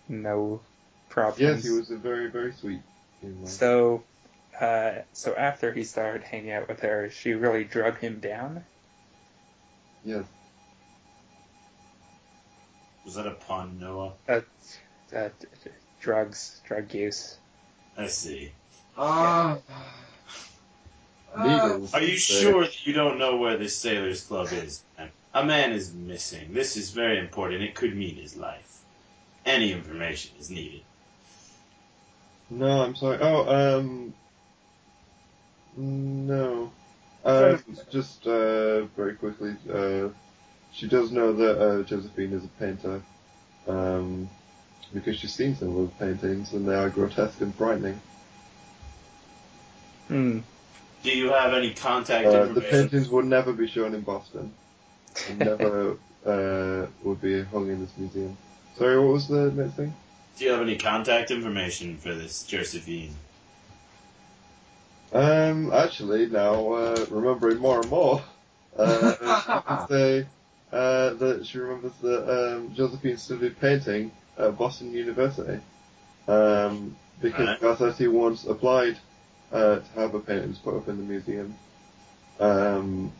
S1: no problems.
S2: Yes, he was a very, very sweet. young man.
S1: So, uh, so after he started hanging out with her, she really drug him down.
S2: Yes.
S3: Was that a pun, Noah?
S1: Uh, uh, d- d- drugs, drug use.
S3: I see.
S7: Ah. Ah.
S2: Needles.
S3: Are you
S2: Uh,
S3: sure that you don't know where this sailors club is? man? A man is missing. This is very important. It could mean his life. Any information is needed.
S2: No, I'm sorry. Oh, um, no. Uh, just uh, very quickly, uh, she does know that uh, Josephine is a painter, um, because she's seen some of the paintings, and they are grotesque and frightening.
S1: Hmm.
S3: Do you have any contact
S2: Uh, the
S3: information?
S2: paintings will never be shown in Boston. And never uh, will be hung in this museum. Sorry, what was the next thing?
S3: Do you have any contact information for this Josephine?
S2: Um, actually, now uh, remembering more and more, uh, I can say uh, that she remembers that um, Josephine studied painting at Boston University um, because
S3: Right.
S2: Garcetti once applied uh, to have her paintings put up in the museum, um,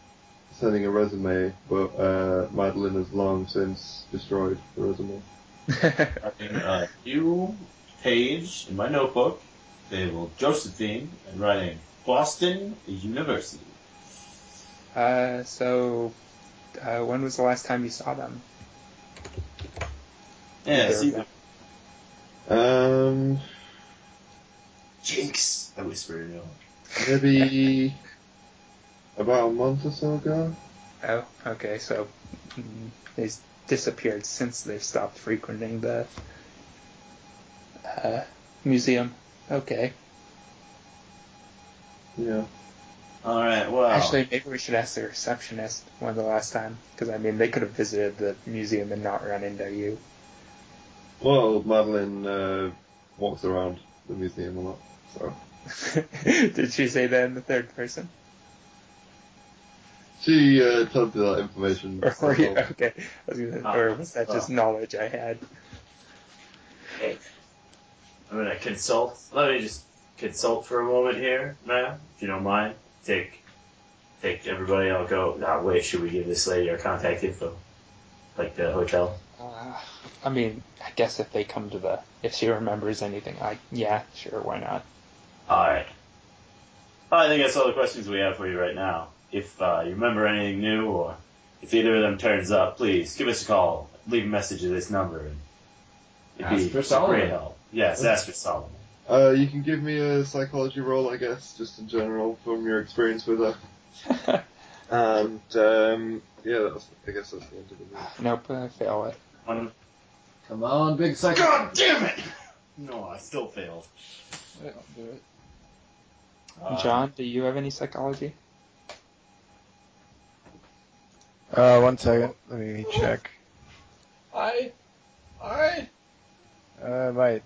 S2: sending a resume, but uh, Madeline has long since destroyed the resume.
S3: Uh, you page in my notebook, labeled Josephine, and writing Boston University.
S1: uh, so, uh, when was the last time you saw them?
S3: Yeah,
S1: There we
S3: see,
S1: go.
S2: Um,
S3: Jinx, I whispered in your
S2: maybe about a month or so ago.
S1: Oh, okay. So mm, they've disappeared since they've stopped frequenting the uh, museum. Okay.
S2: Yeah.
S3: Alright, well.
S1: Actually, maybe we should ask the receptionist when the last time, because I mean, they could have visited the museum and not run into you.
S2: Well, Madeline uh, walks around the museum a lot, so
S1: Did she say that in the third person?
S2: She uh, told you that information.
S1: Or, or Oh, yeah, okay. I was gonna,
S3: Ah,
S1: or was that just
S3: oh.
S1: knowledge I had?
S3: Hey, I'm gonna consult. Let me just consult for a moment here, ma'am, if you don't mind. Take, take everybody. I'll go. Nah, wait. Should we give this lady our contact info, like the hotel?
S1: Uh, I mean, I guess if they come to the, if she remembers anything, I yeah, sure, why not?
S3: All right. I think that's all the questions we have for you right now. If uh, you remember anything new, or if either of them turns up, please give us a call. Leave a message at this number. And it'd
S7: Ask
S3: be
S7: for
S3: a
S7: Solomon.
S3: great help. Yes, ask for Solomon.
S2: Uh, you can give me a psychology roll, I guess, just in general from your experience with her. And um, yeah, that was, I guess that's the end of the movie.
S1: nope, I fail it.
S3: One-
S7: Come on, big psycho.
S3: God damn it! No, I still failed. Uh,
S1: John, do you have any psychology?
S8: Uh, one second. Let me check.
S7: I, I
S8: Uh, I might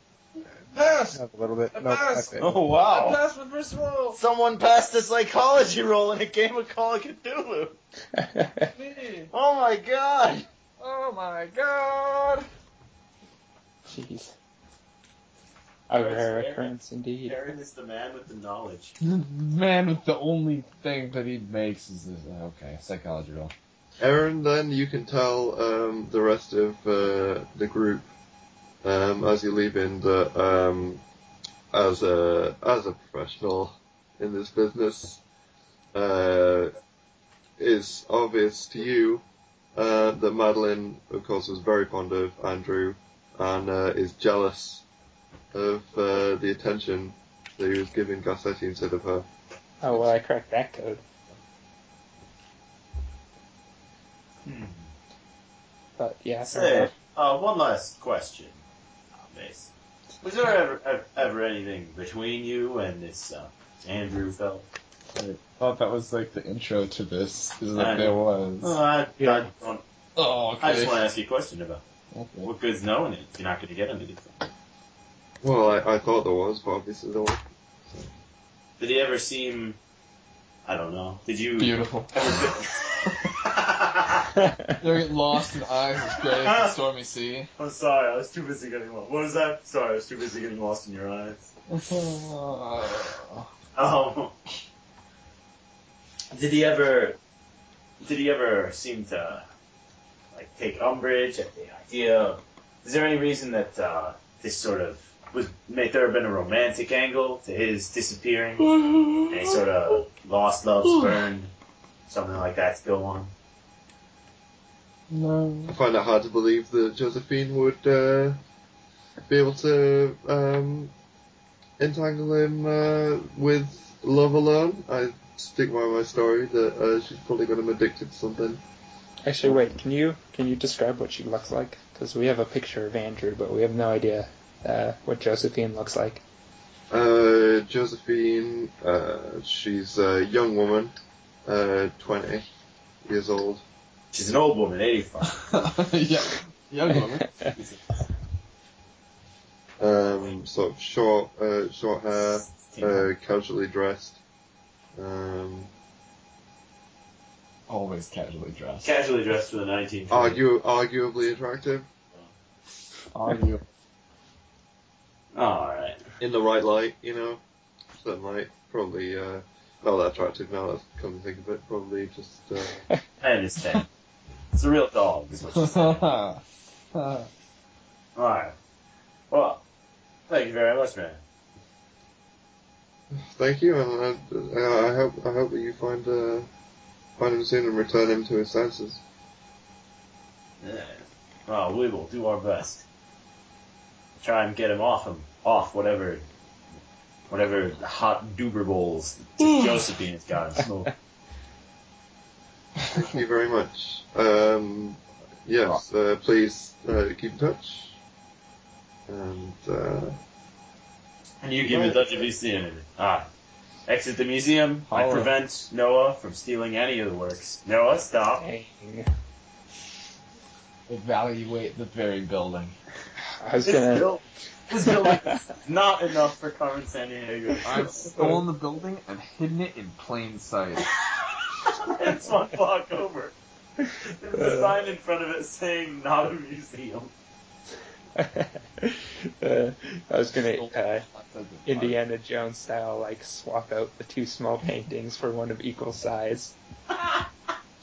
S7: passed.
S8: have a little bit.
S7: I
S8: Nope, I
S7: passed.
S8: failed.
S3: Oh
S7: I
S3: wow!
S7: passed my first roll.
S3: Someone passed a psychology roll in a game of Call of Cthulhu.
S7: Me.
S3: Oh my god!
S7: Oh my god.
S1: Jeez. A
S3: That's
S1: rare
S3: fair.
S1: occurrence indeed.
S3: Aaron is the man with the knowledge.
S4: The man with the only thing that he makes is this. Okay, psychology roll.
S2: Aaron, then you can tell um, the rest of uh, the group um, as you leave in that um, as a as a professional in this business, uh, it's obvious to you uh, that Madeline, of course, was very fond of Andrew and uh, is jealous of uh, the attention that he was giving Garcetti instead of her.
S1: Oh well, I cracked that code. Hmm. But yeah,
S3: Say, uh, one last question, uh, Mace. Was there ever, ever, ever anything between you and this uh, Andrew fellow?
S4: Thought that was like the intro to this. Is
S3: I-
S4: that there was?
S3: Oh, I,
S1: Yeah.
S3: I, don't-
S4: oh,
S3: I
S4: Uh, okay.
S3: just want to ask you a question about
S4: Okay.
S3: what good's knowing it if you're not going to get anything.
S2: Well, I, I thought there was, but obviously there wasn't.
S3: Did he ever seem? I don't know. Did you?
S4: Beautiful. They're getting lost in eyes as great as the stormy sea.
S3: I'm sorry, I was too busy getting lost. What was that? Sorry, I was too busy getting lost in your eyes.
S4: Oh.
S3: Um, did he ever? Did he ever seem to like take umbrage at the idea? Of, is there any reason that uh, this sort of was may there have been a romantic angle to his disappearing? Any sort of lost love spurned, something like that still on?
S4: no.
S2: I find it hard to believe that Josephine would uh, be able to um, entangle him uh, with love alone. I stick by my story that uh, she's probably got him addicted to something.
S1: Actually, wait. Can you can you describe what she looks like? Because we have a picture of Andrew, but we have no idea uh, what Josephine looks like.
S2: Uh, Josephine, uh, she's a young woman, uh, 20 years old.
S3: She's an old woman, 85.
S4: yeah. Young woman.
S2: Um, sort of short, uh, short hair, uh, casually dressed. Um,
S4: Always casually dressed.
S3: Casually dressed for the 19th.
S2: argu- arguably attractive
S4: Are you?
S3: Alright.
S2: in the right light, you know. Certain light, probably uh, not that attractive now that I come to think of it, probably just uh,
S3: I understand. it's a real dog, is what she's Uh, Alright. Well, thank you very much, man.
S2: thank you and I, I hope I hope that you find uh, find him soon and return him to his senses.
S3: Yeah. Well, we will do our best. Try and get him off him, off whatever, whatever hot duber bowls Josephine has got him smoking.
S2: Thank you very much. Um, yes, uh, please uh, keep in touch. And uh,
S3: And you give it Dutch if you see anything. Ah. Exit the museum. I
S4: Holla.
S3: prevent Noah from stealing any of the works. Noah, stop.
S1: Dang.
S4: Evaluate the very building.
S1: I was
S3: This
S1: gonna.
S3: buil- this building is not enough for Carmen San Diego.
S4: I've stolen the building and hidden it in plain sight.
S3: it's one block over. There's a sign in front of it saying not a museum.
S1: uh, I was gonna uh, Indiana Jones style, like swap out the two small paintings for one of equal size.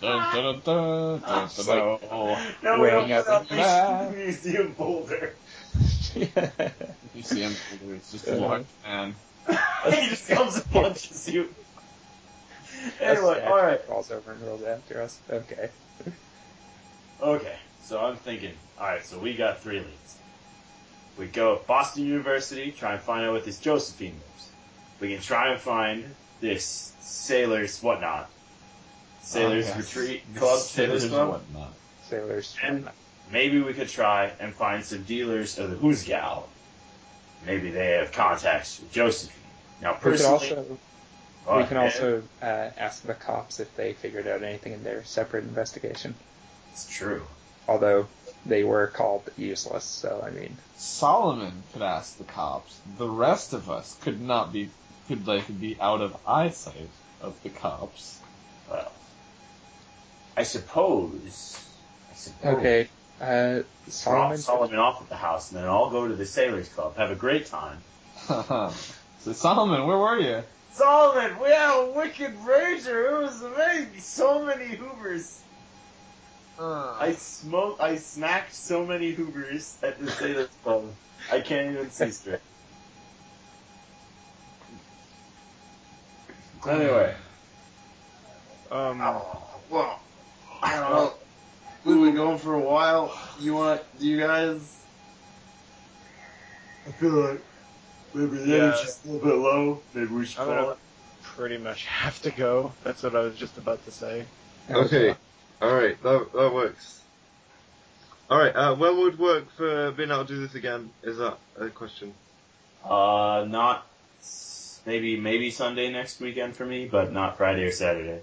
S4: Dun, dun, dun, dun, dun,
S1: It's
S4: dun.
S1: like-
S3: No, we
S1: Weighing
S3: open
S1: up
S3: up
S4: the map.
S3: the museum boulder.
S4: You see him, it's just a
S1: Uh-huh.
S4: large man.
S3: he just comes and punches you. Anyway,
S1: That's-
S3: alright.
S1: Falls over and rolls after us. Okay.
S3: Okay, so I'm thinking, alright, so we got three leads. We go at Boston University, try and find out what this Josephine lives. We can try and find this sailor's whatnot. Sailor's
S4: Oh, yes.
S3: retreat club, sailor's
S4: and
S3: club.
S4: whatnot.
S1: Sailors.
S3: And maybe we could try and find some dealers of the Who's Gal. Maybe they have contacts with Josephine. Now,
S1: We can
S3: personally,
S1: also
S3: Oh,
S1: we can
S3: yeah,
S1: also uh, ask the cops if they figured out anything in their separate investigation.
S3: It's true.
S1: Although they were called useless, so I mean,
S4: Solomon could ask the cops. The rest of us could not be could like be out of eyesight of the cops.
S3: Well, I suppose. I suppose.
S1: okay. Uh, Solomon.
S3: Solomon, Solomon off at the house, and then I'll go to the Sailors Club. Have a great time.
S4: so Solomon, where were you?
S3: Solomon, we had a wicked rager. It was amazing. So many Hoovers. I smoked. I smacked so many Hoovers at the Sailors Club. I can't even see straight. Anyway,
S6: Um,
S2: Oh,
S6: well,
S3: I don't know.
S6: well, we've been going for a while. You want? Do you guys?
S2: I feel like maybe the
S5: Yeah.
S2: energy's a little bit low. Maybe we should
S5: I'm
S2: call
S5: gonna
S2: it.
S5: pretty much have to go. That's what I was just about to say.
S2: Okay, alright, that, that works. Alright, uh, where would work for being able to do this again? Is that a question?
S3: Uh, not maybe maybe Sunday next weekend for me, but not Friday or Saturday.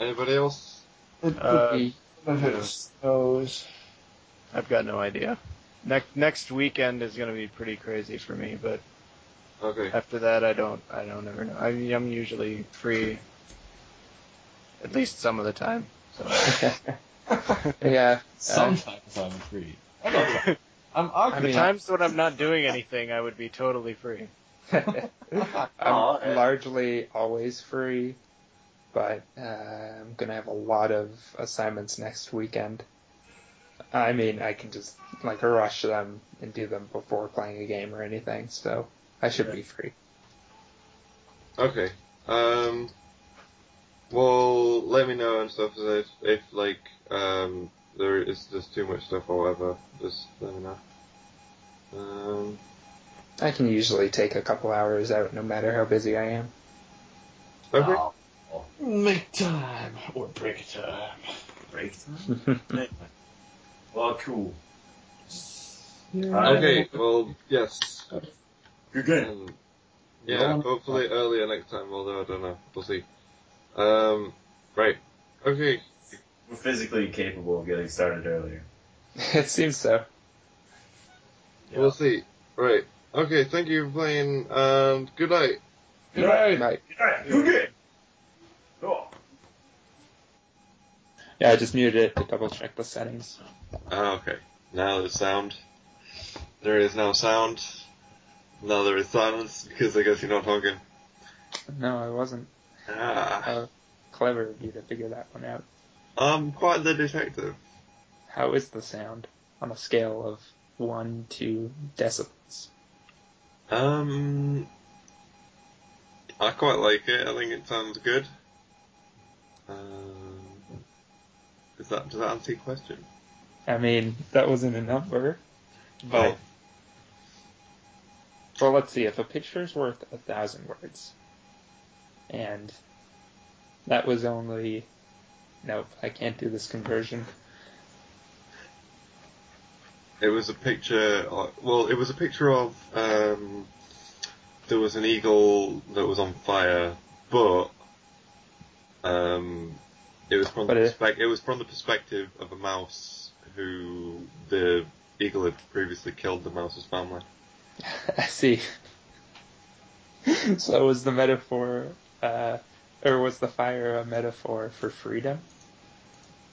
S2: Anybody else?
S4: It
S5: Uh,
S4: could have snows.
S5: I've got no idea. Next next weekend is gonna be pretty crazy for me, but
S2: Okay.
S5: after that, I don't I don't ever know. I mean, I'm usually free, at least some of the time.
S1: yeah.
S4: Sometimes I'm free.
S5: the
S4: I'm occupied.
S5: times when I'm not doing anything, I would be totally free.
S1: I'm
S3: Aw, eh.
S1: largely always free, but uh, I'm gonna have a lot of assignments next weekend. I mean, I can just like rush them and do them before playing a game or anything, so I should be free.
S2: Okay. Um. Well, let me know and stuff if, if like um there is just too much stuff or whatever. Just let me know. Um.
S1: I can usually take a couple hours out, no matter how busy I am.
S2: Okay.
S3: Oh,
S4: Make time or break a time.
S3: break Well, cool.
S2: Okay. Well, yes.
S3: You're good.
S2: Um, yeah. Hopefully earlier next time. Although I don't know. We'll see. Um. Right. Okay.
S3: We're physically capable of getting started earlier.
S1: it seems so.
S2: We'll see. Right. Okay. Thank you for playing. And good night.
S1: Right.
S3: Alright, you're good. Cool.
S1: Yeah, I just muted it to double check the settings.
S2: Ah, okay. Now there's sound. There is now sound. Now there is silence because I guess you're not talking.
S1: No, I wasn't.
S2: Ah,
S1: How clever of you to figure that one out.
S2: I'm quite the detective.
S1: How is the sound on a scale of one to decibels?
S2: Um, I quite like it. I think it sounds good. Um, is that does that answer your question?
S1: I mean, that wasn't a number. But
S2: Oh,
S1: well, let's see. If a picture's worth a thousand words, and that was only nope, I can't do this conversion.
S2: it was a picture. o- Well, it was a picture of um, there was an eagle that was on fire, but um, it was from
S1: But
S2: the
S1: it-
S2: perspec- it was from the perspective of a mouse who the eagle had previously killed the mouse's family.
S1: I see. so was the metaphor uh, Or was the fire a metaphor for freedom?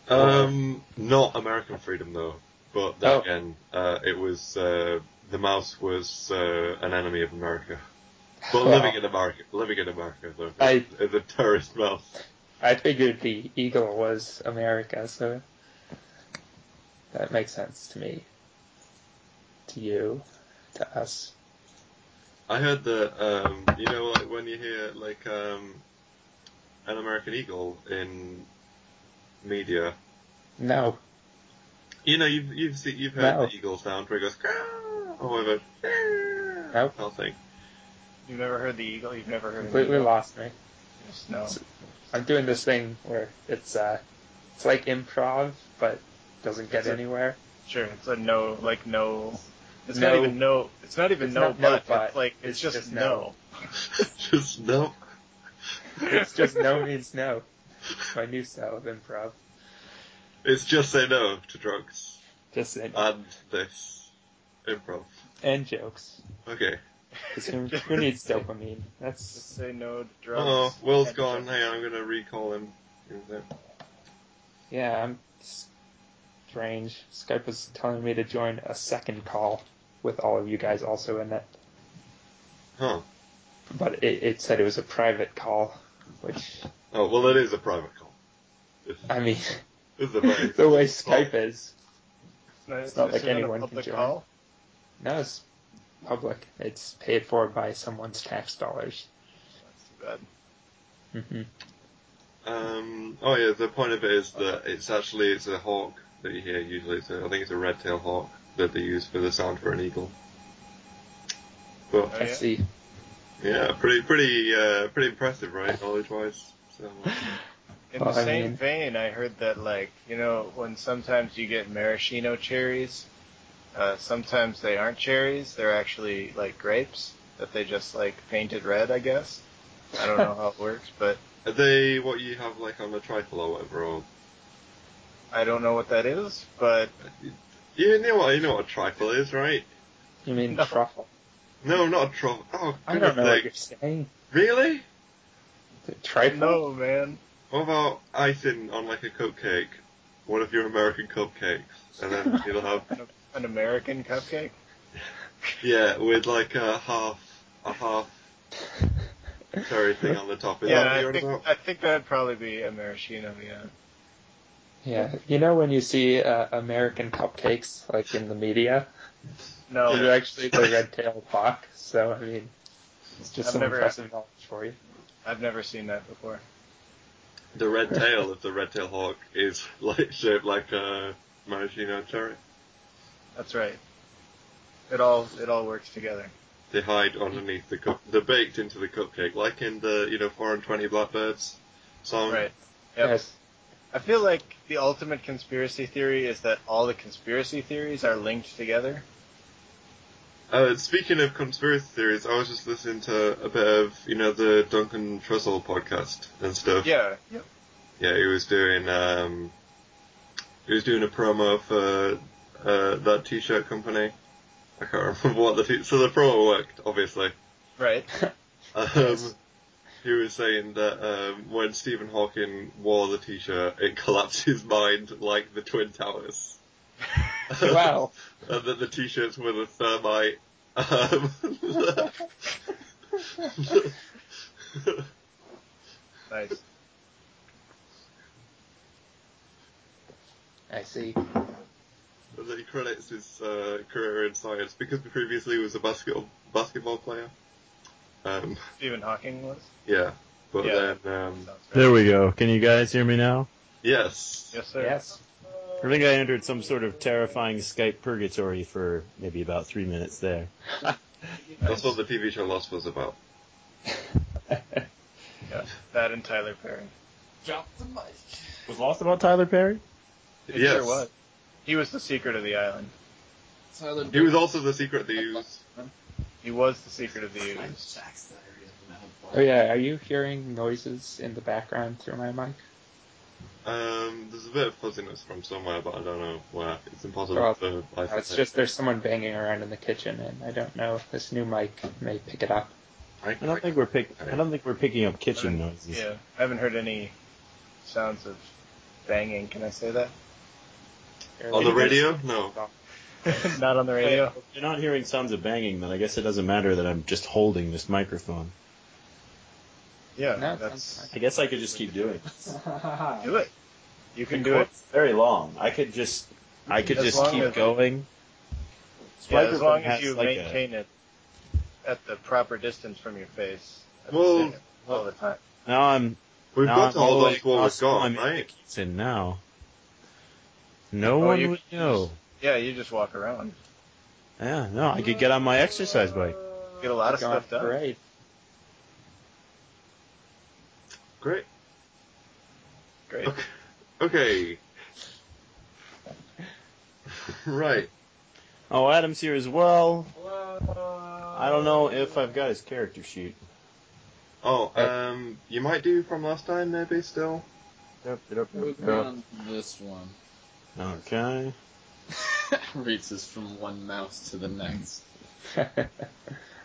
S2: Um, not American Freedom though, but then
S1: Oh.
S2: again, uh, it was uh, the mouse was uh, an enemy of America. But living in America, living in America though,
S1: I-
S2: it's a terrorist mouse.
S1: I figured the eagle was America, so that makes sense to me. To you, to us.
S2: I heard that um, you know, like when you hear like um, an American eagle in media,
S1: No.
S2: you know, you've you've see, you've heard
S1: No.
S2: the eagle sound where it goes "Caw," or whatever.
S1: No.
S2: I'll think.
S5: You've never heard the eagle. You've never heard
S1: Completely lost me.
S5: Yes, No.
S1: I'm doing this thing where it's uh it's like improv but doesn't get
S5: It's a-
S1: anywhere.
S5: Sure. It's a no. Like no. It's not
S1: No.
S5: even no. It's not even
S1: It's
S5: no,
S1: not no,
S5: but,
S1: but.
S5: It's like it's,
S1: It's
S5: just,
S1: just
S5: no.
S1: no.
S2: Just no.
S1: It's just no means no. My new style of improv.
S2: It's just say no to drugs
S1: Just and,
S2: and this improv.
S1: and jokes.
S2: Okay.
S1: 'Cause who, who needs dopamine?
S5: Just
S1: That's
S5: say no to drugs.
S2: Oh, Will's
S5: and
S2: gone.
S5: drugs.
S2: Hang on, I'm gonna recall him. He was there.
S1: yeah. I'm strange. Skype was telling me to join a second call with all of you guys also in it,
S2: Huh.
S1: but it, it said it was a private call, which
S2: Oh, well, it is a private call. This,
S1: I mean,
S2: this is a very
S1: the way Skype is,
S5: It's
S1: not like
S5: it on a
S1: anyone can
S5: public
S1: join.
S5: call?
S1: No, it's public. It's paid for by someone's tax dollars.
S5: That's too bad.
S1: hmm
S2: Um, oh yeah, the point of it is that it's actually it's a hawk that you hear usually. So I think it's a red-tailed hawk that they use for the sound for an eagle. But
S5: Oh,
S1: I
S5: yeah?
S1: see.
S2: yeah, pretty pretty uh, pretty impressive, right? Knowledge-wise. So, uh,
S5: In
S1: Well,
S5: the
S1: I
S5: same
S1: mean-
S5: vein, I heard that like you know when sometimes you get maraschino cherries, uh, sometimes they aren't cherries; they're actually like grapes that they just like painted red. I guess I don't know how it works, but
S2: are they what you have like on a trifle or whatever? Or,
S5: I don't know what that is. But
S2: you know what you know what a trifle is, right?
S1: You mean
S5: No.
S1: truffle?
S2: No, not a trifle. Oh,
S1: I don't know what
S2: goodness
S1: you're saying.
S2: sake. Really?
S1: The trifle?
S5: no, man,
S2: What about icing on like a cupcake? One of your American cupcakes, and then you'll have
S5: an American cupcake.
S2: yeah, with like a half a half cherry thing on the top. Is that what
S5: yeah,
S2: you're
S5: I
S2: on
S5: think
S2: about?
S5: I think that'd probably be a maraschino. Yeah,
S1: Yeah. You know when you see uh, American cupcakes, like in the media?
S5: no,
S1: They're actually the red-tailed hawk, so, I mean, it's just
S5: I've
S1: some
S5: never-
S1: impressive knowledge for you.
S5: I've never seen that before.
S2: The red tail of the red tail hawk is like shaped like a maraschino cherry.
S5: That's right. It all it all works together.
S2: They hide underneath the cup. They're baked into the cupcake, like in the you know four and twenty blackbirds song.
S5: Right. Yep.
S1: Yes.
S5: I feel like the ultimate conspiracy theory is that all the conspiracy theories are linked together.
S2: Uh, speaking of conspiracy theories, I was just listening to a bit of you know the Duncan Trussell podcast and stuff.
S5: Yeah.
S2: Yeah, he was doing um, he was doing a promo for uh, that T-shirt company. I can't remember what the t- so the promo worked obviously.
S5: Right.
S2: Um, he was saying that um, when Stephen Hawking wore the T-shirt, it collapsed his mind like the Twin Towers.
S1: Wow.
S2: and that the T-shirts were the thermite. Um,
S5: Nice.
S1: I see.
S2: And then he credits his uh, career in science because previously he was a basketball basketball player. Um,
S5: Stephen Hawking was.
S2: yeah, but
S5: Yeah.
S2: then um,
S5: Sounds right.
S3: There we go. Can you guys hear me now?
S2: yes,
S5: Yes, sir.
S1: Yes.
S3: I think I entered some sort of terrifying Skype purgatory for maybe about three minutes there.
S2: that's what the TV show Lost was about.
S1: Oh,
S5: Yeah. That and Tyler Perry.
S7: Drop the mic.
S3: Was Lost about Tyler Perry?
S5: It
S2: yes,
S5: sure was. He was the secret of the island.
S7: Tyler
S2: he was also the secret that you used.
S5: He was the secret of the ooze.
S1: Oh, yeah. Are you hearing noises in the background through my mic?
S2: Um, there's a bit of fuzziness from somewhere, but I don't know where. It's impossible
S1: Oh,
S2: to isolate.
S1: It's just there's someone banging around in the kitchen, and I don't know if this new mic may pick it up.
S2: I,
S3: I don't think we're pick. I don't think we're picking up kitchen noises.
S5: Yeah, I haven't heard any sounds of banging. Can I say that?
S2: on the radio? No.
S5: Not on the radio.
S3: If you're not hearing sounds of banging, then I guess it doesn't matter that I'm just holding this microphone.
S5: Yeah,
S1: No,
S5: that's
S3: I guess I could just keep doing. It.
S5: do it. You can do
S3: Well,
S5: it.
S3: it's Very long. I could just. I could
S5: As
S3: just
S5: long
S3: keep
S5: as-
S3: going. This
S5: Yeah, as
S3: microphone
S5: long as
S3: has
S5: you
S3: like a-
S5: maintain it at the proper distance from your face. at the
S2: Well-
S5: same- all the time.
S3: now I'm.
S2: We've
S3: now
S2: got
S3: I'm
S2: to
S3: all the
S2: hold on
S3: way
S2: to what we've
S3: across-
S2: got,
S3: I'm in the
S2: right?
S3: kitchen now. No
S5: Oh,
S3: one
S5: you-
S3: would know.
S5: Yeah, you just walk around.
S3: Yeah, no, I could get on my exercise bike.
S5: Get a lot of
S1: God,
S5: stuff
S2: uh,
S5: done.
S1: Great.
S2: Great.
S5: Great.
S2: Okay. okay. right.
S3: Oh, Adam's here as well. I don't know if I've got his character sheet.
S2: Oh,
S1: Uh,
S2: um, you might do from last time, maybe still.
S4: Moving on from this one.
S3: Okay.
S4: Reaches from one mouse to the next.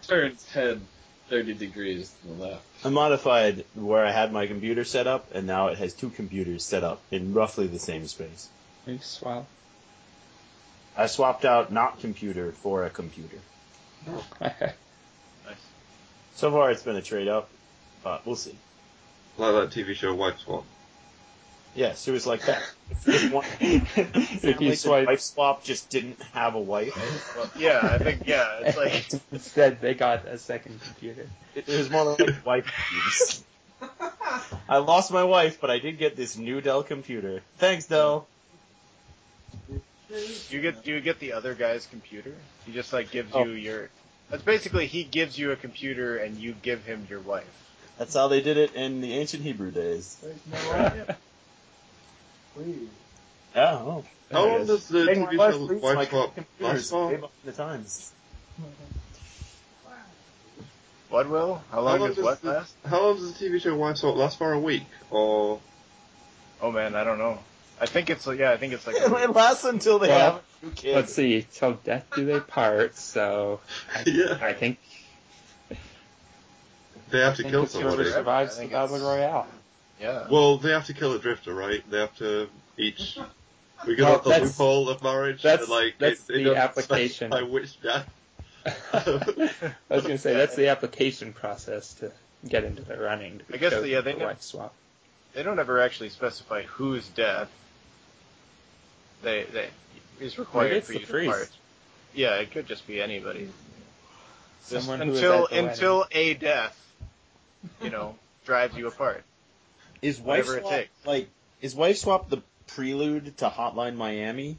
S4: Turns head 30 degrees to the left.
S3: I modified where I had my computer set up, and now it has two computers set up in roughly the same space.
S1: You swell.
S3: I swapped out not computer for a computer.
S5: Nice.
S3: So far, it's been a trade up, but we'll see.
S2: Like that TV show Wife Swap.
S3: Yes, it was like that. if one, if
S1: you swipe-
S3: wife swap just didn't have a wife,
S5: Well, yeah, I think yeah, it's like
S1: Instead, they got a second computer.
S3: it was more like wife abuse. I lost my wife, but I did get this new Dell computer. Thanks, Dell.
S5: Do you get do you get the other guy's computer? He just like gives
S3: Oh.
S5: you your. That's basically he gives you a computer and you give him your wife.
S3: That's how they did it in the ancient Hebrew days.
S9: There's no way. Please.
S3: Oh,
S2: How long does the TV show Wife Swap last for?
S3: the times.
S5: What will? How long does what
S2: the,
S5: last?
S2: How long does the TV show Wife Swap last for? A week or
S5: Oh man, I don't know. I think it's like yeah, I think it's like
S3: it lasts until they
S1: Well,
S3: have a new kid.
S1: Let's see. Till death do they part. So
S2: yeah,
S1: I think
S2: they have
S1: I
S2: to
S1: think
S2: kill
S1: it's whoever
S2: somebody.
S1: survives
S5: I
S1: the
S5: think
S1: Battle
S5: it's-
S1: Royale.
S5: yeah.
S2: Well, they have to kill a drifter, right? They have to each. We
S1: Well,
S2: got the
S1: that's-
S2: loophole of marriage.
S1: that's-
S2: and, like
S1: that's
S2: it, it
S1: the
S2: doesn't
S1: application.
S2: specify which death.
S1: I was gonna say that's the application process to get into the running. to
S5: I guess,
S1: go
S5: yeah, they
S1: for
S5: know-
S1: wife swap.
S5: They don't ever actually specify whose death they they is required
S1: it's
S5: for
S1: the
S5: you to
S1: priest.
S5: part. Yeah, it could just be anybody. Just
S1: Someone who was
S5: until
S1: at the wedding.
S5: until a death, you know, drives you apart.
S3: Is wife
S5: Whatever it
S3: swap
S5: takes.
S3: like is wife swap the prelude to Hotline Miami?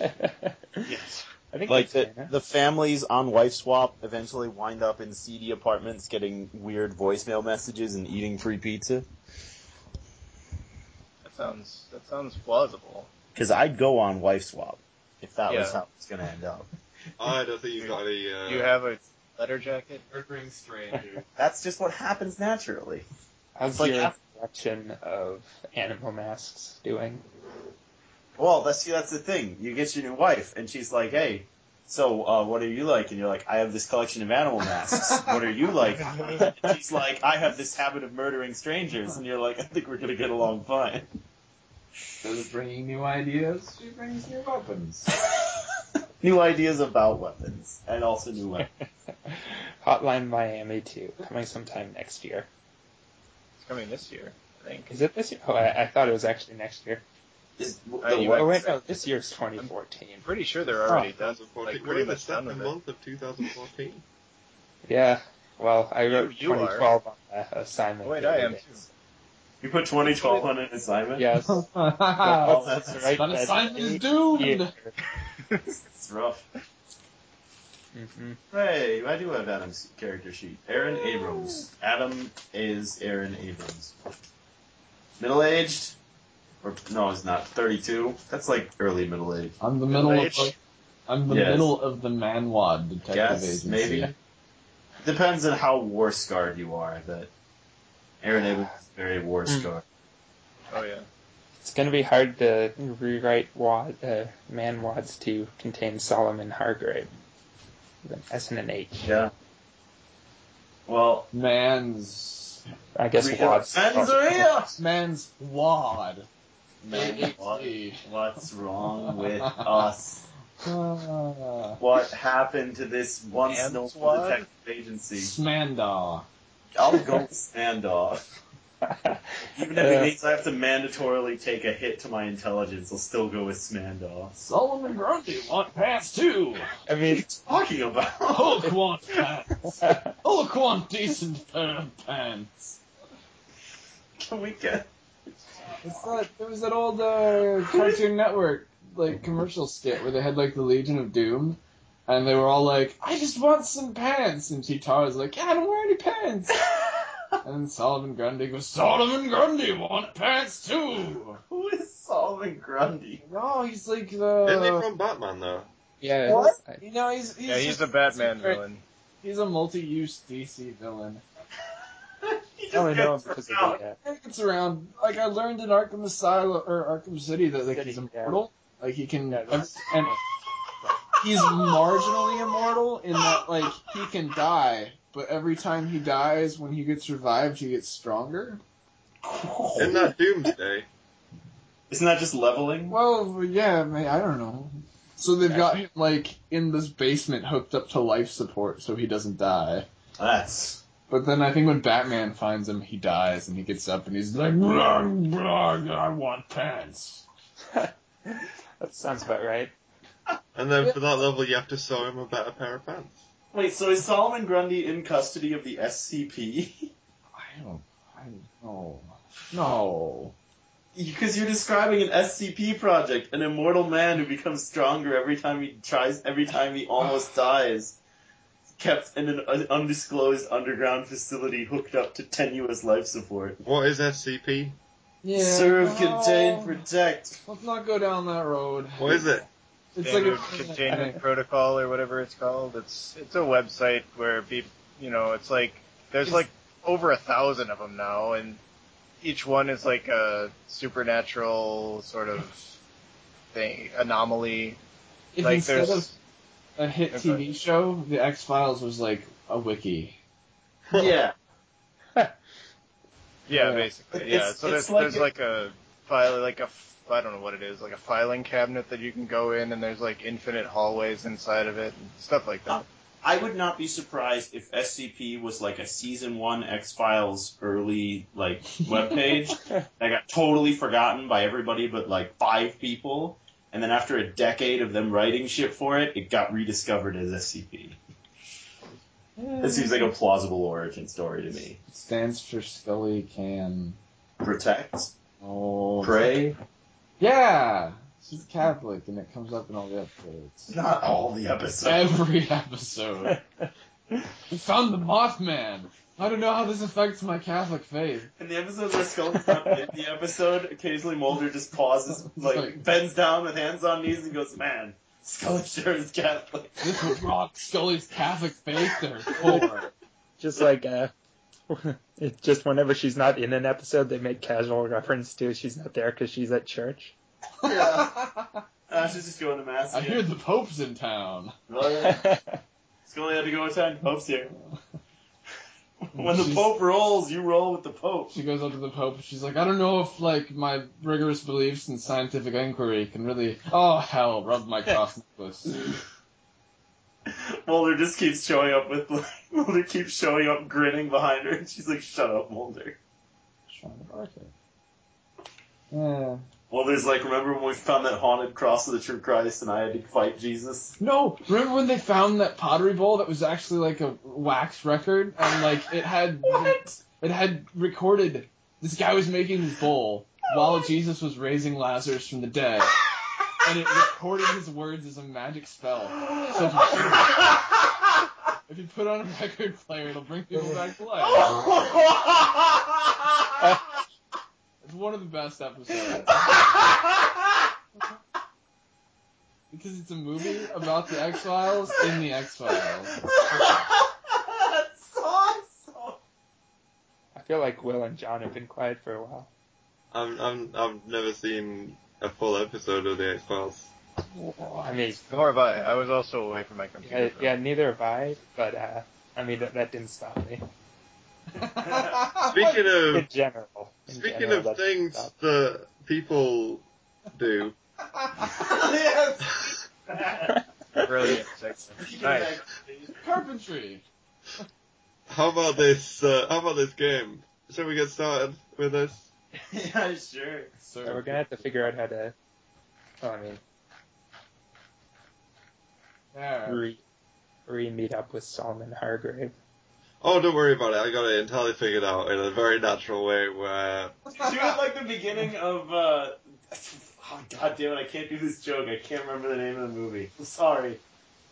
S5: Yes.
S1: I think
S3: Like
S1: that's
S3: the,
S1: fair enough.
S3: the families on wife swap eventually wind up in seedy apartments, getting weird voicemail messages and eating free pizza.
S5: That sounds that sounds plausible.
S3: Because I'd go on wife swap if that was
S5: Yeah.
S3: how it's going to end up.
S2: I don't think you got any. Uh,
S5: you have a letter jacket?
S4: Murdering stranger.
S3: That's just what happens naturally.
S1: How's
S3: It's like
S1: your
S3: af-
S1: collection of animal masks doing?
S3: Well, that's see, that's the thing. You get your new wife, and she's like, "Hey, so uh, what are you like?" And you're like, "I have this collection of animal masks. what are you like?" And she's like, "I have this habit of murdering strangers." And you're like, "I think we're gonna get along fine."
S4: Instead of bringing new ideas, she brings new weapons.
S3: new ideas about weapons, and also new weapons.
S1: Hotline Miami 2, coming sometime next year.
S5: It's coming this year, I think.
S1: Is it this year? Oh, I, I thought it was actually next year.
S3: Is-
S5: Uh, you
S3: what-
S1: Oh, wait, no, this year's 2014.
S5: I'm pretty sure they're already done. Like
S2: 2014. We're
S5: pretty
S2: in Oh. the
S5: much done
S2: second
S5: with it.
S2: month of 2014.
S1: Yeah, well, I wrote
S5: you are.
S1: 2012 on the assignment.
S5: Wait,
S1: the
S5: I
S1: other
S5: am
S1: day.
S5: too.
S10: You put 2012 on an assignment?
S1: Yes.
S11: Wow.
S1: that's right.
S4: That
S1: that's
S4: assignment is
S1: eight
S4: doomed.
S1: years.
S3: it's rough.
S1: Mhm.
S3: Hey, I do have Adam's character sheet. Aaron Abrams. Adam is Aaron Abrams. Middle aged? Or no, he's not. Thirty two. That's like early middle age.
S11: I'm the middle of the, I'm the
S3: Yes.
S11: middle of the manwad detective
S3: Guess
S11: agency.
S3: maybe. Depends on how war scarred you are, but Aaron Abrams is very war
S11: Hmm.
S3: scarred.
S5: Oh yeah.
S1: It's going to be hard to rewrite wad, uh, man wads to contain Solomon Hargrave with an S and an H.
S3: Yeah.
S12: Well,
S4: Man's
S1: I guess
S12: we have
S1: wads.
S12: fans are here.
S4: man's wad.
S12: Man, what, what's wrong with us?
S4: Uh,
S3: What happened to this once
S5: And
S3: known
S5: what?
S3: detective agency?
S4: Smandaw.
S3: I'll go standoff. Even if
S1: Uh,
S3: it means I have to mandatorily take a hit to my intelligence, I'll still go with Smandoff.
S4: Solomon Grundy want pants too.
S1: I mean, Oh,
S3: Talking about
S4: Hulk want pants. Hulk want decent pair of pants.
S3: can we get
S4: It's that it was that old uh, Cartoon Network like commercial skit where they had like the Legion of Doom, and they were all like, "I just want some pants," and T-Tar was like, "Yeah, I don't wear any pants." and Solomon Grundy goes, "Solomon Grundy want pants too."
S3: who is Solomon Grundy?
S4: No, he's like
S2: Isn't he
S4: the.
S2: from Batman though?
S1: yeah.
S4: What?
S1: I,
S4: You know, he's he's,
S5: Yeah, he's
S4: just-
S5: the Batman
S4: he's a-
S5: villain.
S4: He's a multi-use DC villain.
S3: He just
S1: I only know him
S3: gets
S1: because
S3: thrown
S1: of
S3: out.
S1: the. Uh,
S4: It gets around. Like I learned in Arkham Asylum or Arkham City that like he's
S1: City, yeah.
S4: immortal. Like he can,
S1: Yeah, that's-
S4: and he's marginally immortal in that like he can die, but every time he dies, when he gets revived, he gets stronger.
S2: Isn't that Doomsday?
S3: Isn't that just leveling?
S4: Well, yeah, man, I don't know. So they've got him like in this basement hooked up to life support, so he doesn't die.
S3: That's
S4: But then I think when Batman finds him, he dies, and he gets up and he's like, "Brug, brug, I want pants."
S1: that sounds about right.
S2: And then for that level, you have to sell him a better pair of pants.
S3: wait. So is Solomon Grundy in custody of the SCP?
S4: I don't, I no, no.
S3: Because you're describing an SCP project, an immortal man who becomes stronger every time he tries, every time he almost dies, kept in an un- undisclosed underground facility hooked up to tenuous life support.
S2: What is SCP?
S4: Yeah, Oh.
S3: Serve,
S4: no.
S3: contain, protect.
S4: Let's not go down that road.
S2: What is it?
S4: It's like a
S5: Standard containment protocol or whatever it's called. It's it's a website where people, you know, it's like there's like over a thousand of them now, and each one is like a supernatural sort of thing anomaly.
S4: If
S5: like
S4: instead
S5: there's
S4: of a hit
S5: If
S4: TV show, the X Files was like a wiki.
S3: Yeah.
S5: yeah,
S4: yeah.
S5: basically,
S3: It's-
S5: yeah. So
S3: it's
S5: there's
S3: like
S5: there's
S3: it-
S5: like a file like a f- I don't know what it is like a filing cabinet that you can go in, and there's like infinite hallways inside of it and stuff like that.
S3: I would not be surprised if SCP was like a season one X Files early like webpage that got totally forgotten by everybody but like five people, and then after a decade of them writing shit for it, it got rediscovered as SCP. That seems like a plausible origin story to me.
S4: It stands for Scully Can.
S3: Protect,
S4: Oh,
S3: pray.
S4: yeah. She's Catholic, and it comes up in all the episodes.
S3: Not all the episodes.
S4: Every episode. we found the Mothman. I don't know how this affects my Catholic faith.
S3: In the episodes where Skull's not in the episode, occasionally Mulder just pauses, like
S4: Like-
S3: bends down with hands on knees and goes, "Man, Skull sure is Catholic."
S4: This would rock Scully's Catholic faith to her core.
S1: Just like uh, it just whenever she's not in an episode, they make casual reference to she's not there because she's at church.
S3: Ash is just going to mass.
S4: I
S3: here.
S4: hear the Pope's in town.
S3: Well, Scully had to go attend. Pope's here. When the
S4: She's-
S3: Pope rolls, you roll with the Pope.
S4: She goes up to the Pope and she's like, I don't know if like my rigorous beliefs in scientific inquiry can really Oh hell, rub my cross necklace.
S3: Mulder just keeps showing up with like, Mulder keeps showing up grinning behind her, and she's like, "Shut up, Mulder."
S4: Shrine of Arthur. Yeah.
S3: Mulder's like, "Remember when we found that haunted cross of the true Christ, and I had to fight Jesus?"
S4: No, remember when they found that pottery bowl that was actually like a wax record and like it had
S3: What?
S4: it had recorded this guy was making this bowl while Jesus was raising Lazarus from the dead. And it recorded his words as a magic spell. So if you put, if you put on a record player, it'll bring people back to life. It's one of the best episodes. Because it's a movie about the X Files in the X Files.
S3: That's awesome.
S1: I feel like Will and John have been quiet for a while.
S2: I'm, I'm, I've never seen a full episode of the X Files.
S1: I mean,
S5: Nor have I. I was also away from my computer.
S1: uh, yeah, neither have I, but uh, I mean, that, that didn't stop me.
S2: Speaking
S1: In
S2: of
S1: general. In
S2: speaking
S1: general,
S2: of
S1: that didn't
S2: things
S1: stop
S2: that people do,
S13: yes!
S5: Brilliant segment. Nice.
S4: Carpentry.
S2: how about this? Uh, how about this game? Shall we get started with this?
S3: yeah, sure.
S1: me. So we're gonna have to figure out how to. Well, I mean,
S4: There.
S1: re uh, re meet up with Solomon Hargrave.
S2: Oh, don't worry about it. I got it entirely figured out in a very natural way. Where
S3: Do it like the beginning of. Uh, oh, God damn it! I can't do this joke. I can't remember the name of the movie. I'm sorry.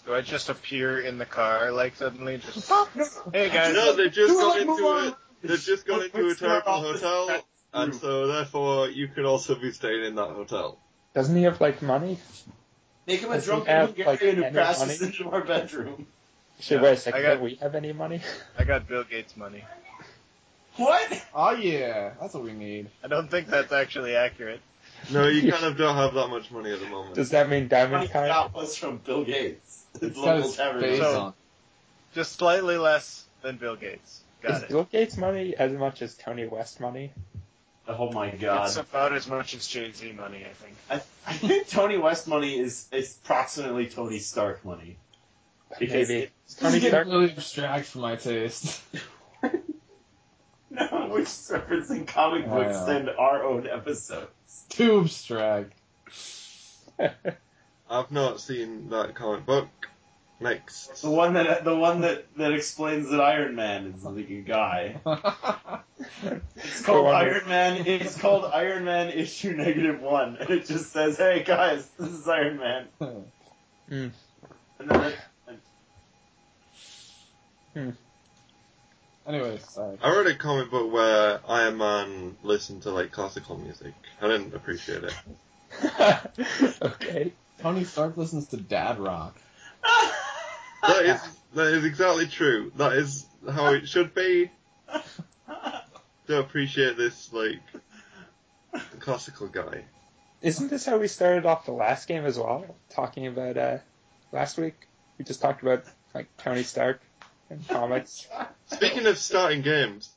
S5: Do I just appear in the car like suddenly? Just pop. Hey guys.
S2: no, they've just
S4: Do it,
S2: got
S4: like, move
S2: into
S4: on.
S2: a they've just got
S3: Let's
S2: into a
S3: start
S2: terrible
S3: off this
S2: hotel,
S3: crap.
S2: and so therefore you could also be staying in that hotel.
S1: Doesn't he have like money?
S3: Make him a
S1: Does he
S3: drunken
S1: have, like,
S3: Hungarian who
S1: any
S3: crashes
S1: money?
S3: into our bedroom.
S1: Should
S5: Yeah,
S1: wait a second.
S5: I got-
S1: don't we have any money?
S5: I got Bill Gates money.
S3: What?
S4: Oh yeah, that's what we need.
S5: I don't think that's actually accurate.
S2: No, you kind of don't have that much money at the moment.
S1: Does that mean Diamond Kind?
S3: That was from Bill Gates.
S4: It's got
S3: local
S4: his
S3: tavern.
S4: face
S5: So-
S4: on.
S5: Just slightly less than Bill Gates.
S1: Is
S5: Got it.
S1: Bill Gates money as much as Tony West money?
S3: Oh my god.
S5: It's about as much as Jay Z money, I think.
S3: I, I think Tony West money is, is approximately Tony Stark money. Because
S1: Maybe.
S3: it-
S4: This
S1: Tony
S4: is
S1: Stark
S4: getting really abstract for my taste.
S3: no, we're just referencing comic
S4: Yeah.
S3: books and our own episodes.
S4: Too abstract.
S2: I've not seen that comic book. Next.
S3: The one that the one that, that explains that Iron Man is like a guy. It's called
S1: The one
S3: Iron Man. It's called Iron Man issue negative one, and it just says, "Hey guys, this is Iron Man."
S1: Hmm.
S3: And then it-
S4: Anyways, sorry.
S2: I read a comic book where Iron Man listened to like classical music. I didn't appreciate it.
S1: okay.
S4: Tony Stark listens to dad rock.
S2: That is that is exactly true. That is how it should be. Don't appreciate this like classical guy.
S1: Isn't this how we started off the last game as well? Talking about uh, last week, we just talked about like Tony Stark and comics.
S2: Speaking of starting games,